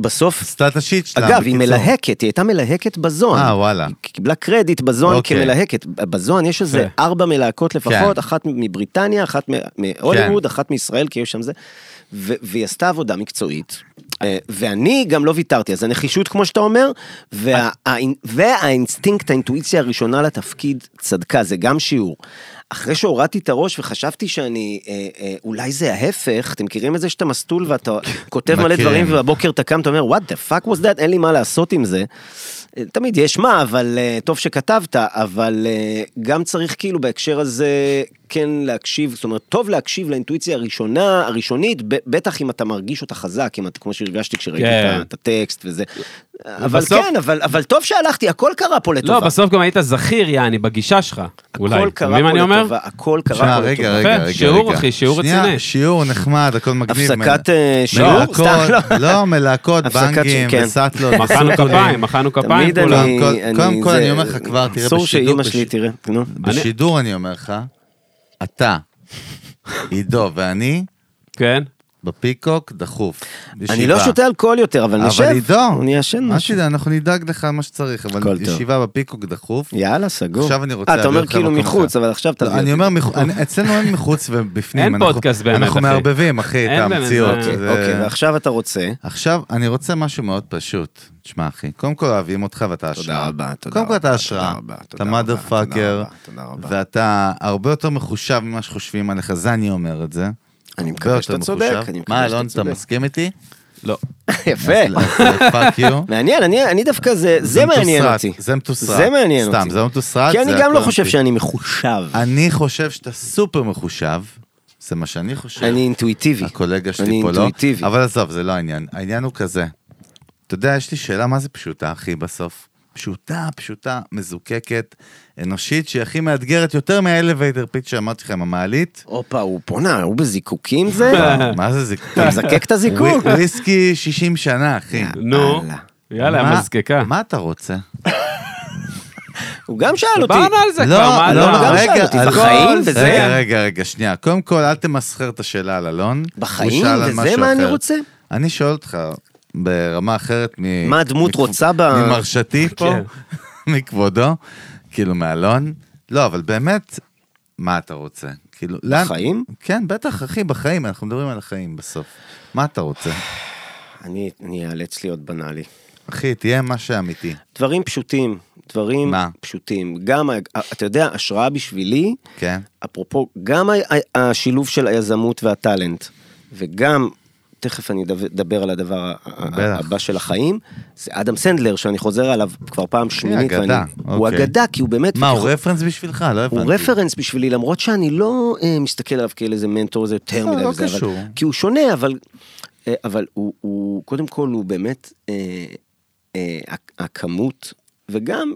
[SPEAKER 3] בסוף,
[SPEAKER 1] עשתה את השיט שלה.
[SPEAKER 3] אגב, היא
[SPEAKER 1] בקיצור.
[SPEAKER 3] מלהקת, היא הייתה מלהקת בזון.
[SPEAKER 1] אה, וואלה.
[SPEAKER 3] היא קיבלה קרדיט בזון
[SPEAKER 1] אוקיי.
[SPEAKER 3] כמלהקת. בזון יש איזה
[SPEAKER 2] יפה.
[SPEAKER 3] ארבע מלהקות לפחות,
[SPEAKER 1] כן.
[SPEAKER 3] אחת מבריטניה, אחת מ- מהוליווד, אחת מישראל, כי יש שם זה. ו- והיא עשתה עבודה מקצועית. אה, ואני גם לא ויתרתי, אז הנחישות כמו שאתה אומר,
[SPEAKER 1] אה.
[SPEAKER 3] וה- האינ- והאינסטינקט, האינטואיציה הראשונה לתפקיד צדקה, זה גם שיעור. אחרי שהורדתי את הראש וחשבתי שאני, אה, אה, אולי זה ההפך, אתם מכירים את זה שאתה מסטול ואתה כותב מלא
[SPEAKER 1] מכירים.
[SPEAKER 3] דברים ובבוקר אתה קם, אתה אומר, what the fuck was that, אין לי מה לעשות עם זה. אה, תמיד יש מה, אבל אה, טוב שכתבת, אבל אה, גם צריך כאילו בהקשר הזה כן להקשיב, זאת אומרת, טוב להקשיב לאינטואיציה הראשונה, הראשונית, ב- בטח אם אתה מרגיש אותה חזק, אם אתה, כמו שהרגשתי כשראיתי
[SPEAKER 2] כן.
[SPEAKER 3] את ה- את הטקסט וזה. אבל
[SPEAKER 2] ובסוף-
[SPEAKER 3] כן, אבל, אבל טוב שהלכתי, הכל קרה פה לטובה.
[SPEAKER 2] לא, בסוף גם היית זכיר, יעני, בגישה שלך. אולי.
[SPEAKER 3] הכל
[SPEAKER 2] אתה
[SPEAKER 3] קרה
[SPEAKER 2] מבין מה
[SPEAKER 3] פה
[SPEAKER 2] אני אומר?
[SPEAKER 3] לטובה, הכל
[SPEAKER 1] שמע,
[SPEAKER 3] קרה פה
[SPEAKER 1] רגע,
[SPEAKER 3] לטובה.
[SPEAKER 1] רגע,
[SPEAKER 2] יפה,
[SPEAKER 1] רגע.
[SPEAKER 2] שיעור,
[SPEAKER 1] רגע.
[SPEAKER 2] אחי, שיעור
[SPEAKER 1] שנייה,
[SPEAKER 2] רציני.
[SPEAKER 1] שיעור נחמד, הכל מגניב.
[SPEAKER 3] הפסקת
[SPEAKER 1] מל-
[SPEAKER 3] אה, שיעור?
[SPEAKER 1] מלהקות,
[SPEAKER 3] סתם, לא.
[SPEAKER 1] לא, מלהקות,
[SPEAKER 3] הפסקת
[SPEAKER 1] בנגים,
[SPEAKER 3] ש- כן.
[SPEAKER 1] וסאטלות,
[SPEAKER 2] מחאנו
[SPEAKER 1] וסוטולים.
[SPEAKER 2] כפיים, מחאנו כפיים
[SPEAKER 3] תמיד
[SPEAKER 2] כולם.
[SPEAKER 3] אני...
[SPEAKER 1] קודם כל-
[SPEAKER 3] אני-
[SPEAKER 1] קודם כל
[SPEAKER 3] זה-
[SPEAKER 1] אני אומר לך כבר, תראה,
[SPEAKER 3] אסור
[SPEAKER 1] בשידור-
[SPEAKER 3] שאימא
[SPEAKER 1] בש-
[SPEAKER 3] שלי תראה, נו.
[SPEAKER 1] בשידור אני אומר לך, אתה, עידו ואני,
[SPEAKER 2] כן.
[SPEAKER 1] בפיקוק, דחוף.
[SPEAKER 3] אני
[SPEAKER 1] ישיבה.
[SPEAKER 3] לא שותה אלכוהול יותר, אבל נשב.
[SPEAKER 1] אבל עידו,
[SPEAKER 3] אני אעשן
[SPEAKER 1] אל
[SPEAKER 3] משהו.
[SPEAKER 1] תדאג, אנחנו נדאג לך מה שצריך,
[SPEAKER 3] הכל
[SPEAKER 1] אבל
[SPEAKER 3] טוב.
[SPEAKER 1] ישיבה בפיקוק דחוף.
[SPEAKER 3] יאללה, סגור.
[SPEAKER 1] עכשיו אני רוצה
[SPEAKER 3] אה, אתה אומר
[SPEAKER 1] להביא אותך
[SPEAKER 3] כאילו
[SPEAKER 1] למקום
[SPEAKER 3] מחוץ,
[SPEAKER 1] אחר.
[SPEAKER 3] אבל עכשיו
[SPEAKER 1] לא,
[SPEAKER 3] תביא
[SPEAKER 1] אני
[SPEAKER 3] אותי.
[SPEAKER 1] אומר, מחו- אני- אצלנו אין מחוץ ובפנים.
[SPEAKER 2] אין
[SPEAKER 1] אנחנו-
[SPEAKER 2] פודקאסט באמת,
[SPEAKER 1] אנחנו
[SPEAKER 2] אחי.
[SPEAKER 1] מערבבים, אחי, את
[SPEAKER 2] אין באמת,
[SPEAKER 1] הארציות.
[SPEAKER 2] אוקיי,
[SPEAKER 1] זה-
[SPEAKER 3] אוקיי, ועכשיו אתה רוצה.
[SPEAKER 1] עכשיו, אני רוצה משהו מאוד פשוט. תשמע, אחי, קודם כל אוהבים אותך ואתה השראה.
[SPEAKER 3] רבה, תודה
[SPEAKER 1] קודם כל
[SPEAKER 3] רבה,
[SPEAKER 1] אתה השראה.
[SPEAKER 3] תודה רבה,
[SPEAKER 1] אתה
[SPEAKER 3] תודה רבה,
[SPEAKER 1] mother
[SPEAKER 3] תודה
[SPEAKER 1] fucker,
[SPEAKER 3] רבה, תודה רבה.
[SPEAKER 1] ואתה הרבה יותר מחושב ממה שחושבים עליך, זה אני אומר את זה.
[SPEAKER 3] אני
[SPEAKER 1] הרבה
[SPEAKER 3] מקווה
[SPEAKER 1] יותר
[SPEAKER 3] שאתה צודק,
[SPEAKER 1] מחושב.
[SPEAKER 3] אני מקווה
[SPEAKER 1] מה, אלון,
[SPEAKER 3] שאתה
[SPEAKER 1] אתה
[SPEAKER 3] צודק.
[SPEAKER 1] מסכים איתי?
[SPEAKER 2] לא.
[SPEAKER 3] יפה.
[SPEAKER 1] פאק יו.
[SPEAKER 3] מעניין, אני- אני דווקא, זה- זה מעניין אותי.
[SPEAKER 1] זה מתוסרט.
[SPEAKER 3] זה מעניין אותי.
[SPEAKER 1] סתם, זה לא מתוסרט.
[SPEAKER 3] כי אני
[SPEAKER 1] זה
[SPEAKER 3] גם לא
[SPEAKER 1] הכל
[SPEAKER 3] חושב
[SPEAKER 1] אמיתי.
[SPEAKER 3] שאני מחושב.
[SPEAKER 1] אני חושב שאתה סופר מחושב, זה מה שאני חושב.
[SPEAKER 3] אני אינטואיטיבי.
[SPEAKER 1] הקולגה
[SPEAKER 3] אני
[SPEAKER 1] שלי פה לא.
[SPEAKER 3] אינטואיטיבי.
[SPEAKER 1] אבל עזוב, זה לא העניין. העניין הוא כזה. אתה יודע, יש לי שאלה מה זה פשוטה, אחי, בסוף. פשוטה, פשוטה, מזוקקת, אנושית, שהיא הכי מאתגרת יותר מהאלווייטר פיץ שאמרתי לכם, המעלית.
[SPEAKER 3] הופה, הוא פונה, הוא בזיקוקים זה?
[SPEAKER 2] אה.
[SPEAKER 1] מה זה זה?
[SPEAKER 3] אתה מזקק את הזיקוק. אה.
[SPEAKER 1] וו- וויסקי 60 שנה, אחי.
[SPEAKER 2] נו.
[SPEAKER 3] יאללה.
[SPEAKER 2] יאללה,
[SPEAKER 1] מה-
[SPEAKER 2] מזקקה.
[SPEAKER 1] מה אתה רוצה?
[SPEAKER 3] הוא גם שאל אותי.
[SPEAKER 2] דיברנו על זה
[SPEAKER 1] לא,
[SPEAKER 2] כבר, מה
[SPEAKER 1] לא,
[SPEAKER 2] אתה-
[SPEAKER 3] גם שאל
[SPEAKER 1] רגע,
[SPEAKER 3] אותי,
[SPEAKER 1] על
[SPEAKER 3] בחיים
[SPEAKER 1] כל
[SPEAKER 3] וזה?
[SPEAKER 1] זה- רגע, רגע, רגע, שנייה. קודם כל, אל תמסחר את השאלה על אלון. הוא
[SPEAKER 3] בחיים?
[SPEAKER 1] שאל על
[SPEAKER 3] וזה
[SPEAKER 1] משהו
[SPEAKER 3] מה אני
[SPEAKER 1] אחר.
[SPEAKER 3] רוצה?
[SPEAKER 1] אני שואל אותך ברמה אחרת מ...
[SPEAKER 3] מה הדמות
[SPEAKER 1] מכב-
[SPEAKER 3] רוצה ב-
[SPEAKER 1] ממרשתי פה,
[SPEAKER 2] כן.
[SPEAKER 1] מכבודו, כאילו מאלון. לא, אבל באמת, מה אתה רוצה? כאילו, לאן...
[SPEAKER 3] בחיים?
[SPEAKER 1] כן, בטח, אחי, בחיים, אנחנו מדברים על החיים בסוף. מה אתה רוצה?
[SPEAKER 3] אני אני איאלץ להיות בנאלי.
[SPEAKER 1] אחי, תהיה מה שאמיתי.
[SPEAKER 3] דברים פשוטים, דברים
[SPEAKER 1] מה?
[SPEAKER 3] פשוטים. גם, ה- אתה יודע, השראה בשבילי,
[SPEAKER 1] כן?
[SPEAKER 3] אפרופו, גם ה- ה- השילוב של היזמות והטאלנט, וגם שתכף אני אדבר- אדבר על הדבר ה- ה-
[SPEAKER 1] בטח.
[SPEAKER 3] הבא של החיים, זה אדם סנדלר, שאני חוזר עליו כבר פעם שמינית.
[SPEAKER 1] אגדה,
[SPEAKER 3] ואני- הוא
[SPEAKER 1] אוקיי.
[SPEAKER 3] אגדה, כי הוא באמת...
[SPEAKER 1] מה, הוא רפרנס בשבילך? לא הבנתי.
[SPEAKER 3] הוא רפרנס בשבילי, למרות שאני לא אה, מסתכל עליו כאל איזה מנטור, זה יותר
[SPEAKER 1] לא,
[SPEAKER 3] מדי
[SPEAKER 1] לא
[SPEAKER 3] וזה, אבל-
[SPEAKER 1] קשור.
[SPEAKER 3] כי הוא שונה, אבל, אה, אבל הוא, הוא, קודם כל הוא באמת, אה, אה, הכ- הכמות, וגם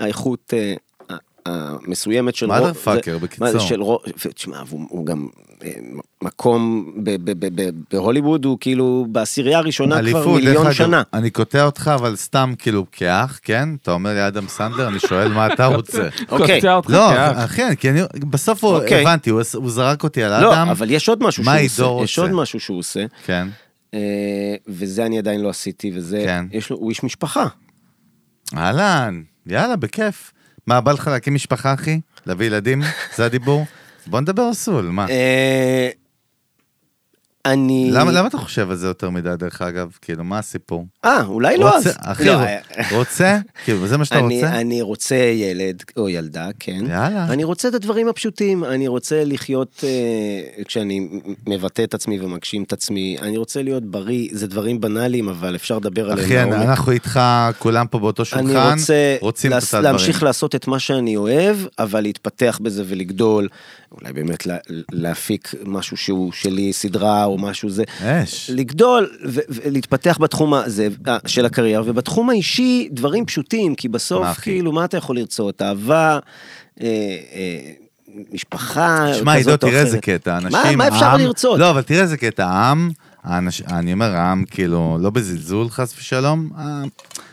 [SPEAKER 3] האיכות אה, ה- המסוימת של... רוב-
[SPEAKER 1] Motherfucker,
[SPEAKER 3] זה-
[SPEAKER 1] בקיצור.
[SPEAKER 3] מה, של רוב, תשמע, הוא, הוא גם אה, מקום ב, ב, ב, ב, בהוליווד, הוא כאילו בעשירייה הראשונה כבר
[SPEAKER 1] אליפות, דרך
[SPEAKER 3] מיליון
[SPEAKER 1] אגב,
[SPEAKER 3] שנה.
[SPEAKER 1] אני קוטע אותך, אבל סתם כאילו כאח, כן? אתה אומר לי אדם סנדלר, אני שואל מה אתה רוצה.
[SPEAKER 3] אוקיי.
[SPEAKER 2] קוטע אותך
[SPEAKER 1] לא,
[SPEAKER 2] כאח.
[SPEAKER 1] אחי, כי אני, בסוף הוא-
[SPEAKER 3] אוקיי.
[SPEAKER 1] הבנתי, הוא- הוא זרק אותי על
[SPEAKER 3] לא,
[SPEAKER 1] אדם.
[SPEAKER 3] אבל יש עוד משהו
[SPEAKER 1] מה
[SPEAKER 3] שהוא עושה,
[SPEAKER 1] עידו
[SPEAKER 3] יש עוד
[SPEAKER 1] רוצה?
[SPEAKER 3] משהו שהוא עושה.
[SPEAKER 1] כן,
[SPEAKER 3] אה, וזה אני עדיין לא עשיתי, וזה,
[SPEAKER 1] כן.
[SPEAKER 3] יש לו, הוא איש משפחה.
[SPEAKER 1] אהלן, יאללה, בכיף. מה, בא לך להקים משפחה, אחי? להביא ילדים? זה הדיבור? בוא נדבר על סול, מה?
[SPEAKER 3] אה, אני...
[SPEAKER 1] למה למה אתה חושב על זה יותר מדי, דרך אגב? כאילו, מה הסיפור?
[SPEAKER 3] אה, אולי לא אז.
[SPEAKER 1] רוצה- אחי,
[SPEAKER 3] לא,
[SPEAKER 1] רוצ-
[SPEAKER 3] אה,
[SPEAKER 1] רוצה? כאילו, זה מה שאתה
[SPEAKER 3] אני,
[SPEAKER 1] רוצה?
[SPEAKER 3] אני רוצה ילד או ילדה, כן.
[SPEAKER 1] יאללה.
[SPEAKER 3] אני רוצה את הדברים הפשוטים, אני רוצה לחיות, אה, כשאני מבטא את עצמי ומגשים את עצמי, אני רוצה להיות בריא, זה דברים בנאליים, אבל אפשר לדבר עליהם.
[SPEAKER 1] אחי,
[SPEAKER 3] לעומק.
[SPEAKER 1] אנחנו איתך, כולם פה באותו
[SPEAKER 3] אני
[SPEAKER 1] שולחן,
[SPEAKER 3] רוצה
[SPEAKER 1] רוצים
[SPEAKER 3] להס-
[SPEAKER 1] את הדברים.
[SPEAKER 3] להמשיך לעשות את מה שאני אוהב, אבל להתפתח בזה ולגדול, אולי באמת לה, להפיק משהו שהוא שלי, סדרה או משהו זה.
[SPEAKER 1] אש.
[SPEAKER 3] לגדול ו- ולהתפתח בתחום הזה אה, של הקריירה, ובתחום האישי דברים פשוטים, כי בסוף
[SPEAKER 1] מה,
[SPEAKER 3] מה
[SPEAKER 1] אחי?
[SPEAKER 3] כאילו מה אתה יכול לרצות? אהבה, אה, אה, משפחה,
[SPEAKER 1] שמע,
[SPEAKER 3] כזאת
[SPEAKER 1] עידו,
[SPEAKER 3] או
[SPEAKER 1] תראה איזה
[SPEAKER 3] אחרת.
[SPEAKER 1] קטע, אנשים,
[SPEAKER 3] מה, מה אפשר
[SPEAKER 1] העם-
[SPEAKER 3] לרצות?
[SPEAKER 1] לא, אבל תראה איזה קטע, העם, האנש- אני אומר העם, כאילו, לא בזלזול חס ושלום, העם-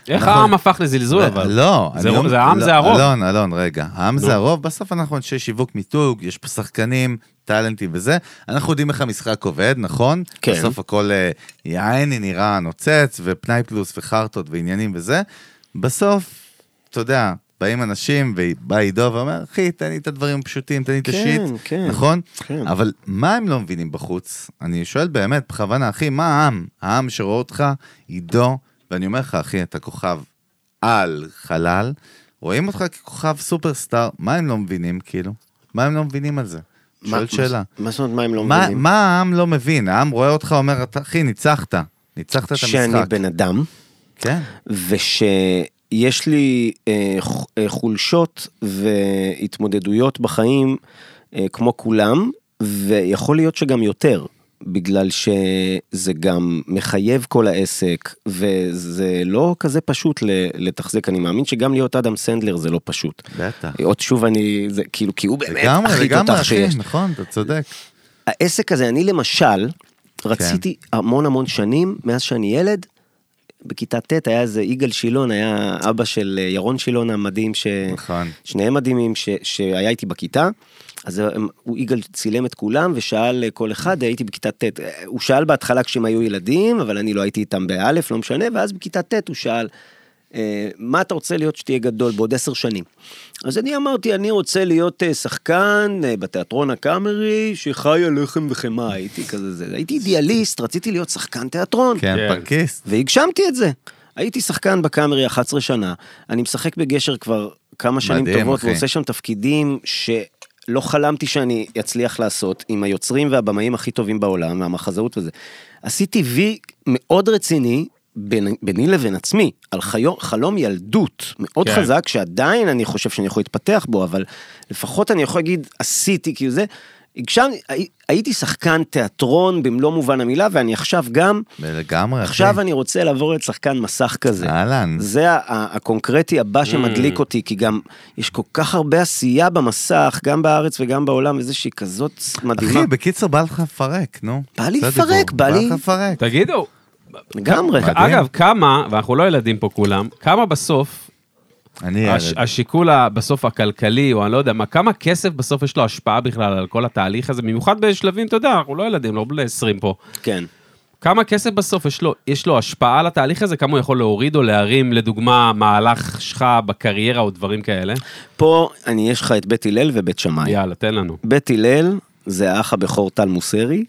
[SPEAKER 2] איך
[SPEAKER 1] אנחנו-
[SPEAKER 2] העם הפך לזלזול אבל?
[SPEAKER 1] נכון. לא,
[SPEAKER 2] זה
[SPEAKER 1] אני
[SPEAKER 2] רוב- זה העם,
[SPEAKER 1] לא-
[SPEAKER 2] זה הרוב.
[SPEAKER 1] אלון, אלון, רגע. העם
[SPEAKER 2] נו.
[SPEAKER 1] זה הרוב, בסוף אנחנו אנשי שיווק מיתוג, יש פה שחקנים, טאלנטים וזה. אנחנו יודעים איך המשחק עובד, נכון?
[SPEAKER 3] כן.
[SPEAKER 1] בסוף הכל אה, יעני נראה נוצץ, ופנאי פלוס וחרטות ועניינים וזה. בסוף, אתה יודע, באים אנשים, ובא עידו ואומר, אחי, תן לי את הדברים הפשוטים, תן לי את
[SPEAKER 3] כן,
[SPEAKER 1] השיט,
[SPEAKER 3] כן.
[SPEAKER 1] נכון?
[SPEAKER 3] כן.
[SPEAKER 1] אבל מה הם לא מבינים בחוץ? אני שואל באמת, בכוונה, אחי, מה העם? העם שרואה אותך, עידו, ואני אומר לך, אחי, אתה כוכב על חלל, רואים אותך ככוכב סופרסטאר, מה הם לא מבינים, כאילו? מה הם לא מבינים על זה? שואל
[SPEAKER 3] מה-
[SPEAKER 1] שאלה.
[SPEAKER 3] מה זאת אומרת, מה הם לא
[SPEAKER 1] מה,
[SPEAKER 3] מבינים?
[SPEAKER 1] מה העם לא מבין? העם רואה אותך, אומר, "אתה- אחי, ניצחת. ניצחת את
[SPEAKER 3] שאני
[SPEAKER 1] המשחק.
[SPEAKER 3] בן אדם.
[SPEAKER 1] כן.
[SPEAKER 3] ושיש לי אה, ח- אה, חולשות והתמודדויות בחיים אה, כמו כולם, ויכול להיות שגם יותר, בגלל שזה גם מחייב כל העסק, וזה לא כזה פשוט ל- לתחזק, אני מאמין שגם להיות אדם סנדלר זה לא פשוט.
[SPEAKER 1] בטח.
[SPEAKER 3] עוד שוב אני, זה כאילו, כי הוא באמת
[SPEAKER 1] לגמרי,
[SPEAKER 3] הכי
[SPEAKER 1] לגמרי,
[SPEAKER 3] תותח
[SPEAKER 1] אחי,
[SPEAKER 3] שיש.
[SPEAKER 1] נכון, אתה צודק.
[SPEAKER 3] העסק הזה, אני למשל, רציתי המון המון שנים, מאז שאני ילד, בכיתה ט' היה איזה יגאל שילון, היה אבא של אה, ירון שילון המדהים, ש...
[SPEAKER 1] נכון.
[SPEAKER 3] שניהם מדהימים, ש... שהיה איתי בכיתה. אז הם- הוא יגאל צילם את כולם ושאל אה, כל אחד, אה, הייתי בכיתה ט', אה, הוא שאל בהתחלה כשהם היו ילדים, אבל אני לא הייתי איתם באלף, לא משנה, ואז בכיתה ט' הוא שאל, אה, מה אתה רוצה להיות שתהיה גדול בעוד עשר שנים? אז אני אמרתי, אני רוצה להיות אה, שחקן אה, בתיאטרון הקאמרי שחי על לחם וחמאה, הייתי כזה, זה. הייתי אידיאליסט, רציתי להיות שחקן תיאטרון.
[SPEAKER 1] כן,
[SPEAKER 2] כן.
[SPEAKER 1] פרקיסט.
[SPEAKER 3] והגשמתי את זה. הייתי שחקן בקאמרי 11 שנה, אני משחק בגשר כבר כמה שנים
[SPEAKER 1] מדהים,
[SPEAKER 3] טובות,
[SPEAKER 1] אחי.
[SPEAKER 3] ועושה שם תפקידים שלא חלמתי שאני אצליח לעשות, עם היוצרים והבמאים הכי טובים בעולם, והמחזאות וזה. עשיתי וי מאוד רציני. בין- ביני לבין עצמי, על חיו, חלום ילדות מאוד
[SPEAKER 2] כן.
[SPEAKER 3] כן. חזק, שעדיין אני חושב שאני יכול להתפתח בו, אבל לפחות אני יכול להגיד, עשיתי, כאילו זה, הגשם, הי- הייתי שחקן תיאטרון במלוא מובן המילה, ואני עכשיו גם
[SPEAKER 1] לגמרי, אחי.
[SPEAKER 3] עכשיו אני רוצה לעבור להיות שחקן מסך כזה.
[SPEAKER 1] אהלן.
[SPEAKER 3] זה ה- ה- הקונקרטי הבא שמדליק אותי, כי גם יש כל כך הרבה עשייה במסך, גם בארץ וגם בעולם, וזה שהיא כזאת מדהימה.
[SPEAKER 1] אחי, בקיצר, בא לך לפרק, נו.
[SPEAKER 3] בא לי
[SPEAKER 1] זה
[SPEAKER 3] לפרק,
[SPEAKER 1] הדיבור.
[SPEAKER 3] בא לי-
[SPEAKER 1] לך לפרק.
[SPEAKER 2] תגידו,
[SPEAKER 3] לגמרי.
[SPEAKER 1] מדהים.
[SPEAKER 2] אגב, כמה, ואנחנו לא ילדים פה כולם, כמה בסוף,
[SPEAKER 1] אני
[SPEAKER 2] הש,
[SPEAKER 1] ילד.
[SPEAKER 2] השיקול ה- בסוף הכלכלי, או אני לא יודע מה, כמה כסף בסוף יש לו השפעה בכלל על כל התהליך הזה, במיוחד בשלבים, אתה יודע, אנחנו לא ילדים, לא בני 20 פה.
[SPEAKER 3] כן.
[SPEAKER 2] כמה כסף בסוף יש לו, יש לו השפעה על התהליך הזה, כמה הוא יכול להוריד או להרים, לדוגמה, מהלך שלך בקריירה או דברים כאלה?
[SPEAKER 3] פה, אני, יש לך את בית הלל ובית שמאי.
[SPEAKER 2] יאללה, תן לנו.
[SPEAKER 3] בית הלל זה האח הבכור טל מוסרי,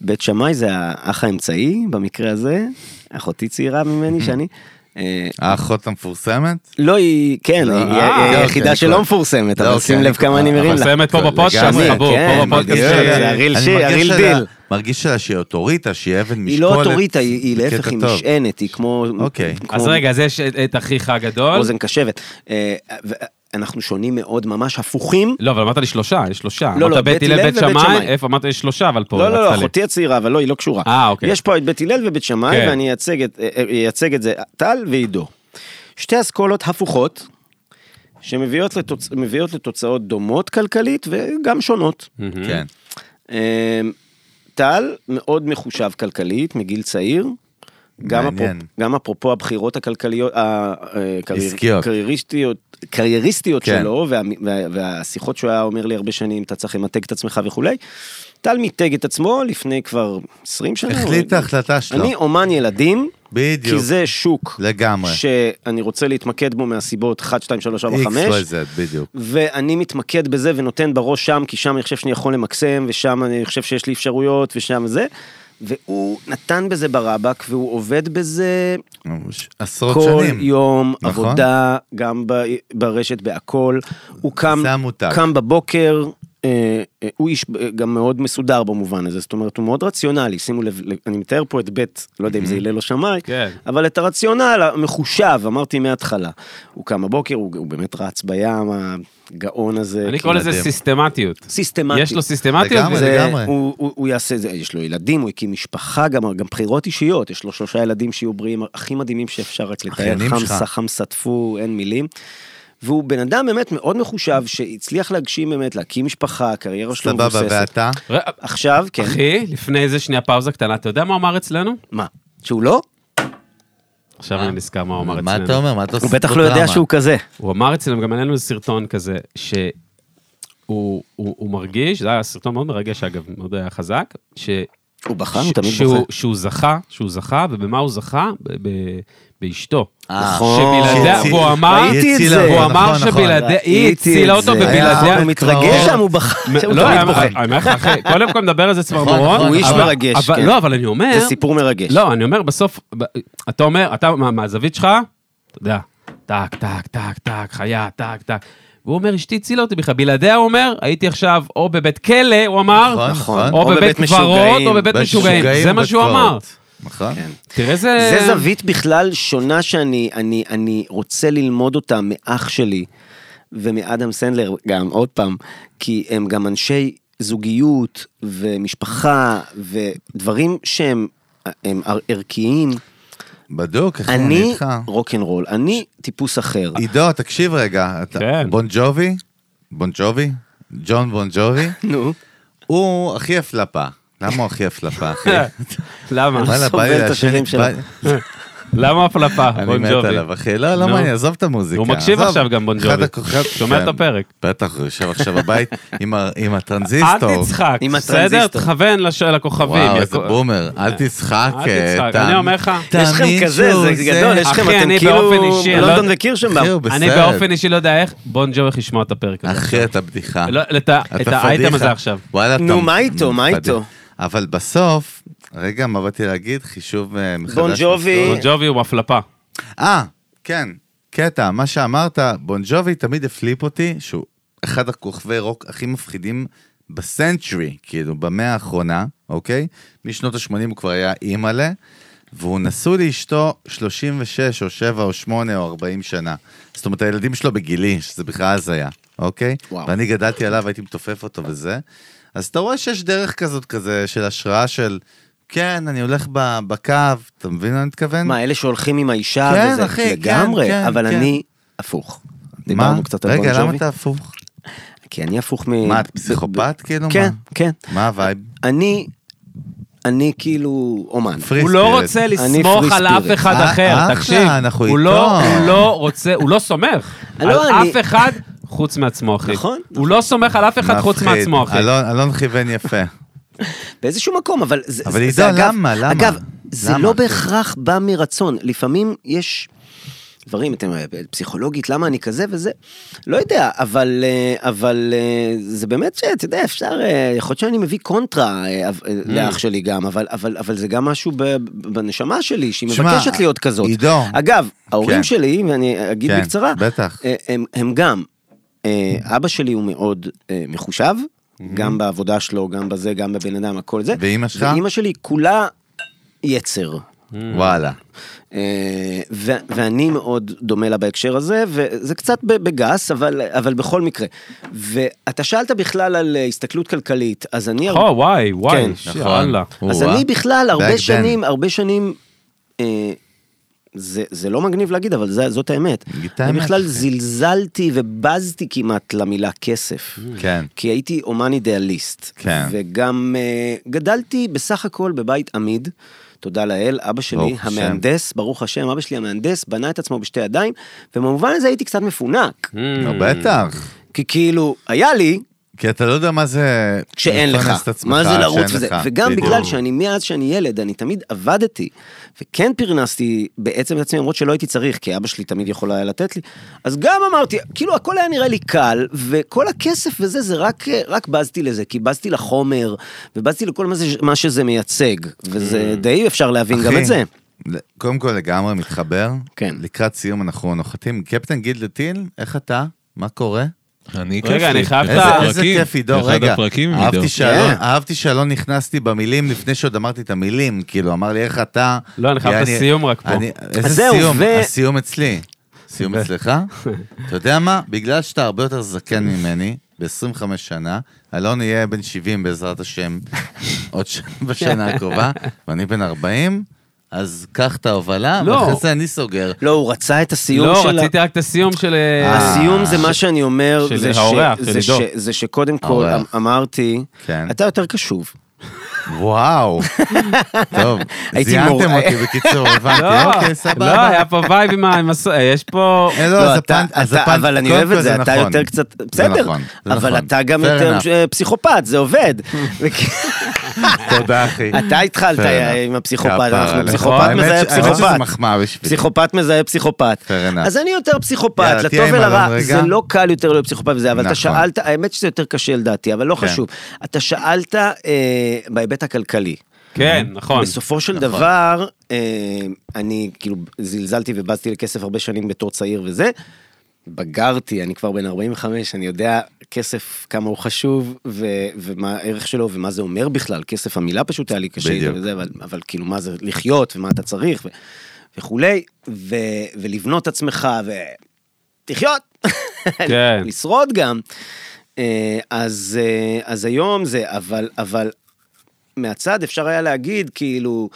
[SPEAKER 3] בית שמאי זה האח האמצעי, במקרה הזה, אחותי צעירה
[SPEAKER 1] Mm-hmm.
[SPEAKER 3] ממני שאני. אה,
[SPEAKER 1] האחות המפורסמת?
[SPEAKER 3] לא, היא, כן,
[SPEAKER 1] לא,
[SPEAKER 3] היא
[SPEAKER 1] אה,
[SPEAKER 3] היא
[SPEAKER 1] אוקיי,
[SPEAKER 3] היחידה
[SPEAKER 1] אני
[SPEAKER 3] שלא
[SPEAKER 1] כבר-
[SPEAKER 3] מפורסמת,
[SPEAKER 1] לא,
[SPEAKER 3] אבל
[SPEAKER 1] אוקיי,
[SPEAKER 3] שים
[SPEAKER 1] אני
[SPEAKER 3] לב
[SPEAKER 1] כבר-
[SPEAKER 3] כמה אני מרים לה.
[SPEAKER 2] מפרסמת פה
[SPEAKER 1] לגמרי.
[SPEAKER 2] בפודקאסט,
[SPEAKER 1] לגמרי.
[SPEAKER 2] חבור, פה
[SPEAKER 3] כן,
[SPEAKER 2] בפודקאסט.
[SPEAKER 3] מדהים,
[SPEAKER 2] שלי.
[SPEAKER 3] זה הריל
[SPEAKER 1] אני
[SPEAKER 3] שיר,
[SPEAKER 1] מרגיש
[SPEAKER 3] הריל
[SPEAKER 1] שזה-
[SPEAKER 3] דיל.
[SPEAKER 1] מרגיש שלה שהיא אוטוריטה, שהיא אבן משקולת.
[SPEAKER 3] היא לא אוטוריטה, היא היא
[SPEAKER 1] בקטע
[SPEAKER 3] להפך, היא
[SPEAKER 1] טוב.
[SPEAKER 3] משענת, היא כמו...
[SPEAKER 1] אוקיי.
[SPEAKER 3] כמו-
[SPEAKER 2] אז רגע, אז יש את- את אחיך הגדול.
[SPEAKER 3] אוזן קשבת. אה, ו- אנחנו שונים מאוד, ממש הפוכים.
[SPEAKER 2] לא, אבל אמרת לי שלושה, יש שלושה.
[SPEAKER 3] לא, לא,
[SPEAKER 2] אמרת בית
[SPEAKER 3] בית
[SPEAKER 2] הלל,
[SPEAKER 3] הלל
[SPEAKER 2] בית
[SPEAKER 3] ובית
[SPEAKER 2] שמאי,
[SPEAKER 3] שמאי.
[SPEAKER 2] איפה אמרת יש שלושה, אבל פה
[SPEAKER 3] לא, לא, לא,
[SPEAKER 2] רצת לי.
[SPEAKER 3] אחותי הצעירה, אבל לא, היא לא קשורה.
[SPEAKER 2] אה, אוקיי.
[SPEAKER 3] יש פה את בית הלל ובית שמאי,
[SPEAKER 2] כן.
[SPEAKER 3] ואני אייצג את- אה, אה, אייצג את זה, טל ועידו. שתי אסכולות הפוכות, שמביאות לתוצ- מביאות לתוצאות דומות כלכלית וגם שונות.
[SPEAKER 2] מהמם.
[SPEAKER 1] כן.
[SPEAKER 3] Mm-hmm. אמ, טל מאוד מחושב כלכלית מגיל צעיר. גם,
[SPEAKER 1] מעניין.
[SPEAKER 3] אפרופ, גם אפרופו הבחירות הכלכליות, ה- אה, קרייר-
[SPEAKER 1] עסקיות.
[SPEAKER 3] קרייריסטיות, קרייריסטיות
[SPEAKER 1] כן.
[SPEAKER 3] שלו, וה, וה, והשיחות שהוא היה אומר לי הרבה שנים, אתה צריך למתג את עצמך וכולי. טל מיתג את עצמו לפני כבר 20 שנה.
[SPEAKER 1] החליט ההחלטה שלו.
[SPEAKER 3] אני אומן ילדים,
[SPEAKER 1] בדיוק.
[SPEAKER 3] כי זה שוק
[SPEAKER 1] לגמרי.
[SPEAKER 3] שאני רוצה להתמקד בו מהסיבות 1, 2, 3, 4, 5.
[SPEAKER 1] X, Y, Z, בדיוק.
[SPEAKER 3] ואני מתמקד בזה ונותן בראש שם, כי שם אני חושב שאני יכול למקסם, ושם אני חושב שיש לי אפשרויות, ושם זה. והוא נתן בזה ברבק, והוא עובד בזה
[SPEAKER 1] ממש. עשרות
[SPEAKER 3] כל
[SPEAKER 1] שנים.
[SPEAKER 3] יום
[SPEAKER 1] נכון.
[SPEAKER 3] עבודה, גם ב, ברשת, בהכל. הוא קם,
[SPEAKER 1] זה המותג.
[SPEAKER 3] קם בבוקר, אה, אה, הוא איש אה, גם מאוד מסודר במובן הזה, זאת אומרת, הוא מאוד רציונלי, שימו לב, ל- אני מתאר פה את בית, לא יודע אם זה הלל או שמאי,
[SPEAKER 2] כן.
[SPEAKER 3] אבל את הרציונל המחושב, אמרתי מההתחלה. הוא קם בבוקר, הוא, הוא באמת רץ בים, הגאון הזה. כאילו,
[SPEAKER 2] אני קורא לזה
[SPEAKER 1] מדהים.
[SPEAKER 2] סיסטמטיות.
[SPEAKER 3] סיסטמטי.
[SPEAKER 2] יש לו סיסטמטיות?
[SPEAKER 1] לגמרי.
[SPEAKER 2] וזה-
[SPEAKER 3] זה,
[SPEAKER 1] לגמרי.
[SPEAKER 3] הוא, הוא, הוא יעשה את זה, יש לו ילדים, הוא הקים משפחה, גם, גם בחירות אישיות, יש לו שלושה ילדים שיהיו בריאים, הכי מדהימים שאפשר רק לתאר,
[SPEAKER 1] אחיינים
[SPEAKER 3] חמסה,
[SPEAKER 1] שלך.
[SPEAKER 3] חמסה טפו, אין מילים. והוא בן אדם באמת מאוד מחושב, שהצליח להגשים באמת, להקים משפחה, הקריירה שלו
[SPEAKER 1] סבבה,
[SPEAKER 3] מבוססת.
[SPEAKER 1] ואתה?
[SPEAKER 2] ר-
[SPEAKER 3] עכשיו, כן,
[SPEAKER 2] אחי, לפני איזה שנייה פאוזה קטנה, אתה יודע מה הוא אמר אצלנו?
[SPEAKER 3] מה? שהוא לא?
[SPEAKER 2] עכשיו אני נזכר מה הוא אמר
[SPEAKER 1] מה אתה
[SPEAKER 2] אצלנו.
[SPEAKER 1] אומר? מה אתה עושה?
[SPEAKER 3] הוא בטח
[SPEAKER 1] פה
[SPEAKER 3] לא יודע
[SPEAKER 1] דרמה?
[SPEAKER 3] שהוא כזה.
[SPEAKER 2] הוא אמר אצלנו, גם העלינו איזה סרטון כזה, שהוא הוא- הוא מרגיש, זה היה סרטון מאוד מרגש אגב, מאוד היה חזק, ש...
[SPEAKER 3] הוא בחר,
[SPEAKER 2] ש-
[SPEAKER 3] הוא תמיד
[SPEAKER 2] שהוא-
[SPEAKER 3] בוחר.
[SPEAKER 2] שהוא זכה, שהוא זכה, ובמה הוא זכה? ב- ב- באשתו.
[SPEAKER 1] אה,
[SPEAKER 3] נכון.
[SPEAKER 2] שבלעדיה,
[SPEAKER 1] שהציל-
[SPEAKER 2] לא והוא אמר,
[SPEAKER 3] ראיתי את
[SPEAKER 1] הצילה
[SPEAKER 3] זה.
[SPEAKER 1] אותו,
[SPEAKER 2] הוא אמר
[SPEAKER 1] נכון, נכון.
[SPEAKER 2] שבלעדיה, היא
[SPEAKER 3] ראיתי את
[SPEAKER 2] הצילה
[SPEAKER 3] זה.
[SPEAKER 2] לא אותו
[SPEAKER 1] היה-
[SPEAKER 2] ובלעדיה...
[SPEAKER 1] הוא
[SPEAKER 3] הוא מתרגש שם, הוא בחר, הוא
[SPEAKER 2] לא,
[SPEAKER 3] תמיד בוחר.
[SPEAKER 2] אני אומר לך, אחי, קודם כל נדבר על זה
[SPEAKER 1] נכון,
[SPEAKER 2] צמרמורון.
[SPEAKER 1] נכון, הוא איש
[SPEAKER 2] אבל-
[SPEAKER 3] מרגש,
[SPEAKER 2] אבל-
[SPEAKER 3] כן.
[SPEAKER 2] לא, אבל אני אומר...
[SPEAKER 3] זה סיפור מרגש.
[SPEAKER 2] לא, אני אומר, בסוף, ב- אתה אומר, אתה מה- מהזווית שלך, אתה יודע, טק, טק, טק, טק, חיה, טק, טק. והוא אומר, אשתי הצילה אותי בכלל. בלעדיה, הוא אומר, הייתי עכשיו או בבית כלא, הוא אמר,
[SPEAKER 1] נכון, נכון.
[SPEAKER 2] או בבית קברות,
[SPEAKER 3] משוגעים.
[SPEAKER 2] או בבית משוגעים.
[SPEAKER 1] משוגעים
[SPEAKER 2] זה מה שהוא
[SPEAKER 1] בקרות.
[SPEAKER 2] אמר.
[SPEAKER 1] נכון.
[SPEAKER 3] כן.
[SPEAKER 2] תראה איזה...
[SPEAKER 3] זה זווית בכלל שונה שאני אני, אני רוצה ללמוד אותה מאח שלי ומאדם סנדלר גם, עוד פעם, כי הם גם אנשי זוגיות ומשפחה ודברים שהם הם ער- ערכיים.
[SPEAKER 1] בדוק, אחי, אני
[SPEAKER 3] אני
[SPEAKER 1] איתך. אה,
[SPEAKER 3] רוקנרול, אני טיפוס אחר.
[SPEAKER 1] עידו, תקשיב רגע. אתה-
[SPEAKER 2] כן.
[SPEAKER 1] בון ג'ובי? בון ג'ובי? ג'ון בון ג'ובי?
[SPEAKER 3] נו,
[SPEAKER 1] הוא הכי הפלפה. למה הוא הכי הפלפה, אחי?
[SPEAKER 2] למה?
[SPEAKER 1] וואלה, בא
[SPEAKER 3] סובל
[SPEAKER 1] לי
[SPEAKER 3] את
[SPEAKER 1] לעשן,
[SPEAKER 3] השירים שלו.
[SPEAKER 1] בא-
[SPEAKER 2] למה הפלפה?
[SPEAKER 1] אני
[SPEAKER 2] בון
[SPEAKER 1] מת
[SPEAKER 2] ג'ובי.
[SPEAKER 1] עליו, אחי. לא, לא
[SPEAKER 2] נו.
[SPEAKER 1] מעניין, עזוב את המוזיקה.
[SPEAKER 2] הוא מקשיב
[SPEAKER 1] עזוב.
[SPEAKER 2] עכשיו גם, בון
[SPEAKER 1] אחד
[SPEAKER 2] ג'ובי.
[SPEAKER 1] הכוכב-
[SPEAKER 2] שומע
[SPEAKER 1] כן,
[SPEAKER 2] את הפרק.
[SPEAKER 1] בטח, הוא יושב עכשיו בבית עם ה- עם
[SPEAKER 2] אל
[SPEAKER 1] הטרנזיסטור.
[SPEAKER 2] תצחק,
[SPEAKER 3] עם
[SPEAKER 2] בסדר?
[SPEAKER 3] הטרנזיסטור.
[SPEAKER 2] תכוון לש- לכוכבים.
[SPEAKER 1] וואו,
[SPEAKER 2] יא
[SPEAKER 1] איזה
[SPEAKER 2] כו-
[SPEAKER 1] בומר, אל תצחק.
[SPEAKER 2] אל תצחק,
[SPEAKER 1] אה,
[SPEAKER 2] אני
[SPEAKER 1] תאמין-
[SPEAKER 2] אומר לך.
[SPEAKER 1] תאמין
[SPEAKER 3] יש לכם כזה,
[SPEAKER 1] שהוא
[SPEAKER 3] זה גדול, יש
[SPEAKER 2] אחי,
[SPEAKER 3] לכם,
[SPEAKER 2] אני
[SPEAKER 3] אתם
[SPEAKER 2] באופן
[SPEAKER 3] כאילו
[SPEAKER 2] אישי, אני לא-
[SPEAKER 3] לונדון וקירשנבאום.
[SPEAKER 1] אחי, הוא בסרט.
[SPEAKER 2] אני באופן אישי לא יודע איך, בון ג'ובי ישמע את הפרק הזה.
[SPEAKER 1] אחי, אתה בדיחה.
[SPEAKER 2] לא, את ה-
[SPEAKER 1] אתה
[SPEAKER 2] את
[SPEAKER 1] פדיחה.
[SPEAKER 2] האייטם הזה עכשיו.
[SPEAKER 1] וואלה, אתה-
[SPEAKER 3] נו, מה איתו? מה
[SPEAKER 1] פדיח.
[SPEAKER 3] איתו?
[SPEAKER 1] אבל בסוף, רגע, מה באתי להגיד? חישוב אה, מחדש.
[SPEAKER 3] בון ג'ובי.
[SPEAKER 2] בון ג'ובי הוא הפלפה.
[SPEAKER 1] אה, כן, קטע, מה שאמרת, בון ג'ובי תמיד הפליפ אותי, שהוא אחד הכוכבי רוק הכי מפחידים בסנצ'רי, כאילו, במאה האחרונה, אוקיי? משנות ה-80 הוא כבר היה אימא'לה, והוא נשוי לאשתו 36 או 7 או 8 או 40 שנה. זאת אומרת, הילדים שלו בגילי, שזה בכלל הזיה, אוקיי?
[SPEAKER 3] וואו.
[SPEAKER 1] ואני גדלתי עליו, הייתי מתופף אותו וזה. אז אתה רואה שיש דרך כזאת כזה של השראה של, כן, אני הולך ב- בקו, אתה מבין מה אני מתכוון?
[SPEAKER 3] מה, אלה שהולכים עם האישה
[SPEAKER 1] כן,
[SPEAKER 3] וזה,
[SPEAKER 1] אחי, כן, כן,
[SPEAKER 3] לגמרי, אבל
[SPEAKER 1] כן.
[SPEAKER 3] אני הפוך. דיברנו קצת על בון
[SPEAKER 1] רגע, למה
[SPEAKER 3] ג'ובי.
[SPEAKER 1] אתה הפוך?
[SPEAKER 3] כי אני הפוך מ...
[SPEAKER 1] מה, את פסיכופת כאילו?
[SPEAKER 3] כן,
[SPEAKER 1] מה?
[SPEAKER 3] כן.
[SPEAKER 1] מה הווייב?
[SPEAKER 3] אני, אני כאילו אומן.
[SPEAKER 1] פרי
[SPEAKER 2] הוא לא
[SPEAKER 1] ספירט.
[SPEAKER 2] רוצה
[SPEAKER 3] אני
[SPEAKER 2] לסמוך
[SPEAKER 3] free
[SPEAKER 2] על אף
[SPEAKER 3] spirit.
[SPEAKER 2] אחד
[SPEAKER 1] אה,
[SPEAKER 2] אחר,
[SPEAKER 1] אחלה,
[SPEAKER 2] תקשיב.
[SPEAKER 1] אנחנו
[SPEAKER 2] הוא
[SPEAKER 1] איתו.
[SPEAKER 2] לא- הוא לא רוצה, הוא לא סומך על
[SPEAKER 3] לא, אני-
[SPEAKER 2] אף אחד חוץ מעצמו, אחי.
[SPEAKER 3] נכון.
[SPEAKER 2] הוא לא סומך על אף אחד חוץ
[SPEAKER 1] מפחיד. לא-
[SPEAKER 2] מעצמו, אחי.
[SPEAKER 1] אלון- אלון כיוון יפה.
[SPEAKER 3] באיזשהו מקום, אבל זה,
[SPEAKER 1] אבל
[SPEAKER 3] זה,
[SPEAKER 1] עידו,
[SPEAKER 3] זה אגב,
[SPEAKER 1] למה? למה?
[SPEAKER 3] אגב, זה
[SPEAKER 1] למה?
[SPEAKER 3] לא בהכרח בא מרצון, לפעמים יש דברים, אתם אה, פסיכולוגית, למה אני כזה וזה, לא יודע, אבל, אה, אבל אה, זה באמת שאתה יודע, אפשר, אה, יכול להיות שאני מביא קונטרה אה, אב- אה,
[SPEAKER 1] Mm.
[SPEAKER 3] לאח שלי גם, אבל, אבל, אבל זה גם משהו ב- בנשמה שלי, שהיא
[SPEAKER 1] שמע,
[SPEAKER 3] מבקשת להיות כזאת.
[SPEAKER 1] עידו.
[SPEAKER 3] אגב, ההורים
[SPEAKER 1] כן.
[SPEAKER 3] שלי, ואני אגיד
[SPEAKER 1] כן,
[SPEAKER 3] בקצרה,
[SPEAKER 1] בטח.
[SPEAKER 3] אה, הם, הם גם, אה, אבא שלי הוא מאוד אה, מחושב, גם בעבודה שלו, גם בזה, גם בבן אדם, הכל זה.
[SPEAKER 1] ואימא שלך?
[SPEAKER 3] ואימא שלי כולה יצר.
[SPEAKER 2] Mm.
[SPEAKER 1] וואלה.
[SPEAKER 3] אה, ו- ואני מאוד דומה לה בהקשר הזה, וזה קצת ב- בגס, אבל, אבל בכל מקרה. ואתה שאלת בכלל על אה, הסתכלות כלכלית, אז אני... הר-
[SPEAKER 2] או, וואי, וואי,
[SPEAKER 3] כן.
[SPEAKER 1] נכון.
[SPEAKER 2] יאללה.
[SPEAKER 3] אז
[SPEAKER 1] או-אה.
[SPEAKER 3] אני בכלל
[SPEAKER 1] Back
[SPEAKER 3] הרבה
[SPEAKER 1] then.
[SPEAKER 3] שנים, הרבה שנים, אה, זה, זה לא מגניב להגיד, אבל זה, זאת האמת.
[SPEAKER 1] תגיד את
[SPEAKER 3] אני
[SPEAKER 1] האמת,
[SPEAKER 3] בכלל
[SPEAKER 1] אחי.
[SPEAKER 3] זלזלתי ובזתי כמעט למילה כסף.
[SPEAKER 1] כן.
[SPEAKER 2] Mm.
[SPEAKER 3] כי הייתי אומן אידיאליסט.
[SPEAKER 1] כן.
[SPEAKER 3] וגם אה, גדלתי בסך הכל בבית עמיד. תודה לאל, אבא שלי,
[SPEAKER 1] ברוך השם.
[SPEAKER 3] המהנדס, ברוך השם, אבא שלי המהנדס, בנה את עצמו בשתי ידיים, ובמובן הזה הייתי קצת מפונק.
[SPEAKER 1] נו, בטח.
[SPEAKER 3] כי כאילו, היה לי,
[SPEAKER 1] כי אתה לא יודע מה זה...
[SPEAKER 3] כשאין
[SPEAKER 1] לפרנס
[SPEAKER 3] לך,
[SPEAKER 1] את עצמך,
[SPEAKER 3] מה זה
[SPEAKER 1] כשאין
[SPEAKER 3] לרוץ וזה,
[SPEAKER 1] לך.
[SPEAKER 3] וגם
[SPEAKER 1] בדיוק.
[SPEAKER 3] בגלל שאני מאז שאני ילד, אני תמיד עבדתי, וכן פרנסתי בעצם את עצמי, למרות שלא הייתי צריך, כי אבא שלי תמיד יכול היה לתת לי, אז גם אמרתי, כאילו הכל היה נראה לי קל, וכל הכסף וזה, זה רק, רק בזתי לזה, כי בזתי לחומר, ובזתי לכל מה, זה, מה שזה מייצג, וזה די אפשר להבין גם
[SPEAKER 1] Mm. אחי,
[SPEAKER 3] את זה.
[SPEAKER 1] קודם כל לגמרי מתחבר.
[SPEAKER 3] כן.
[SPEAKER 1] לקראת סיום אנחנו נוחתים. קפטן גיל לטיל, איך אתה? מה קורה?
[SPEAKER 4] אני
[SPEAKER 2] רגע, אני חייב את
[SPEAKER 1] איזה
[SPEAKER 2] ה-
[SPEAKER 1] איזה
[SPEAKER 4] הפרקים.
[SPEAKER 1] כיף עידו,
[SPEAKER 4] אחד
[SPEAKER 1] רגע.
[SPEAKER 4] הפרקים עם
[SPEAKER 1] אהבתי
[SPEAKER 4] עידו.
[SPEAKER 1] שאלון-
[SPEAKER 3] כן.
[SPEAKER 1] אהבתי שלא נכנסתי במילים לפני שעוד אמרתי את המילים, כאילו אמר לי איך אתה...
[SPEAKER 2] לא, אני חייב את
[SPEAKER 1] יעני,
[SPEAKER 2] הסיום רק פה.
[SPEAKER 1] אני-
[SPEAKER 3] אז
[SPEAKER 1] איזה
[SPEAKER 3] זהו,
[SPEAKER 1] סיום,
[SPEAKER 3] ו-
[SPEAKER 1] הסיום אצלי. סיום אצלך? אתה יודע מה? בגלל שאתה הרבה יותר זקן ממני, ב-25 שנה, אלון יהיה בן 70 בעזרת השם, עוד שנה בשנה הקרובה, ואני בן 40, אז קח את ההובלה,
[SPEAKER 2] לא.
[SPEAKER 1] ואחרי זה אני סוגר.
[SPEAKER 3] לא, הוא רצה את הסיום
[SPEAKER 2] לא,
[SPEAKER 3] של ה-
[SPEAKER 2] רציתי רק את הסיום של... אה,
[SPEAKER 3] הסיום זה מה שאני אומר,
[SPEAKER 2] של
[SPEAKER 3] זה ש-
[SPEAKER 2] האורח, של
[SPEAKER 3] זה ש-
[SPEAKER 2] עידו.
[SPEAKER 3] זה שקודם כל
[SPEAKER 1] האורח.
[SPEAKER 3] אמ- אמרתי,
[SPEAKER 1] כן.
[SPEAKER 3] אתה יותר קשוב.
[SPEAKER 1] וואו. טוב,
[SPEAKER 3] הייתי
[SPEAKER 1] זיינתם
[SPEAKER 3] מורה.
[SPEAKER 1] אותי בקיצור, הבנתי,
[SPEAKER 2] לא,
[SPEAKER 1] אוקיי,
[SPEAKER 2] לא,
[SPEAKER 1] סבבה.
[SPEAKER 2] היה פה וייב עם ה... עם הס- אה, יש פה...
[SPEAKER 1] אה,
[SPEAKER 3] לא,
[SPEAKER 1] אז
[SPEAKER 3] אתה-
[SPEAKER 1] הפאנ- אז
[SPEAKER 3] אתה-
[SPEAKER 1] הפאנ-
[SPEAKER 3] אבל אני
[SPEAKER 1] קודם
[SPEAKER 3] אוהב
[SPEAKER 1] כל
[SPEAKER 3] את זה, אתה
[SPEAKER 1] נכון.
[SPEAKER 3] יותר קצת,
[SPEAKER 1] זה
[SPEAKER 3] בסדר,
[SPEAKER 1] נכון, זה
[SPEAKER 3] אבל
[SPEAKER 1] נכון.
[SPEAKER 3] אתה גם
[SPEAKER 1] Fair
[SPEAKER 3] יותר
[SPEAKER 1] enough.
[SPEAKER 3] אה, פסיכופת, זה עובד. וכי-
[SPEAKER 1] תודה, אחי.
[SPEAKER 3] אתה התחלת אה,
[SPEAKER 1] Fair enough.
[SPEAKER 3] עם הפסיכופת,
[SPEAKER 1] כפרה
[SPEAKER 3] אנחנו
[SPEAKER 1] עליך.
[SPEAKER 3] פסיכופת
[SPEAKER 1] האמת ש-
[SPEAKER 3] מזהה
[SPEAKER 1] האמת שזה
[SPEAKER 3] פסיכופת.
[SPEAKER 1] מחמאה בשבילי.
[SPEAKER 3] פסיכופת מזהה פסיכופת.
[SPEAKER 1] Fair enough.
[SPEAKER 3] אז אני יותר פסיכופת,
[SPEAKER 1] יאללה, תהיה
[SPEAKER 3] לטוב
[SPEAKER 1] עם
[SPEAKER 3] ולרע,
[SPEAKER 1] אלון רגע.
[SPEAKER 3] זה לא קל יותר להיות פסיכופת וזה, אבל אתה
[SPEAKER 1] נכון.
[SPEAKER 3] שאלת, האמת שזה יותר קשה לדעתי, אבל לא
[SPEAKER 1] כן.
[SPEAKER 3] חשוב. אתה שאלת אה, בהיבט הכלכלי.
[SPEAKER 2] כן, נכון.
[SPEAKER 3] בסופו של דבר, אה, אני כאילו זלזלתי ובזתי לכסף הרבה שנים בתור צעיר וזה. בגרתי, אני כבר בן 45, אני יודע כסף, כמה הוא חשוב, ו- ומה הערך שלו, ומה זה אומר בכלל. כסף, המילה פשוט היה לי קשה,
[SPEAKER 1] בדיוק.
[SPEAKER 3] וזה, אבל, אבל כאילו, מה זה לחיות, ומה אתה צריך, ו- וכולי, ו- ולבנות עצמך, ותחיות,
[SPEAKER 2] כן.
[SPEAKER 3] לשרוד גם. אה, אז, אה, אז היום זה, אבל, אבל מהצד אפשר היה להגיד, כאילו,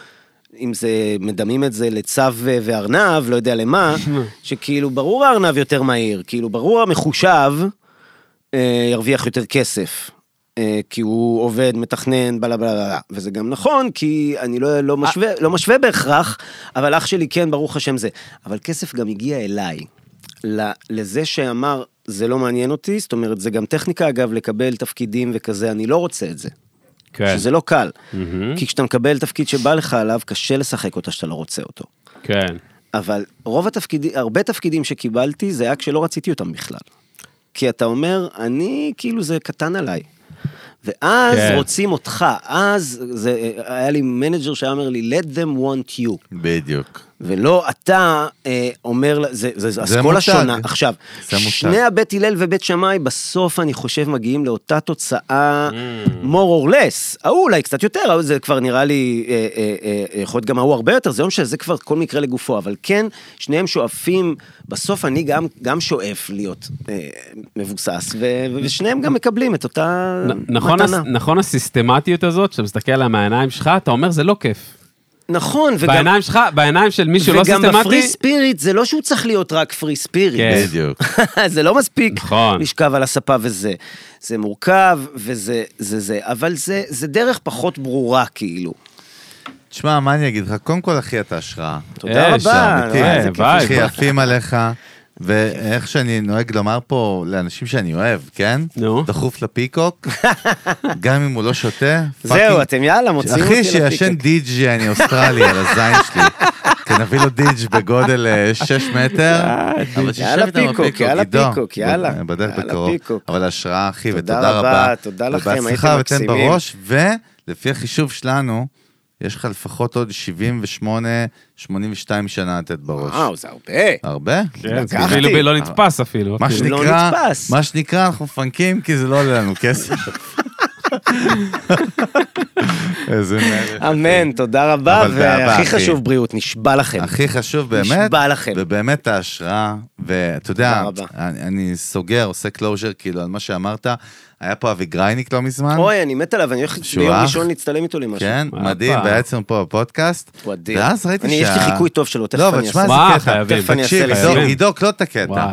[SPEAKER 3] אם זה, מדמים את זה לצו אה, וארנב, לא יודע למה, שכאילו ברור הארנב יותר מהיר, כאילו ברור המחושב אה, ירוויח יותר כסף. אה, כי הוא עובד, מתכנן, בלה בלה בלה, וזה גם נכון, כי אני לא, לא, משווה, לא משווה בהכרח, אבל אח שלי כן, ברוך השם זה. אבל כסף גם הגיע אליי, ל- לזה שאמר, זה לא מעניין אותי, זאת אומרת, זה גם טכניקה, אגב, לקבל תפקידים וכזה, אני לא רוצה את זה.
[SPEAKER 2] כן,
[SPEAKER 3] שזה לא קל. כי כשאתה מקבל תפקיד שבא לך עליו, קשה לשחק אותה שאתה לא רוצה אותו.
[SPEAKER 2] כן.
[SPEAKER 3] אבל רוב התפקידים, הרבה תפקידים שקיבלתי, זה היה כשלא רציתי אותם בכלל. כי אתה אומר, אני, כאילו זה קטן עליי. ואז
[SPEAKER 2] כן.
[SPEAKER 3] רוצים אותך, אז זה, אה, היה לי מנג'ר שהיה אומר לי, let them want you.
[SPEAKER 1] בדיוק.
[SPEAKER 3] ולא אתה אה, אומר, לה- זה, זה, זה
[SPEAKER 1] זה
[SPEAKER 3] אסכולה
[SPEAKER 1] מותג.
[SPEAKER 3] שונה. עכשיו,
[SPEAKER 1] זה מותג.
[SPEAKER 3] שני הבית הלל ובית שמאי, בסוף אני חושב מגיעים לאותה תוצאה
[SPEAKER 2] Mm.
[SPEAKER 3] more or less. ההוא אולי קצת יותר, ההוא זה כבר נראה לי, אה, אה, אה, יכול להיות גם ההוא הרבה יותר, זה יום שזה כבר כל מקרה לגופו, אבל כן, שניהם שואפים, בסוף אני גם, גם שואף להיות אה, מבוסס, ו, ושניהם גם מקבלים את אותה
[SPEAKER 2] נ- נכון הס-
[SPEAKER 3] אה, מתנה.
[SPEAKER 2] נכון הסיסטמטיות הזאת, כשאתה מסתכל עליה מהעיניים שלך, אתה אומר זה לא כיף.
[SPEAKER 3] נכון, וגם...
[SPEAKER 2] בעיניים שלך, בעיניים של מישהו לא
[SPEAKER 3] וגם
[SPEAKER 2] סיסטמטי,
[SPEAKER 3] בפרי ספיריט זה לא שהוא צריך להיות רק פרי ספיריט.
[SPEAKER 2] כן.
[SPEAKER 1] בדיוק.
[SPEAKER 3] זה לא מספיק
[SPEAKER 2] נכון.
[SPEAKER 3] לשכב על הספה וזה. זה מורכב וזה זה זה, אבל זה, זה דרך פחות ברורה כאילו.
[SPEAKER 1] תשמע, מה אני אגיד לך? קודם כל, אחי, אתה השראה.
[SPEAKER 3] תודה לא,
[SPEAKER 2] אה,
[SPEAKER 3] רבה,
[SPEAKER 2] שם,
[SPEAKER 1] אמיתי,
[SPEAKER 2] אה,
[SPEAKER 1] איזה
[SPEAKER 2] וואי,
[SPEAKER 1] כיף
[SPEAKER 2] וואי.
[SPEAKER 1] יפים עליך, ואיך שאני נוהג לומר פה לאנשים שאני אוהב, כן?
[SPEAKER 2] נו.
[SPEAKER 1] דחוף לפיקוק, גם אם הוא לא שותה.
[SPEAKER 3] זהו,
[SPEAKER 1] פאקינג-
[SPEAKER 3] אתם יאללה, מוציאים אותי
[SPEAKER 1] אחי, שישן
[SPEAKER 3] לפיקניק.
[SPEAKER 1] דיג'י, אני אוסטרלי על הזין שלי. כן, נביא לו דיג' בגודל 6 מטר. אבל שישב
[SPEAKER 3] אה, יאללה
[SPEAKER 1] איתם
[SPEAKER 3] פיקוק,
[SPEAKER 1] בפיקוק,
[SPEAKER 3] יאללה
[SPEAKER 1] עידו.
[SPEAKER 3] פיקוק, יאללה.
[SPEAKER 1] בדרך
[SPEAKER 3] יאללה
[SPEAKER 1] בקרוב.
[SPEAKER 3] פיקוק.
[SPEAKER 1] אבל השראה, אחי,
[SPEAKER 3] תודה
[SPEAKER 1] ותודה
[SPEAKER 3] רבה,
[SPEAKER 1] רבה.
[SPEAKER 3] תודה לכם, הייתם
[SPEAKER 1] ובהצלחה ותן
[SPEAKER 3] מקסימים.
[SPEAKER 1] בראש, ולפי החישוב שלנו, יש לך לפחות עוד 78, 82 שנה לתת בראש.
[SPEAKER 3] וואו, זה הרבה.
[SPEAKER 1] הרבה?
[SPEAKER 2] כן, זה
[SPEAKER 3] לקחתי.
[SPEAKER 2] כאילו בי לא נתפס אפילו.
[SPEAKER 1] אה, מה
[SPEAKER 2] כאילו.
[SPEAKER 3] לא
[SPEAKER 1] שנקרא,
[SPEAKER 3] נתפס.
[SPEAKER 1] מה שנקרא, אנחנו מפנקים כי זה לא עולה לנו כסף. איזה מלך.
[SPEAKER 3] אמן, תודה רבה,
[SPEAKER 1] אבל באהבה,
[SPEAKER 3] והכי
[SPEAKER 1] אחי.
[SPEAKER 3] חשוב בריאות, נשבע לכם.
[SPEAKER 1] הכי חשוב באמת,
[SPEAKER 3] נשבע לכם.
[SPEAKER 1] ובאמת ההשראה, ואתה
[SPEAKER 3] תודה
[SPEAKER 1] יודע,
[SPEAKER 3] רבה.
[SPEAKER 1] אני, אני סוגר, עושה קלוז'ר כאילו על מה שאמרת, היה פה אבי גרייניק לא מזמן,
[SPEAKER 3] אוי, אני מת עליו, אני הולך
[SPEAKER 1] שהוא
[SPEAKER 3] ביום
[SPEAKER 1] אח?
[SPEAKER 3] ראשון להצטלם איתו למשהו.
[SPEAKER 1] כן,
[SPEAKER 2] הופה.
[SPEAKER 1] מדהים, בעצם פה בפודקאסט,
[SPEAKER 3] הוא אדיר.
[SPEAKER 1] ואז ראיתי
[SPEAKER 3] אני,
[SPEAKER 1] שה...
[SPEAKER 3] יש לי חיקוי טוב שלו, תכף
[SPEAKER 1] לא,
[SPEAKER 3] אני
[SPEAKER 1] אבל תשמע,
[SPEAKER 3] אעשה.
[SPEAKER 2] וואו,
[SPEAKER 1] זה קטע,
[SPEAKER 2] חייבים.
[SPEAKER 3] תכף אני
[SPEAKER 1] תקשיב,
[SPEAKER 3] אעשה
[SPEAKER 1] עידו-
[SPEAKER 2] להם.
[SPEAKER 1] עידו, לא את הקטע,
[SPEAKER 2] וואי.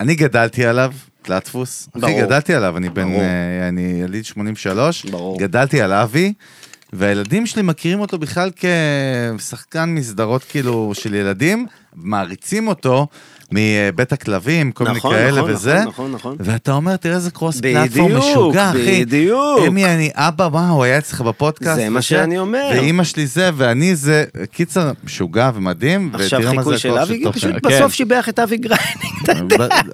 [SPEAKER 1] אני גדלתי עליו, תלטפוס. אחי,
[SPEAKER 3] ברור.
[SPEAKER 1] גדלתי עליו, אני בן,
[SPEAKER 3] ברור.
[SPEAKER 1] אה, אני יליד 83.
[SPEAKER 3] ברור.
[SPEAKER 1] גדלתי על אבי, והילדים שלי מכירים אותו בכלל כשחקן מסדרות כאילו של ילדים, מעריצים אותו מבית הכלבים, כל מיני
[SPEAKER 3] נכון,
[SPEAKER 1] כאלה
[SPEAKER 3] נכון,
[SPEAKER 1] וזה.
[SPEAKER 3] נכון, נכון, נכון.
[SPEAKER 1] ואתה אומר, תראה איזה קרוס פלטפורם
[SPEAKER 3] בדיוק,
[SPEAKER 1] משוגע, אחי.
[SPEAKER 3] בדיוק.
[SPEAKER 1] אמי, אני אבא, מה, הוא היה אצלך בפודקאסט?
[SPEAKER 3] זה מה
[SPEAKER 1] וזה,
[SPEAKER 3] שאני אומר.
[SPEAKER 1] ואימא שלי זה, ואני זה. קיצר, משוגע ומדהים,
[SPEAKER 3] עכשיו
[SPEAKER 1] ותראה מה זה
[SPEAKER 3] חיקוי של
[SPEAKER 1] הכוח
[SPEAKER 3] אבי,
[SPEAKER 1] של
[SPEAKER 3] פשוט
[SPEAKER 1] תוכן.
[SPEAKER 2] כן.
[SPEAKER 3] בסוף שיבח את אבי גרייניק.
[SPEAKER 1] כן.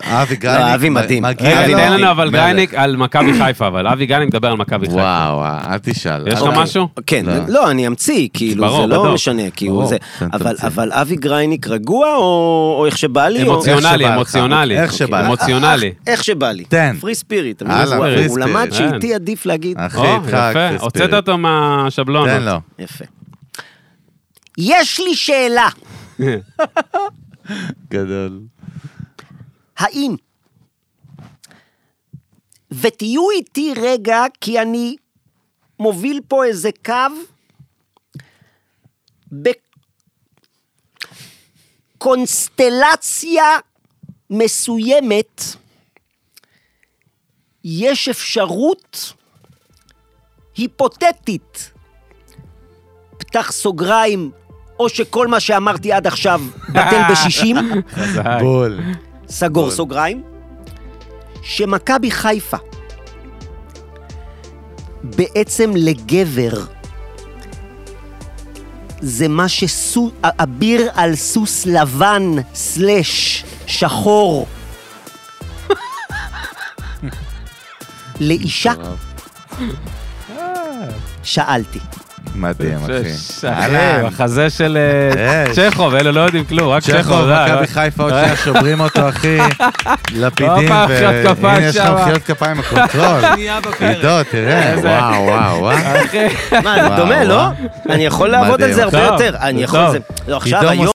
[SPEAKER 1] אבי גרייניק.
[SPEAKER 3] אבי מדהים.
[SPEAKER 1] מגיע
[SPEAKER 2] רגע,
[SPEAKER 3] אבי
[SPEAKER 1] לו
[SPEAKER 2] תן לנו אבל
[SPEAKER 1] מלך.
[SPEAKER 2] גרייניק על מכבי חיפה, אבל אבי גרייניק מדבר על מכבי חיפה.
[SPEAKER 1] לא, וואו, וואו, אל תשאל.
[SPEAKER 2] יש לך
[SPEAKER 1] אוקיי.
[SPEAKER 2] משהו?
[SPEAKER 3] כן,
[SPEAKER 1] לא.
[SPEAKER 3] לא, אני אמציא, כאילו,
[SPEAKER 2] ברור,
[SPEAKER 3] זה לא
[SPEAKER 2] בדוק.
[SPEAKER 3] משנה, כאילו,
[SPEAKER 1] ברור,
[SPEAKER 3] זה...
[SPEAKER 1] כן,
[SPEAKER 3] אבל-
[SPEAKER 1] תמציא.
[SPEAKER 3] אבל אבי גרייניק רגוע, או או איך שבא לי?
[SPEAKER 1] איך
[SPEAKER 3] או-
[SPEAKER 1] שבא
[SPEAKER 2] אמוציונלי,
[SPEAKER 1] לך.
[SPEAKER 2] אמוציונלי.
[SPEAKER 1] איך שבא לך.
[SPEAKER 2] אמוציונלי.
[SPEAKER 3] אה, איך שבא לי.
[SPEAKER 1] תן.
[SPEAKER 3] פרי ספיריט. אבל
[SPEAKER 1] הלאה,
[SPEAKER 3] הוא-
[SPEAKER 1] free
[SPEAKER 3] הוא למד
[SPEAKER 1] spirit.
[SPEAKER 3] שאיתי עדיף להגיד.
[SPEAKER 1] אחי,
[SPEAKER 2] או,
[SPEAKER 1] איתך,
[SPEAKER 2] יפה,
[SPEAKER 1] קריס
[SPEAKER 2] הוצאת
[SPEAKER 1] פיריט.
[SPEAKER 2] אותו מהשבלונות.
[SPEAKER 1] תן לו.
[SPEAKER 3] יפה. יש לי שאלה,
[SPEAKER 1] גדול.
[SPEAKER 3] האם? ותהיו איתי רגע, כי אני מוביל פה איזה קו בקונסטלציה מסוימת, יש אפשרות היפותטית, פתח סוגריים, או שכל מה שאמרתי עד עכשיו בטל בשישים,
[SPEAKER 2] חזק.
[SPEAKER 1] בול.
[SPEAKER 3] סגור סוגריים, שמכבי חיפה בעצם לגבר זה מה שסוס, אביר על סוס לבן סלש שחור לאישה? שאלתי.
[SPEAKER 1] מדהים,
[SPEAKER 2] שש,
[SPEAKER 1] אחי.
[SPEAKER 2] אחי,
[SPEAKER 1] אהלן.
[SPEAKER 2] החזה של אה,
[SPEAKER 1] יש.
[SPEAKER 2] צ'כוב, אלה לא יודעים כלום, רק צ'כוב. אה,
[SPEAKER 1] צ'כוב,
[SPEAKER 2] זה,
[SPEAKER 1] מכבי
[SPEAKER 2] רק-
[SPEAKER 1] חיפה עוד שנייה שוברים אותו, אחי. לפידים,
[SPEAKER 2] הופה, מחיאות כפיים
[SPEAKER 1] והנה יש לך
[SPEAKER 2] שמה.
[SPEAKER 1] מחיאות כפיים בקונטרול.
[SPEAKER 2] שנייה בפרק.
[SPEAKER 1] עידו, תראה,
[SPEAKER 2] איזה-
[SPEAKER 1] וואו, וואו, וואו.
[SPEAKER 2] אחי,
[SPEAKER 3] מה, זה
[SPEAKER 1] וואו,
[SPEAKER 3] דומה, לא?
[SPEAKER 1] וואו.
[SPEAKER 3] אני יכול לעבוד על
[SPEAKER 1] מדהים.
[SPEAKER 3] זה הרבה
[SPEAKER 2] טוב,
[SPEAKER 3] יותר. אני
[SPEAKER 2] זה
[SPEAKER 3] יכול...
[SPEAKER 2] טוב.
[SPEAKER 3] זה- לא, עכשיו,
[SPEAKER 1] עידו
[SPEAKER 3] היום...